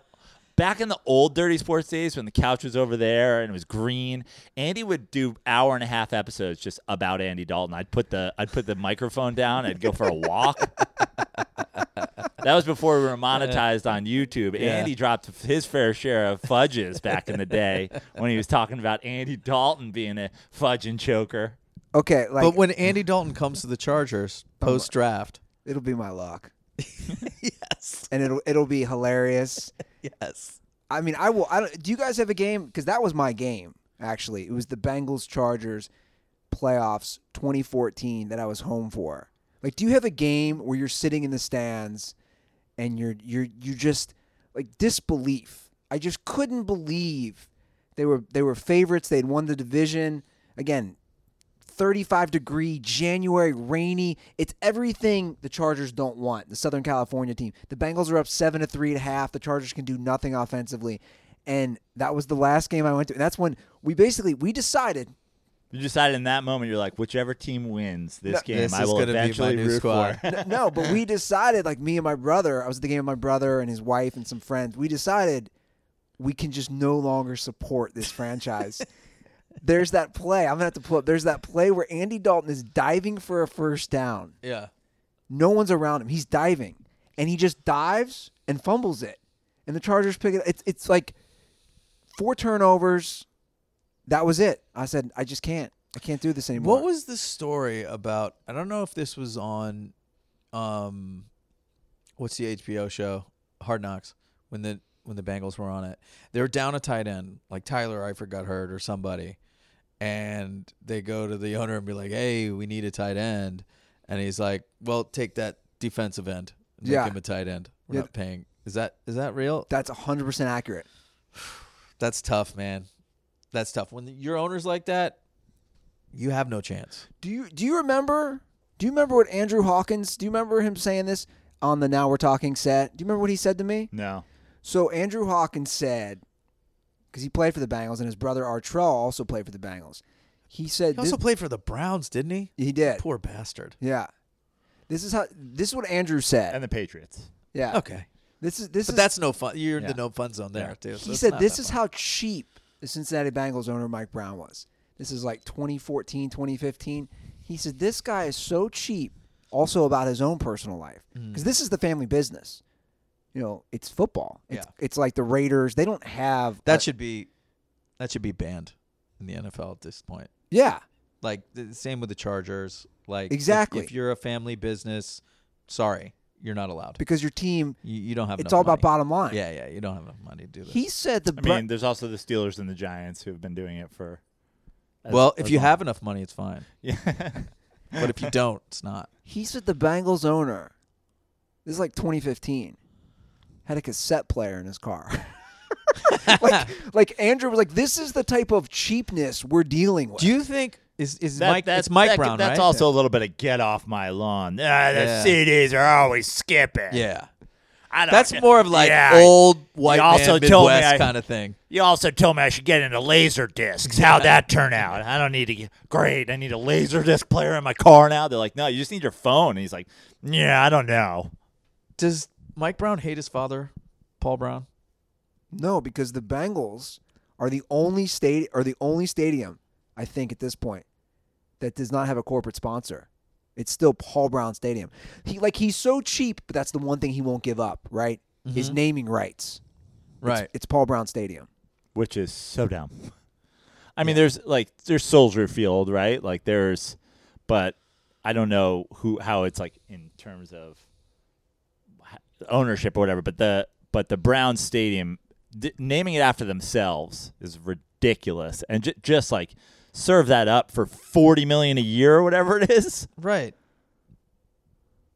S3: back in the old Dirty Sports days when the couch was over there and it was green. Andy would do hour and a half episodes just about Andy Dalton. I'd put the I'd put the microphone down. I'd go for a walk. that was before we were monetized on YouTube. Andy dropped his fair share of fudges back in the day when he was talking about Andy Dalton being a fudge and choker.
S2: okay, like
S4: but when Andy Dalton comes to the Chargers post draft,
S2: it'll be my luck,
S4: yes,
S2: and it'll it'll be hilarious.
S4: yes,
S2: I mean, I will. I don't, do you guys have a game? Because that was my game. Actually, it was the Bengals Chargers playoffs 2014 that I was home for. Like, do you have a game where you're sitting in the stands and you're you're you just like disbelief? I just couldn't believe they were they were favorites. They'd won the division again. 35 degree January rainy. It's everything the Chargers don't want. The Southern California team. The Bengals are up 7 to 3 at half. The Chargers can do nothing offensively. And that was the last game I went to. And that's when we basically we decided
S3: You decided in that moment, you're like, whichever team wins this
S2: No,
S3: game,
S4: this
S3: I
S4: is
S3: will
S4: gonna be my
S3: eventually
S4: new
S3: root
S4: squad.
S3: for.
S2: no, but we decided like me and my brother, I was at the game with my brother and his wife and some friends. We decided we can just no longer support this franchise. There's that play. I'm going to have to pull up. There's that play where Andy Dalton is diving for a first down.
S4: yeah.
S2: No one's around him. He's diving, and he just dives and fumbles it, and the Chargers pick it. It's it's like four turnovers. That was it. I said I just can't. I can't do this anymore.
S4: What was the story about? I don't know if this was on, um, what's the HBO show Hard Knocks when the when the Bengals were on it. They were down a tight end, like Tyler Eifert got hurt or somebody, and they go to the owner and be like, "Hey, we need a tight end," and he's like, "Well, take that defensive end, and make
S2: Yeah.
S4: him a tight end. We're
S2: Yeah.
S4: not paying." Is that is that real?
S2: That's hundred percent accurate.
S4: That's tough, man. That's tough. When your owner's like that, you have no chance.
S2: Do you do you remember? Do you remember what Andrew Hawkins? Do you remember him saying this on the Now We're Talking set? Do you remember what he said to me?
S3: No.
S2: So Andrew Hawkins said, because he played for the Bengals, and his brother Artrell also played for the Bengals. He said
S4: He also
S2: this- Uh,
S4: played for the Browns, didn't he?
S2: he did.
S4: Poor bastard.
S2: Yeah. This is how this is what Andrew said.
S3: And the Patriots.
S2: yeah.
S4: Okay.
S2: This is this
S4: But
S2: is
S4: that's no fun. You're in
S3: Yeah.
S4: the no fun zone there,
S3: Yeah.
S4: too. so
S2: he
S4: it's
S2: said
S4: not
S2: this
S4: that
S2: is
S4: fun.
S2: how cheap the Cincinnati Bengals owner Mike Brown was. This is like 2014, 2015. He said this guy is so cheap also about his own personal life
S4: Mm.
S2: cuz this is the family business. You know, it's football. It's
S4: Yeah.
S2: it's like the Raiders, they don't have
S4: That should be
S6: That should be banned in the NFL at this point.
S2: Yeah.
S6: Like the same with the Chargers. Like if-
S2: Exactly.
S6: If, you're a family business, sorry, you're not allowed.
S2: Because your team,
S6: You, you don't have.
S2: it's
S6: enough
S2: all about
S6: money.
S2: bottom line.
S6: Yeah, yeah. You don't have enough money to do this.
S2: He said the.
S3: I
S2: Bra-
S3: mean, there's also the Steelers and the Giants who have been doing it for. as-
S6: well, if
S3: as
S6: you
S3: long.
S6: have enough money, it's fine.
S3: yeah.
S6: But if you don't, it's not.
S2: he said the Bengals owner. This is like 2015. Had a cassette player in his car. like, like Andrew was like, this is the type of cheapness we're dealing with.
S6: Do you think is is
S3: That-
S6: Mike?
S3: that-
S6: That's Mike
S3: that-
S6: Brown,
S3: That's
S6: right?
S3: also a little bit of get off my lawn. Ah, the
S6: Yeah.
S3: CDs are always skipping.
S6: Yeah.
S3: I don't
S6: That's
S3: get-
S6: more of like
S3: Yeah, I-
S6: old white
S3: also
S6: man
S3: told me
S6: Midwest
S3: I-
S6: kind of thing.
S3: You also told me I should get into laser discs. How'd that turn out? I don't need to get great. I need a laser disc player in my car now. They're like, no, you just need your phone. And he's like, yeah, I don't know.
S6: Does Mike Brown hate his father, Paul Brown?
S2: No, because the Bengals are the only state are the only stadium, I think, at this point, that does not have a corporate sponsor. It's still Paul Brown Stadium. He like he's so cheap, but that's the one thing he won't give up, right?
S6: Mm-hmm.
S2: His naming rights.
S6: Right.
S2: It's Paul Brown Stadium.
S3: Which is so dumb. I mean, there's like there's Soldier Field, right? Like there's, but I don't know who how it's like in terms of h- ownership or whatever. But the but the Brown Stadium d- naming it after themselves is ridiculous, and j- just like serve that up for forty million a year or whatever it is.
S6: Right.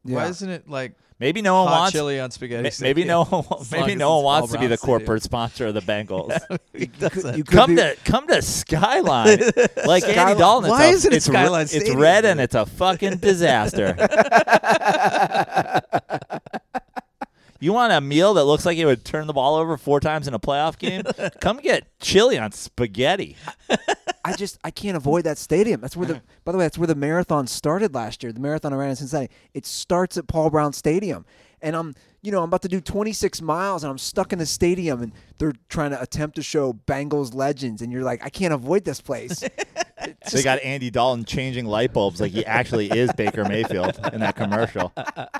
S2: Yeah.
S6: Why isn't it like
S3: Maybe no one
S6: hot
S3: wants.
S6: chili on spaghetti?
S3: ma-
S6: stick?
S3: maybe no one.
S6: As long
S3: Maybe
S6: as
S3: no one
S6: it's
S3: wants
S6: Paul
S3: to be
S6: Brown
S3: the
S6: Stadium.
S3: corporate sponsor of the Bengals.
S6: He doesn't.
S2: you could
S3: come
S2: be-
S3: to come to Skyline like Andy Dalton.
S6: Why
S3: it's a-
S6: isn't it
S3: it's re-
S6: Skyline
S3: It's
S6: Stadium,
S3: red
S6: dude?
S3: and it's a fucking disaster. you want a meal that looks like it would turn the ball over four times in a playoff game? come get chili on spaghetti.
S2: I just I can't avoid that stadium. That's where the by the way, that's where the marathon started last year. The marathon I ran in Cincinnati. It starts at Paul Brown Stadium. And I'm you know, I'm about to do twenty six miles and I'm stuck in the stadium and they're trying to attempt to show Bengals legends and you're like, I can't avoid this place.
S3: they got Andy Dalton changing light bulbs like he actually is Baker Mayfield in that commercial.
S6: I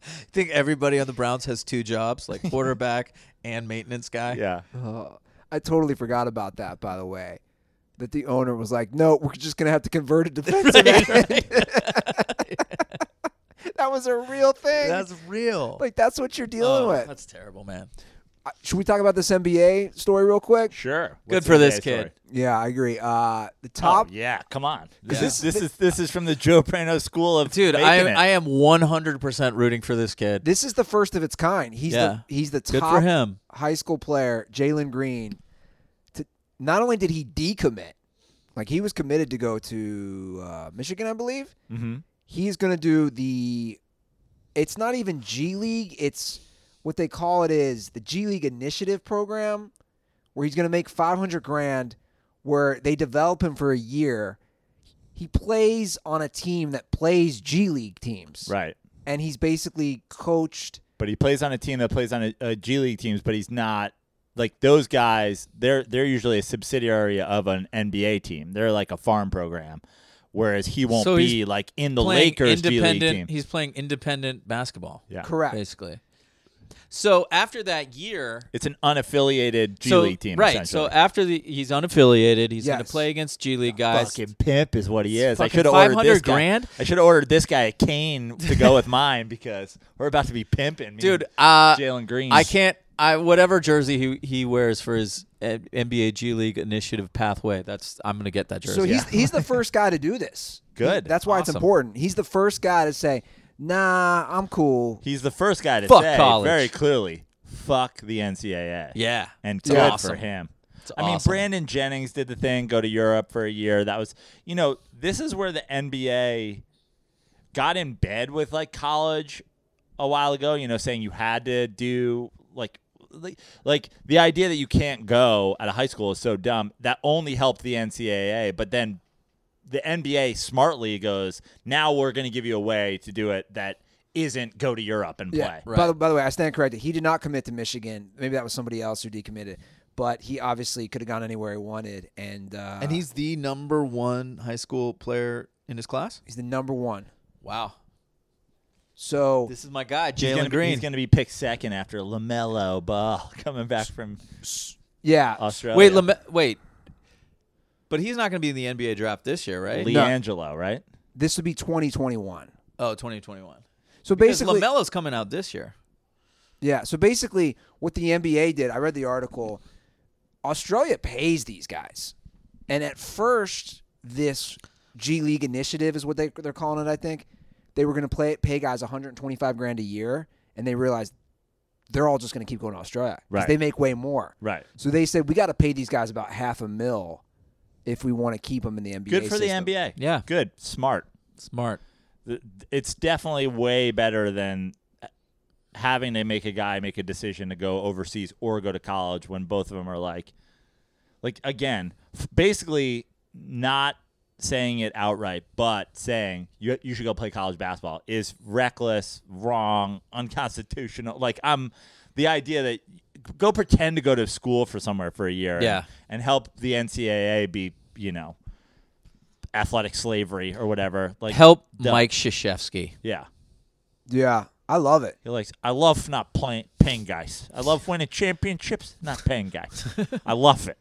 S6: think everybody on the Browns has two jobs, like quarterback and maintenance guy.
S3: Yeah.
S2: Oh, I totally forgot about that, by the way. That the owner was like, No, we're just gonna have to convert it to defensive end. that was a real thing.
S6: That's real.
S2: like that's what you're dealing
S6: Oh,
S2: with.
S6: that's terrible, man.
S2: Uh, Should we talk about this NBA story real quick?
S3: Sure.
S6: Good
S3: What's
S6: for this
S3: today's story?
S6: kid.
S2: Yeah, I agree. Uh, the
S3: Oh
S2: top.
S3: yeah, come on.
S6: Yeah.
S3: This, this is this is from the Joe Prano school of
S6: Dude,
S3: making
S6: I
S3: it.
S6: I am 100% rooting for this kid.
S2: This is the first of its kind. He's
S6: Yeah.
S2: the he's the top
S6: Good for him.
S2: high school player, Jalen Green. To, not only did he decommit, like he was committed to go to uh, Michigan, I believe.
S3: Mhm.
S2: He's going to do the. It's not even G League. It's what they call it is the G League Initiative Program, where he's going to make five hundred grand, where they develop him for a year. He plays on a team that plays G League teams,
S3: Right.
S2: and he's basically coached.
S3: but he plays on a team that plays on a, a G League teams, but he's not like those guys. They're they're usually a subsidiary of an NBA team. They're like a farm program, whereas he won't
S4: So
S3: be
S4: he's
S3: like in the
S4: playing
S3: Lakers G League
S4: independent.
S3: team.
S4: He's playing independent basketball.
S3: yeah,
S2: Correct.
S4: basically. So after that year,
S3: It's an unaffiliated G
S4: so,
S3: League team,
S4: right? So
S3: essentially.
S4: after the he's unaffiliated, he's going
S2: Yes.
S4: to play against G League guys.
S3: fucking pimp is what he is. I
S4: Fucking
S3: should have ordered this
S4: 500
S3: guy-
S4: grand?
S3: I should have ordered this guy a cane to go with mine because we're about to be pimping, me
S4: Dude,
S3: and
S4: uh,
S3: Jalen Green.
S4: I can't. I whatever jersey he he wears for his uh, NBA G League initiative pathway. That's I'm going to get that jersey.
S2: So he's he's the first guy to do this.
S3: Good.
S2: That's why it's
S4: Awesome.
S2: important. He's the first guy to say, "Nah, I'm cool."
S3: He's the first guy to
S4: Fuck
S3: say
S4: college.
S3: very clearly, "Fuck the NCAA."
S4: yeah.
S3: and
S4: It's
S3: good for
S4: awesome.
S3: him.
S4: It's
S3: I mean,
S4: awesome.
S3: Brandon Jennings did the thing, go to Europe for a year. That was, you know, this is where the NBA got in bed with like college a while ago. You know, saying you had to do like. Like, like the idea that you can't go at a high school is so dumb. That only helped the NCAA, but then the NBA smartly goes, "Now we're going to give you a way to do it that isn't go to Europe and
S2: Yeah.
S3: play."
S2: By, the, by the way, I stand corrected. He did not commit to Michigan. Maybe that was somebody else who decommitted. But he obviously could have gone anywhere he wanted, and uh,
S6: And he's the number 1 high school player in his class?
S2: he's the number one.
S6: Wow.
S2: So
S4: This is my guy,
S3: He's
S4: Jalen
S3: gonna be-
S4: Green.
S3: he's going to be picked second after Lamelo Ball coming back from
S2: Yeah.
S3: Australia.
S6: Wait,
S3: Leangelo,
S6: Lame- wait.
S4: But he's not going to be in the NBA draft this year, right?
S2: No.
S3: right?
S2: This would be 2021.
S6: Oh, 2021.
S2: So
S6: Because
S2: basically,
S6: Lamelo's coming out this year.
S2: yeah. So basically, what the NBA did, I read the article. Australia pays these guys, and at first, this G League initiative is what they they're calling it. I think they were going to play pay guys 125 grand a year, and they realized they're all just going to keep going to Australia 'cause
S3: Right.
S2: they make way more.
S3: Right.
S2: So they said we got to pay these guys about half a mil if we want to keep them in the NBA.
S3: Good for
S2: system.
S3: the NBA.
S4: Yeah.
S3: Good. Smart.
S4: Smart.
S3: Th- It's definitely way better than having to make a guy make a decision to go overseas or go to college when both of them are like, like again, f- basically not saying it outright, but saying you you should go play college basketball is reckless, wrong, unconstitutional. Like I'm the idea that go pretend to go to school for somewhere for a year, and-
S4: Yeah.
S3: and help the NCAA be you know athletic slavery or whatever. Like
S4: Help
S3: dumb.
S4: Mike Shashevsky.
S3: yeah.
S2: Yeah, I love it.
S3: He likes. I love not playing paying guys. I love winning championships, not paying guys. I love it.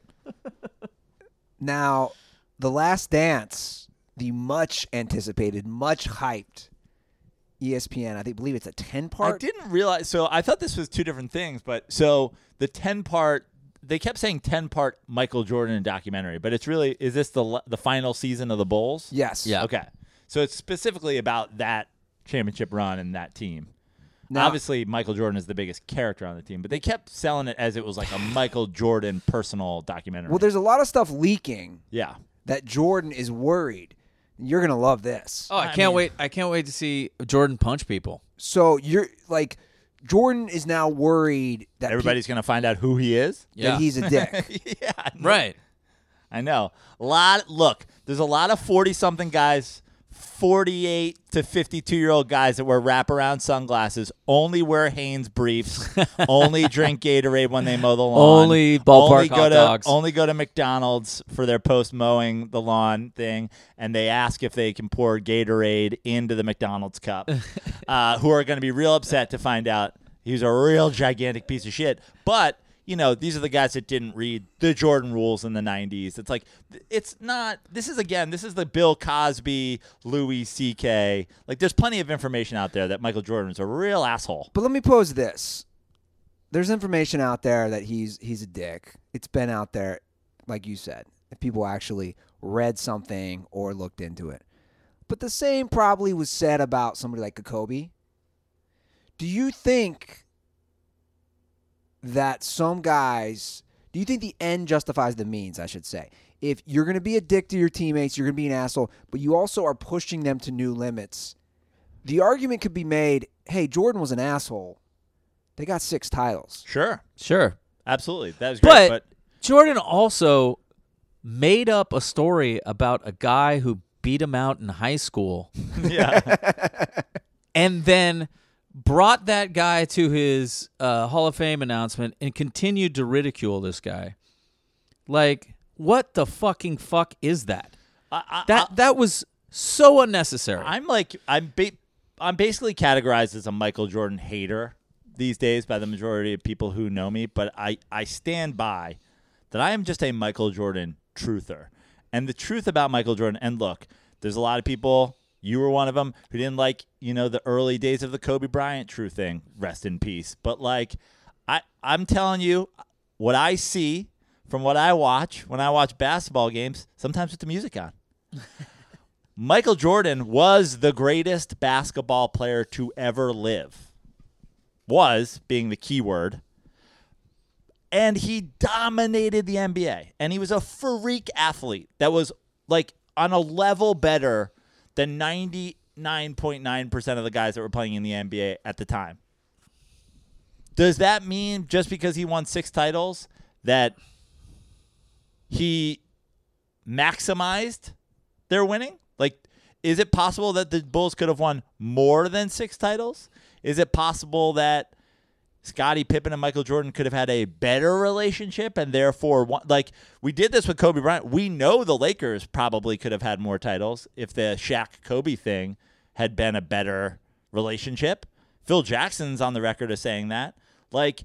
S2: Now, The Last Dance, the much anticipated, much hyped E ESPN, I think believe it's a 10 part.
S3: I didn't realize. So I thought this was two different things, but so the ten part. They kept saying ten part Michael Jordan documentary, but it's really is this the la- the final season of the Bulls?
S2: Yes.
S4: Yeah.
S3: Okay. So it's specifically about that championship run and that team.
S2: Now-
S3: Obviously, Michael Jordan is the biggest character on the team, but they kept selling it as it was like a Michael Jordan personal documentary.
S2: Well, there's a lot of stuff leaking
S3: yeah.
S2: that Jordan is worried. You're going to love this.
S4: Oh, I can't wait. I can't wait to see Jordan punch people.
S2: So, you're like, Jordan is now worried that, pe-
S3: Everybody's going to find out who he is.
S2: that
S4: Yeah.
S2: he's a dick.
S3: yeah. I know.
S4: right.
S3: I know. A lot. Look, there's a lot of forty-something guys, forty-eight to fifty-two-year-old guys that wear wraparound sunglasses, only wear Hanes briefs, only drink Gatorade when they mow the lawn,
S4: Only ballpark
S3: only go
S4: hot
S3: to,
S4: dogs.
S3: only go to McDonald's for their post-mowing the lawn thing, and they ask if they can pour Gatorade into the McDonald's cup. uh, who are going to be real upset to find out he's a real gigantic piece of shit, but you know, these are the guys that didn't read the Jordan rules in the 90s. It's like, th- it's not, this is again, this is the Bill Cosby, Louis C.K. Like, there's plenty of information out there that Michael Jordan's a real asshole.
S2: But let me pose this: there's information out there that he's he's a dick. It's been out there, like you said. If people actually read something or looked into it, but the same probably was said about somebody like Kobe. Do you think that some guys? Do you think the end justifies the means? I should say. If you're going to be a dick to your teammates, you're going to be an asshole, but you also are pushing them to new limits the argument could be made hey jordan was an asshole they got six titles
S3: Sure.
S4: Sure.
S3: Absolutely. That was great.
S4: But,
S3: But,
S4: Jordan also made up a story about a guy who beat him out in high school
S3: yeah.
S4: and then brought that guy to his uh, Hall of Fame announcement and continued to ridicule this guy. Like, what the fucking fuck is that?
S3: I, I,
S4: That that was so unnecessary.
S3: I'm like I'm ba- I'm basically categorized as a Michael Jordan hater these days by the majority of people who know me, but I I stand by that I am just a Michael Jordan truther. And the truth about Michael Jordan and look, there's a lot of people you were one of them who didn't like, you know, the early days of the Kobe Bryant true thing. Rest in peace. But like I I'm telling you what I see from what I watch when I watch basketball games, sometimes with the music on. Michael Jordan was the greatest basketball player to ever live. Was being the key word. And he dominated the NBA. And he was a freak athlete that was like on a level better than 99.9% of the guys that were playing in the NBA at the time. Does that mean just because he won six titles that he maximized their winning? Like, is it possible that the Bulls could have won more than six titles? Is it possible that Scottie Pippen and Michael Jordan could have had a better relationship and therefore, won? like, we did this with Kobe Bryant. We know the Lakers probably could have had more titles if the Shaq Kobe thing had been a better relationship. Phil Jackson's on the record as saying that. Like,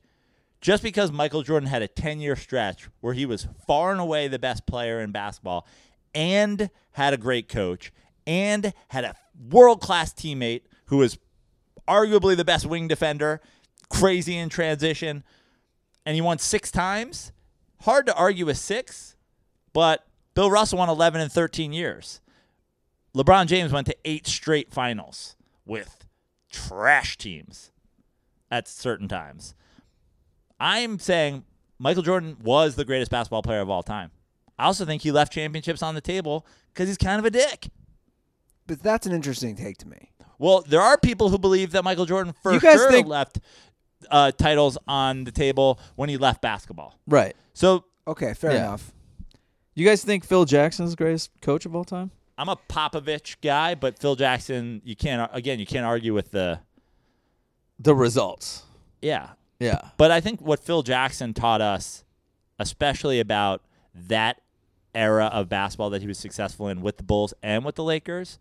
S3: Just because Michael Jordan had a 10 year stretch where he was far and away the best player in basketball and had a great coach and had a world class teammate who was arguably the best wing defender, crazy in transition, and he won six times. Hard to argue with six, but Bill Russell won 11 and 13 years. LeBron James went to eight straight finals with trash teams at certain times. I'm saying Michael Jordan was the greatest basketball player of all time. I also think he left championships on the table because he's kind of a dick.
S2: But that's an interesting take to me.
S3: Well, there are people who believe that Michael Jordan for
S2: You guys
S3: sure
S2: think-
S3: left uh, titles on the table when he left basketball.
S6: Right.
S3: So
S2: Okay, fair
S6: Yeah.
S2: enough.
S6: You guys think Phil Jackson's the greatest coach of all time?
S3: I'm a Popovich guy, but Phil Jackson, you can't again, you can't argue with the
S6: The results.
S3: yeah.
S6: Yeah.
S3: But I think what Phil Jackson taught us, especially about that era of basketball that he was successful in with the Bulls and with the Lakers,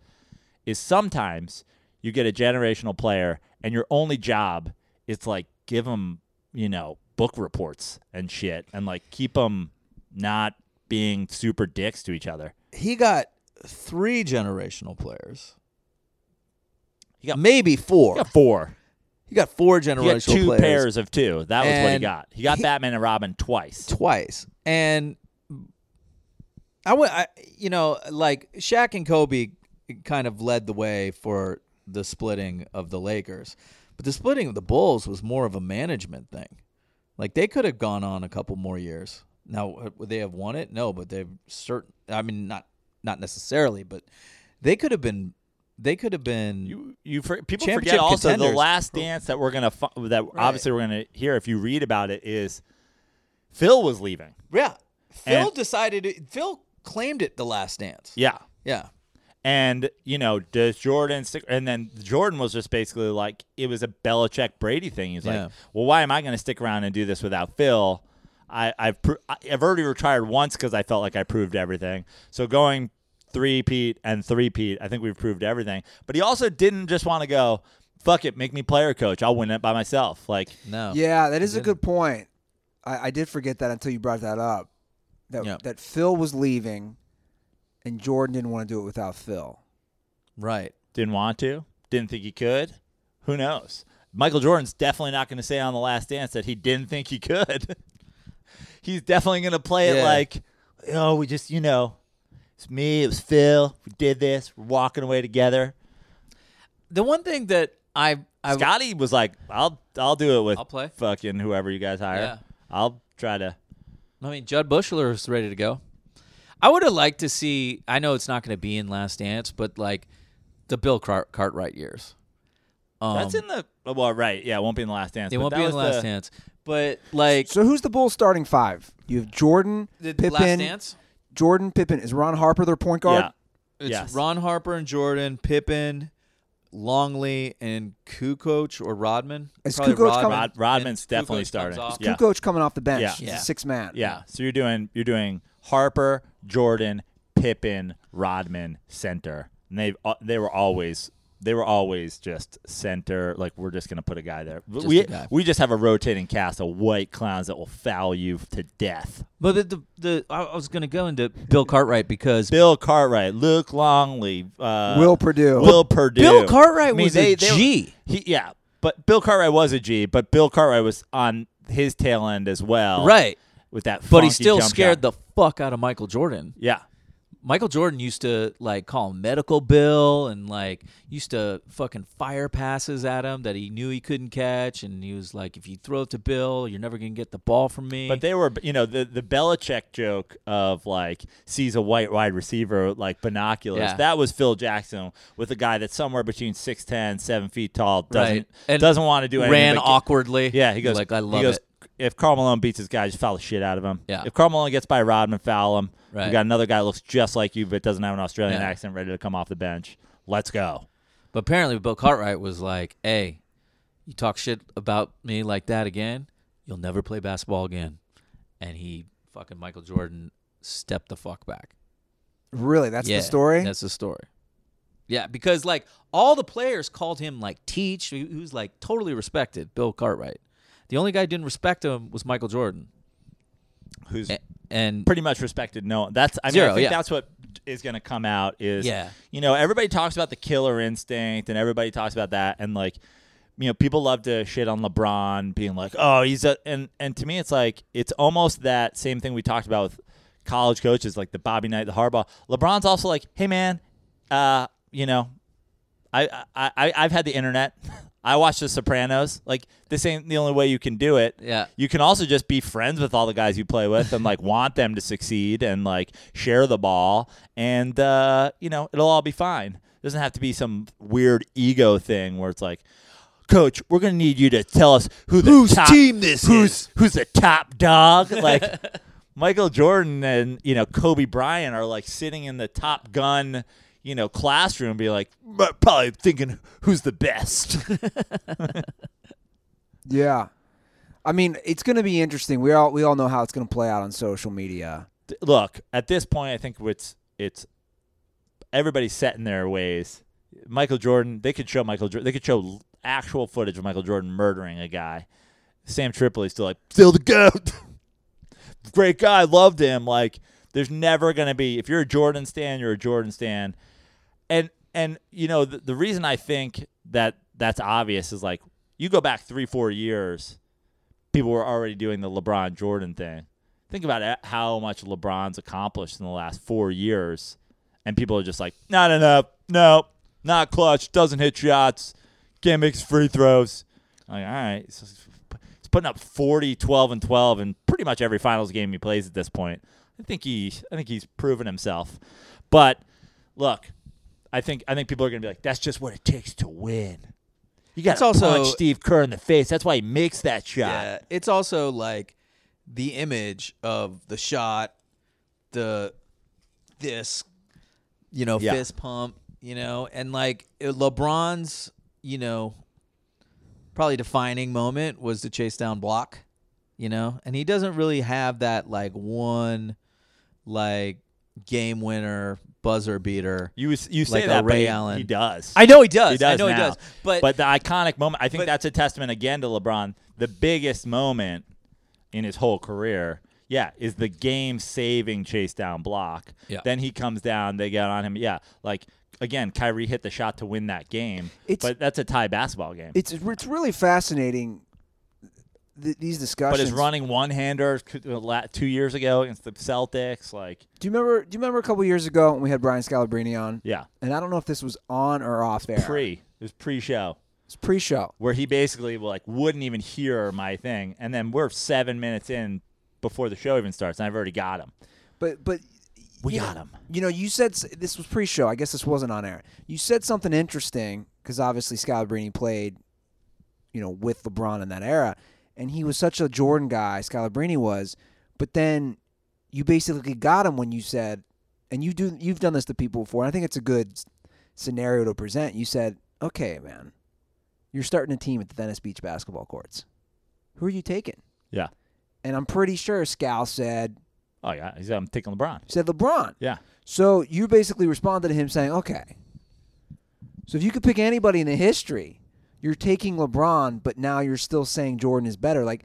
S3: is sometimes you get a generational player and your only job is to, like give them, you know, book reports and shit and like keep them not being super dicks to each other.
S6: He got three generational players.
S3: He got-
S6: maybe four.
S3: He got four.
S6: He got four
S3: He got
S6: generational
S3: two
S6: players
S3: pairs of two. That was what he
S6: And
S3: got. He got
S6: he-
S3: Batman and Robin twice.
S6: twice. And I went I you know, like Shaq and Kobe kind of led the way for the splitting of the Lakers. But the splitting of the Bulls was more of a management thing. Like they could have gone on a couple more years. Now uh, would they have won it? No, but they've certain. I mean, not not necessarily, but they could have been. They could have been.
S3: You you for, people
S6: Championship
S3: forget also the
S6: contenders.
S3: last dance that we're gonna fu- that obviously we're gonna hear if you read about it is Phil was leaving.
S6: yeah, Phil
S3: And-
S6: decided. It, Phil claimed it. The last dance.
S3: Yeah,
S6: yeah.
S3: and you know does Jordan stick? And then Jordan was just basically like it was a Belichick Brady thing. He's
S6: Yeah.
S3: like, well, why am I gonna stick around and do this without Phil? I, I've pro- I- I've already retired once because I felt like I proved everything. So going three peat and three peat, I think we've proved everything. But he also didn't just want to go. Fuck it, make me player coach. I'll win it by myself. Like
S6: No.
S4: Oh.
S2: Yeah, that is a good point. I, I did forget that until you brought that up. That
S6: Yeah.
S2: that Phil was leaving, and Jordan didn't want to do it without Phil.
S6: Right.
S3: didn't want to, didn't think he could. Who knows? Michael Jordan's definitely not going to say on The Last Dance that he didn't think he could. He's definitely going to play it
S6: Yeah.
S3: like, oh, we just, you know, it's me, it was Phil, we did this, we're walking away together.
S6: The one thing that I I
S3: Scotty was like, I'll I'll do it with
S4: I'll play.
S3: fucking whoever you guys hire.
S4: Yeah.
S3: I'll try to.
S4: I mean, Judd Bushler is ready to go. I would have liked to see. I know it's not going to be in Last Dance, but like the Bill Car- Cartwright years. Um,
S3: That's in the well, right? Yeah, it won't be in the last dance.
S4: It
S3: but
S4: won't
S3: that
S4: be in
S3: was
S4: the Last Dance, but like
S2: So who's the Bulls starting five? You have Jordan,
S4: the
S2: Pippen.
S4: Last Dance,
S2: Jordan Pippen is Ron Harper their point guard.
S3: Yeah,
S6: It's
S3: Yes.
S6: Ron Harper and Jordan, Pippen, Longley, and Kukoc or Rodman.
S2: Is
S6: Probably
S2: Kukoc coming-
S3: Rod,
S6: and
S3: Rodman's
S6: Kukoc
S3: definitely
S6: comes
S3: starting.
S6: off.
S3: Yeah.
S2: Kukoc coming off the bench.
S3: Yeah.
S2: He's
S4: Yeah.
S2: a six man.
S3: Yeah. So you're doing you're doing Harper, Jordan, Pippen, Rodman, center. And they they were always they were always just center. Like we're just gonna put a guy there. But
S6: Just
S3: we
S6: a guy.
S3: we just have a rotating cast of white clowns that will foul you to death.
S4: but the the, the I I was going to go into Bill Cartwright because
S3: Bill Cartwright, Luke Longley, uh,
S2: Will Purdue.
S3: Will Purdue.
S4: Bill Cartwright
S3: I mean,
S4: was
S3: they-
S4: a
S3: they were-
S4: G.
S3: He yeah, but Bill Cartwright was a G. But Bill Cartwright was on his tail end as well.
S4: right?
S3: With that,
S4: But
S3: funky
S4: he still
S3: jump
S4: scared
S3: shot.
S4: the fuck out of Michael Jordan.
S3: yeah.
S4: Michael Jordan used to like call him medical bill and like used to fucking fire passes at him that he knew he couldn't catch and he was like if you throw it to Bill you're never going to get the ball from me.
S3: But they were, you know, the the Belichick joke of like sees a white wide receiver with, like binoculars.
S4: Yeah.
S3: That was Phil Jackson with a guy that's somewhere between 6'10", 7 feet tall, doesn't
S4: Right. And
S3: doesn't want to do anything.
S4: ran
S3: but-
S4: awkwardly.
S3: Yeah, he goes
S4: like I
S3: he
S4: love
S3: goes,
S4: it.
S3: If Carl Malone beats this guy, just foul the shit out of him.
S4: Yeah.
S3: If Carl Malone gets by Rodman, foul him. We
S4: Right.
S3: got another guy that looks just like you but doesn't have an Australian
S4: Yeah.
S3: accent, ready to come off the bench. Let's go.
S4: But apparently Bill Cartwright was like, "Hey, you talk shit about me like that again, you'll never play basketball again." And he fucking Michael Jordan stepped the fuck back.
S2: Really? That's
S4: Yeah,
S2: the story?
S4: That's the story. Yeah, because like all the players called him like Teach, who- who's like totally respected, Bill Cartwright. The only guy who didn't respect him was Michael Jordan.
S3: who's
S4: A- And
S3: pretty much respected no one. That's I mean
S4: Zero,
S3: I think
S4: yeah.
S3: that's what is going to come out is
S4: Yeah.
S3: you know everybody talks about the killer instinct and everybody talks about that and like you know people love to shit on LeBron being like oh he's a and and to me it's like it's almost that same thing we talked about with college coaches like the Bobby Knight the Harbaugh LeBron's also like hey man uh you know I I, I I've had the internet I watch The Sopranos. Like this ain't the only way you can do it.
S4: Yeah.
S3: You can also just be friends with all the guys you play with and like want them to succeed and like share the ball and uh, you know it'll all be fine. doesn't have to be some weird ego thing where it's like, Coach, we're gonna need you to tell us who the
S6: Whose
S3: top,
S6: team this
S3: who's
S6: is."
S3: who's the top dog like. Michael Jordan and you know Kobe Bryant are like sitting in the Top Gun you know classroom, be like "But probably thinking who's the best.
S2: Yeah. I mean, it's going to be interesting. We all we all know how it's going to play out on social media.
S3: th- look at this point i think it's it's everybody's set in their ways michael jordan they could show michael jordan they could show l- actual footage of michael jordan murdering a guy sam tripoli's still like still the goat great guy loved him like there's never going to be if you're a jordan stan you're a jordan stan and and you know the, the reason i think that that's obvious is like you go back three four years people were already doing the lebron jordan thing think about it, how much LeBron's accomplished in the last four years, and people are just like, not enough, no, not clutch, doesn't hit shots, can't make his free throws. Like, all right, he's he's putting up 40, 12, and 12 in pretty much every finals game he plays at this point. I think he, I think he's proven himself. But look, I think I think people are gonna be like, that's just what it takes to win. You got
S6: It's
S3: to
S6: also-
S3: punch Steve Kerr in the face. That's why he makes that shot.
S6: Yeah, it's also like the image of the shot, the this, you know,
S3: Yeah.
S6: fist pump, you know, and like LeBron's, you know, probably defining moment was the chase down block, you know, and he doesn't really have that like one, like game winner buzzer beater.
S3: You s- you say
S6: Like a
S3: that, but
S6: Ray
S3: he-
S6: Allen.
S3: he does.
S6: I know he does.
S3: He does
S6: I know he
S3: now.
S6: does. But,
S3: the iconic moment, I think
S6: but-
S3: that's a testament again to LeBron. The biggest moment in his whole career, yeah, is the game saving chase down block.
S4: Yeah.
S3: Then he comes down, they get on him. Yeah, like again, Kyrie hit the shot to win that game.
S2: It's-
S3: but that's a tie basketball game.
S2: It's it's really fascinating th- these
S3: but
S2: discussions.
S3: his running one hander two years ago against the Celtics, like
S2: Do you remember do you remember a couple years ago when we had Brian Scalabrine on?
S3: yeah,
S2: And I don't know if this was on or off air.
S3: pre it was pre show.
S2: It's pre-show.
S3: where he basically like wouldn't even hear my thing, and then we're seven minutes in before the show even starts, and I've already got him.
S2: But but
S3: We
S2: you
S3: got
S2: know-
S3: him.
S2: You know, you said s- this was pre-show. I guess this wasn't on air. You said something interesting because obviously Scalabrini played, you know, with LeBron in that era, and he was such a Jordan guy. Scalabrini was, but then you basically got him when you said, and you do you've done this to people before. And I think it's a good s- scenario to present. You said, okay, man, you're starting a team at the Venice Beach basketball courts. Who are you taking?
S3: Yeah.
S2: And I'm pretty sure Scal said
S3: Oh yeah, he's I'm taking LeBron.
S2: said LeBron.
S3: Yeah,
S2: So you basically responded to him saying, okay. So if you could pick anybody in the history, you're taking LeBron, but now you're still saying Jordan is better. Like,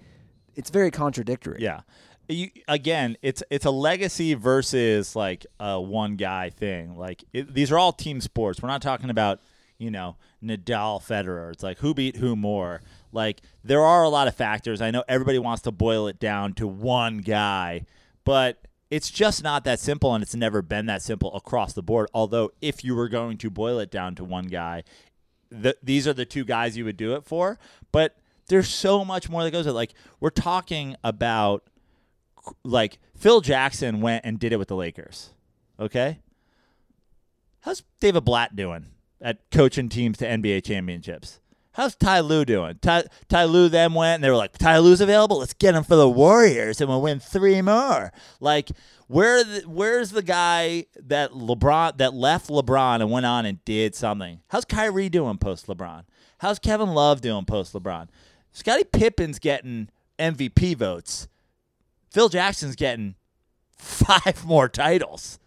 S2: it's very contradictory.
S3: yeah. You again, it's it's a legacy versus like a one guy thing. Like it, these are all team sports. We're not talking about you know Nadal, Federer. It's like who beat who more. Like there are a lot of factors. I know everybody wants to boil it down to one guy, but it's just not that simple and it's never been that simple across the board although if you were going to boil it down to one guy th- these are the two guys you would do it for but there's so much more that goes with it. like we're talking about like Phil Jackson went and did it with the Lakers okay how's David Blatt doing at coaching teams to NBA championships How's Ty Lue doing? Ty, Ty Lue then went and they were like, Ty Lue's available. Let's get him for the Warriors and we'll win three more. Like, where the, where's the guy that LeBron that left LeBron and went on and did something? How's Kyrie doing post LeBron? How's Kevin Love doing post LeBron? Scottie Pippen's getting MVP votes. Phil Jackson's getting five more titles.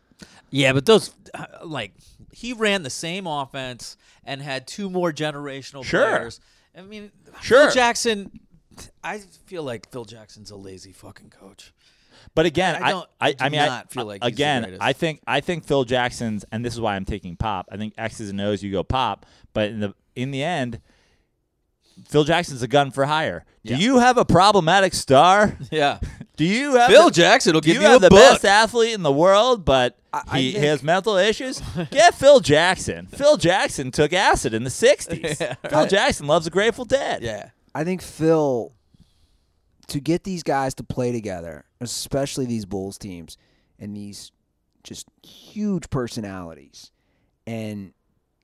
S4: yeah, but those
S6: uh,
S4: like he ran the same offense and had two more generational
S3: Sure.
S4: players. I mean,
S3: Sure.
S4: Phil Jackson
S6: I feel like Phil Jackson's a lazy fucking coach.
S3: But again,
S6: I
S3: I
S6: don't-
S3: I, I,
S6: do
S3: mean,
S6: not
S3: I
S6: feel like he's the
S3: again,
S6: greatest.
S3: I think I think Phil Jackson's, and this is why I'm taking pop. I think X's and O's, you go pop, but in the in the end, Phil Jackson's a gun for hire. Do
S6: Yeah.
S3: you have a problematic star?
S6: Yeah,
S3: Do you have
S6: Phil
S3: the,
S6: Jackson will
S3: do
S6: give
S3: you
S6: you,
S3: have
S6: a
S3: the
S6: book.
S3: best athlete in the world, but
S2: I
S3: he,
S2: think-
S3: he has mental issues? Get Phil Jackson. Phil Jackson took acid in the '60s. Phil Jackson loves the Grateful Dead.
S6: yeah,
S2: I think Phil to get these guys to play together, especially these Bulls teams and these just huge personalities. And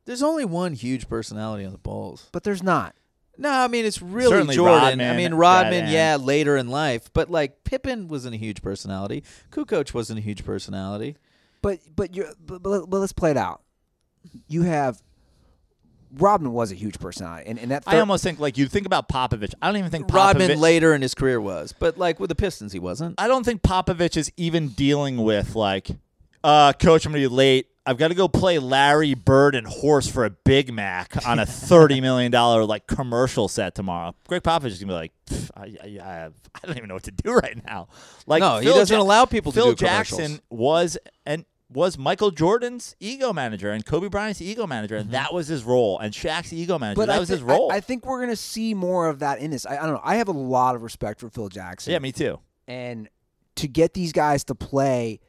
S6: there's only one huge personality on the Bulls.
S2: but there's not.
S6: No, I mean it's really
S3: Certainly
S6: Jordan. I
S3: Rodman,
S6: mean Rodman,
S3: Redden.
S6: yeah, later in life, but like Pippen wasn't a huge personality. Kukoc wasn't a huge personality.
S2: But but you but, but, but let's play it out. You have Robin was a huge personality, and, and that
S3: I
S2: thir-
S3: almost think like you think about Popovich. I don't even think Popovich.
S6: Rodman later in his career was, but like with the Pistons, he wasn't.
S3: I don't think Popovich is even dealing with like, uh, coach, I'm gonna be late. I've got to go play Larry Bird and horse for a Big Mac on a thirty million dollar like commercial set tomorrow. Greg Popovich is gonna be like, "Pff, I, I, I, I don't even know what to do right now. Like,
S6: No, he
S3: Phil
S6: doesn't allow people to
S3: Phil
S6: do commercials.
S3: Jackson was and was Michael Jordan's ego manager and Kobe Bryant's ego manager,
S6: Mm-hmm.
S3: and that was his role. And Shaq's ego manager,
S2: but
S3: that
S2: I
S3: was
S2: thi-
S3: his role.
S2: I, I think we're gonna see more of that in this. I, I don't know. I have a lot of respect for Phil Jackson.
S3: yeah, me too.
S2: and to get these guys to play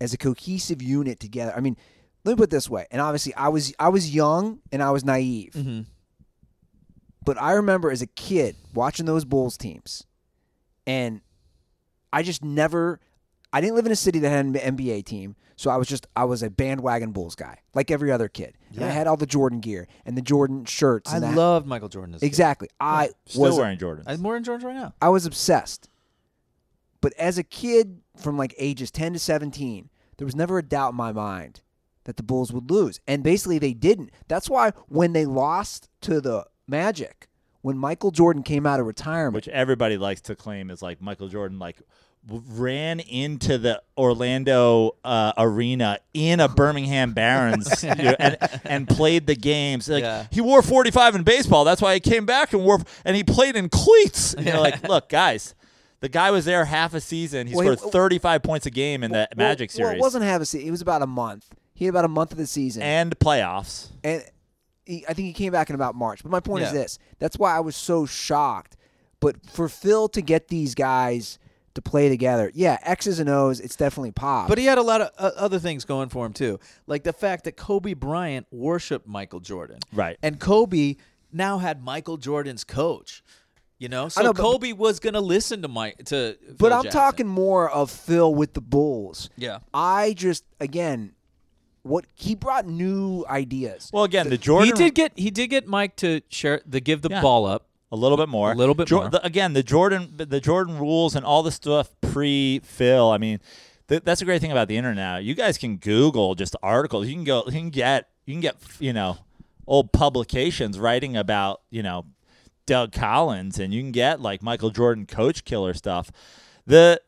S2: as a cohesive unit together. I mean, let me put it this way. And obviously, I was I was young and I was naive,
S6: Mm-hmm.
S2: but I remember as a kid watching those Bulls teams, and I just never. I didn't live in a city that had an NBA team, so I was just I was a bandwagon Bulls guy, like every other kid. And I
S6: Yeah.
S2: had all the Jordan gear and the Jordan shirts.
S6: I
S2: And that-
S6: loved Michael Jordan. As a kid.
S2: exactly. I
S3: Still
S2: was
S3: wearing Jordan.
S6: I'm more in Jordan right now.
S2: I was obsessed. But as a kid from like ages 10 to 17, there was never a doubt in my mind that the Bulls would lose. And basically they didn't. That's why when they lost to the Magic, when Michael Jordan came out of retirement,
S3: which everybody likes to claim is like Michael Jordan, like w- ran into the Orlando uh, arena in a Birmingham Barons you know, and, and played the games. Like
S6: Yeah.
S3: he wore 45 in baseball. That's why he came back and wore and he played in cleats. You know, like look, guys, the guy was there half a season. He
S2: Well, he-
S3: scored 35 points a game in the
S2: Well,
S3: uh, Magic
S2: well,
S3: series
S2: it wasn't half a season. It was about a month. He had about a month of the season.
S3: and playoffs.
S2: and he, I think he came back in about March. But my point is
S6: Yeah.
S2: this: that's why I was so shocked. But for Phil to get these guys to play together, yeah, X's and O's, it's definitely pop.
S6: But he had a lot of uh, other things going for him too, like the fact that Kobe Bryant worshipped Michael Jordan,
S3: Right.
S6: And Kobe now had Michael Jordan's coach, you know. So
S2: know, but-
S6: Kobe was gonna listen to Mike to.
S2: but
S6: Phil
S2: I'm
S6: Jackson.
S2: talking more of Phil with the Bulls.
S6: Yeah.
S2: I just again, what he brought new ideas.
S3: Well, again, the Jordan
S4: He did get he did get Mike to share the give the
S3: Yeah.
S4: ball up.
S3: A little bit more.
S4: A little bit
S3: Jor-
S4: more.
S3: The, again, the Jordan, the Jordan rules and all the stuff pre Phil. I mean, th- that's a great thing about the internet. You guys can Google just articles. You can go. You can get. You can get. You know, old publications writing about you know Doug Collins, and you can get like Michael Jordan coach killer stuff. The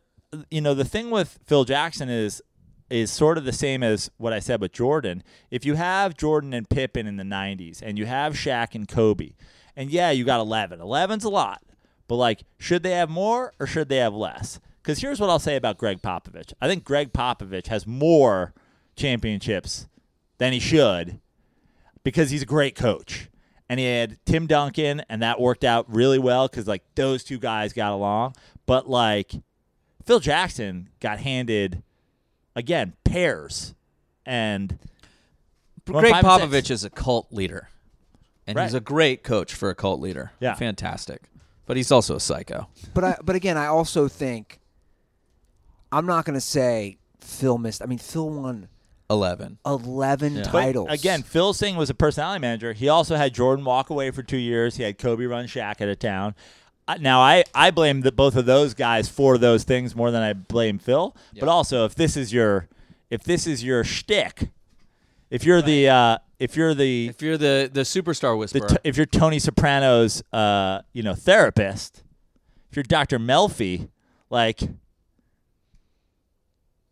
S3: you know the thing with Phil Jackson is is sort of the same as what I said with Jordan. If you have Jordan and Pippen in the 90s and you have Shaq and Kobe, and yeah, you got 11. 11's a lot, but like, should they have more or should they have less? Because here's what I'll say about Greg Popovich I think Greg Popovich has more championships than he should because he's a great coach. And he had Tim Duncan, and that worked out really well because like those two guys got along. But like Phil Jackson got handed again pairs, and Well,
S4: Greg
S3: five and
S4: Popovich
S3: six.
S4: is a cult leader, and
S3: Right.
S4: he's a great coach for a cult leader.
S3: Yeah.
S4: fantastic. But he's also a psycho.
S2: but I, but again, I also think I'm not going to say Phil missed. I mean, Phil won
S6: Eleven.
S2: 11
S3: But
S2: titles
S3: again, Phil Singh was a personality manager. He also had Jordan walk away for two years. He had Kobe run Shaq out of town. I- Now I I blame the, both of those guys for those things more than I blame Phil. But also, if this is your if this is your shtick, if you're the uh, if you're the
S4: If you're the the superstar
S3: the
S4: whisperer,
S3: t- if you're Tony Soprano's uh, you know therapist, if you're Dr. Melfi, like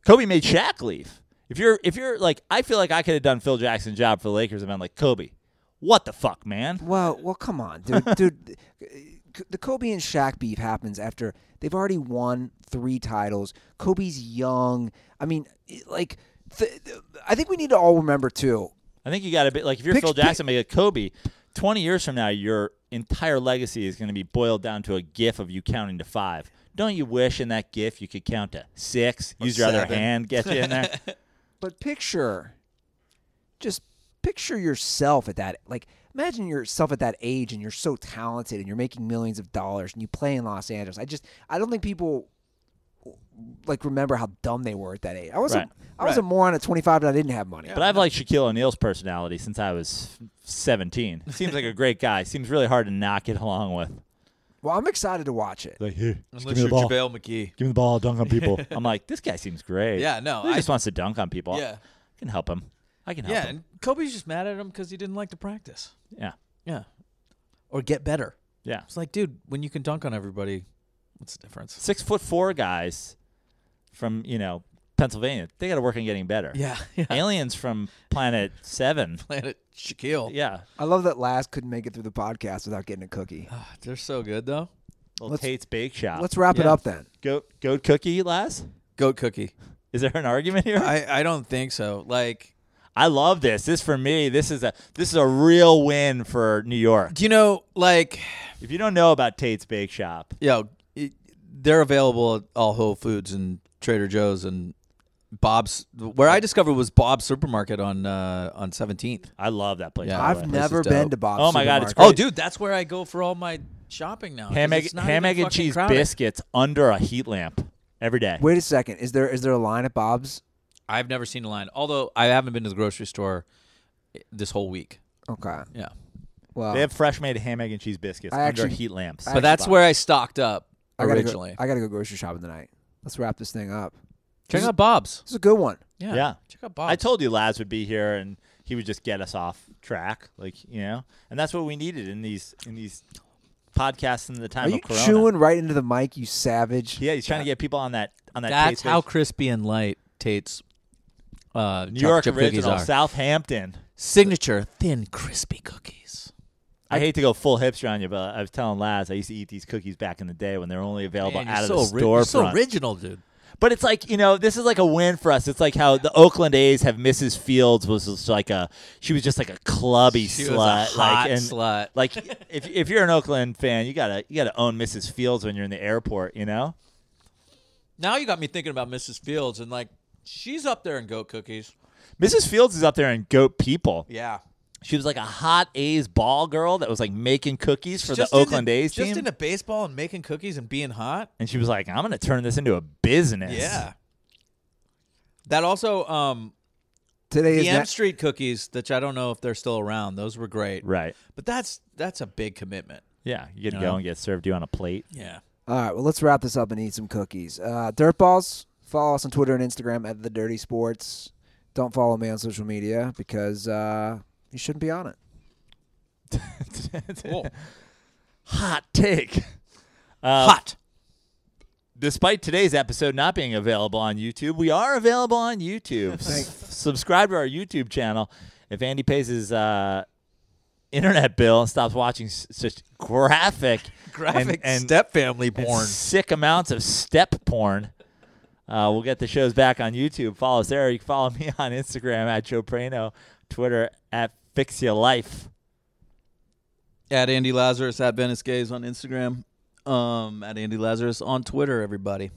S3: Kobe made Shaq leave. If you're if you're like I feel like I could have done Phil Jackson's job for the Lakers and been like Kobe, what the fuck, man?
S2: Well, well, come on, dude. dude, K- the Kobe and Shaq beef happens after they've already won three titles. Kobe's young. I mean, it- like, th- th- I think we need to all remember too.
S3: I think you got to be like if you're
S2: Pick-
S3: Phil
S2: pick-
S3: Jackson, make a Kobe. Twenty years from now, your entire legacy is going to be boiled down to a GIF of you counting to five. Don't you wish in that GIF you could count to six? Use your other
S4: seven.
S3: hand, get you in there.
S2: But picture, just picture yourself at that. Like, imagine yourself at that age, and you're so talented, and you're making millions of dollars, and you play in Los Angeles. I just, I don't think people like remember how dumb they were at that age. I was,
S3: Right.
S2: a, I was a moron at 25, and I didn't have money.
S3: But I've liked Shaquille O'Neal's personality since I was 17. Seems like a great guy. Seems really hard to not get along with.
S2: Well, I'm excited to watch it.
S3: Like here,
S4: Unless you're JaVale McGee.
S3: Give me the ball. Dunk on people. I'm like, this guy seems great.
S4: Yeah, no,
S3: He
S4: I-
S3: just wants to dunk on people.
S4: Yeah.
S3: I can help him. I can help
S4: Yeah,
S3: him.
S4: and Kobe's just mad at him because he didn't like to practice.
S3: Yeah.
S4: Yeah. Or get better.
S3: Yeah.
S4: It's like, dude, when you can dunk on everybody, what's the difference?
S3: Six foot four guys from you know Pennsylvania. They got to work on getting better.
S4: Yeah. yeah.
S3: Aliens from Planet Seven.
S4: Planet Shaquille.
S3: Yeah.
S2: I love that Laz couldn't make it through the podcast without getting a cookie.
S3: Uh,
S4: Ah, they're so good, though.
S3: Little
S2: Let's-
S3: Tate's Bake Shop.
S2: Let's wrap it
S4: Yeah.
S2: up then.
S3: goat goat cookie. Last.
S4: Goat cookie.
S3: Is there an argument here?
S4: I, I don't think so. Like,
S3: I love this. This for me. This is a this is a real win for New York.
S4: do you know, like,
S3: If you don't know about Tate's Bake Shop,
S4: yo, it, they're available at all Whole Foods and Trader Joe's and Bob's. Where I discovered was Bob's Supermarket on uh, on 17th.
S3: I love that place.
S4: Yeah.
S3: by the way.
S2: I've
S4: this is
S2: never
S4: dope.
S2: been to Bob's.
S3: Oh my God, it's
S2: Supermarket.
S3: Great.
S4: Oh, dude, that's where I go for all my shopping now. 'cause
S3: ham egg,
S4: it's not
S3: ham
S4: even
S3: egg and
S4: fucking
S3: cheese
S4: crowded.
S3: biscuits under a heat lamp every day.
S2: Wait a second. Is there is there a line at Bob's?
S7: I've never seen a line. Although I haven't been to the grocery store this whole week.
S2: Okay.
S7: Yeah.
S2: Well,
S3: They have fresh made ham egg and cheese biscuits
S2: I
S3: under
S2: actually-
S3: heat lamps.
S2: I
S7: But that's where I stocked up
S2: I gotta
S7: originally.
S2: Go, I gotta go grocery shopping tonight. Let's wrap this thing up.
S7: Check out Bob's.
S2: This is a good one.
S7: Yeah.
S3: Yeah.
S7: Check out Bob's.
S3: I told you Laz would be here and he would just get us off track, like you know, and that's what we needed in these in these podcasts in the
S2: Are
S3: time
S2: you
S3: of Corona.
S2: chewing right into the mic, you savage?
S3: Yeah, he's trying to get people on that on that.
S7: That's
S3: Tate's
S7: how
S3: Bake-
S7: crispy and light Tate's uh, chocolate
S3: New York
S7: chip cookies
S3: original
S7: are.
S3: Southampton.
S7: Signature thin crispy cookies.
S3: I hate to go full hipster on you, but I was telling Laz I used to eat these cookies back in the day when they were only available
S4: Man,
S3: out
S4: you're
S3: of
S4: so
S3: the
S4: ri- you're
S3: storefront.
S4: so original, dude.
S3: But it's like you know, this is like a win for us. It's like how the Oakland A's have Mrs. Fields was just like a she was just like a clubby
S4: She
S3: slut,
S4: was a hot
S3: like and
S4: slut.
S3: like if if you're an Oakland fan, you gotta you gotta own Mrs. Fields when you're in the airport, you know.
S4: Now you got me thinking about Mrs. Fields and like she's up there in goat cookies.
S3: Mrs. Fields is up there in goat people.
S4: Yeah.
S3: She was like a hot A's ball girl that was like making cookies for
S4: Just
S3: the
S4: into-
S3: Oakland A's
S4: Just
S3: team,
S4: into baseball and making cookies and being hot.
S3: and she was like, "I'm gonna turn this into a business."
S4: Yeah. That also, um,
S2: Today
S4: the
S2: is
S4: M
S2: na-
S4: Street cookies, which I don't know if they're still around. Those were great.
S3: right.
S4: But that's that's a big commitment.
S3: Yeah, you get to
S4: You know?
S3: go and get served to you on a plate.
S4: Yeah.
S2: All right, well, let's wrap this up and eat some cookies. Uh, Dirtballs, follow us on Twitter and Instagram at The Dirty Sports. Don't follow me on social media because uh, you shouldn't be on it.
S3: Hot take. Uh,
S4: hot.
S3: despite today's episode not being available on YouTube, we are available on YouTube. S- subscribe to our YouTube channel. If Andy pays his uh, internet bill and stops watching s- such graphic,
S4: Graphic
S3: and, and,
S4: step family
S3: and
S4: porn.
S3: sick amounts of step porn. Uh, we'll get the shows back on YouTube. Follow us there. You can follow me on Instagram at Joe Prano, Twitter at Fix Your Life.
S4: At Andy Lazarus, at Venice Gaze on Instagram. Um, at Andy Lazarus on Twitter, everybody.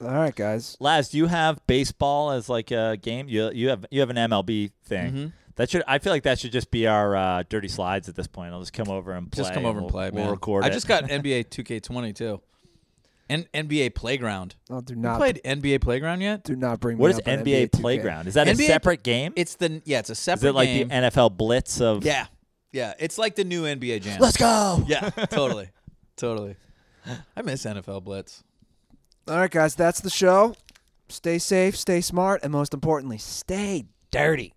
S2: All right, guys.
S3: Laz, do you have baseball as like a game? You you have you have an MLB thing.
S4: Mm-hmm.
S3: That should I feel like that should just be our uh, dirty slides at this point. I'll just come over and play.
S4: Just come over and
S3: we'll-
S4: play,
S3: we'll
S4: man.
S3: record
S4: I
S3: it.
S4: just got NBA 2K20 too, and NBA Playground.
S2: Oh, do
S4: You
S2: not
S4: played NBA Playground yet?
S2: do not bring
S3: What
S2: me
S3: is
S2: up on
S3: NBA
S2: 2K.
S3: Playground? Is that a
S4: NBA
S3: separate game?
S4: It's the yeah, it's a
S3: Is
S4: separate
S3: it like
S4: game.
S3: the NFL Blitz of?
S4: yeah, yeah, it's like the new NBA Jam.
S3: Let's go.
S4: yeah, totally, totally. I miss NFL Blitz.
S2: All right, guys, that's the show. Stay safe, stay smart, and most importantly, stay dirty.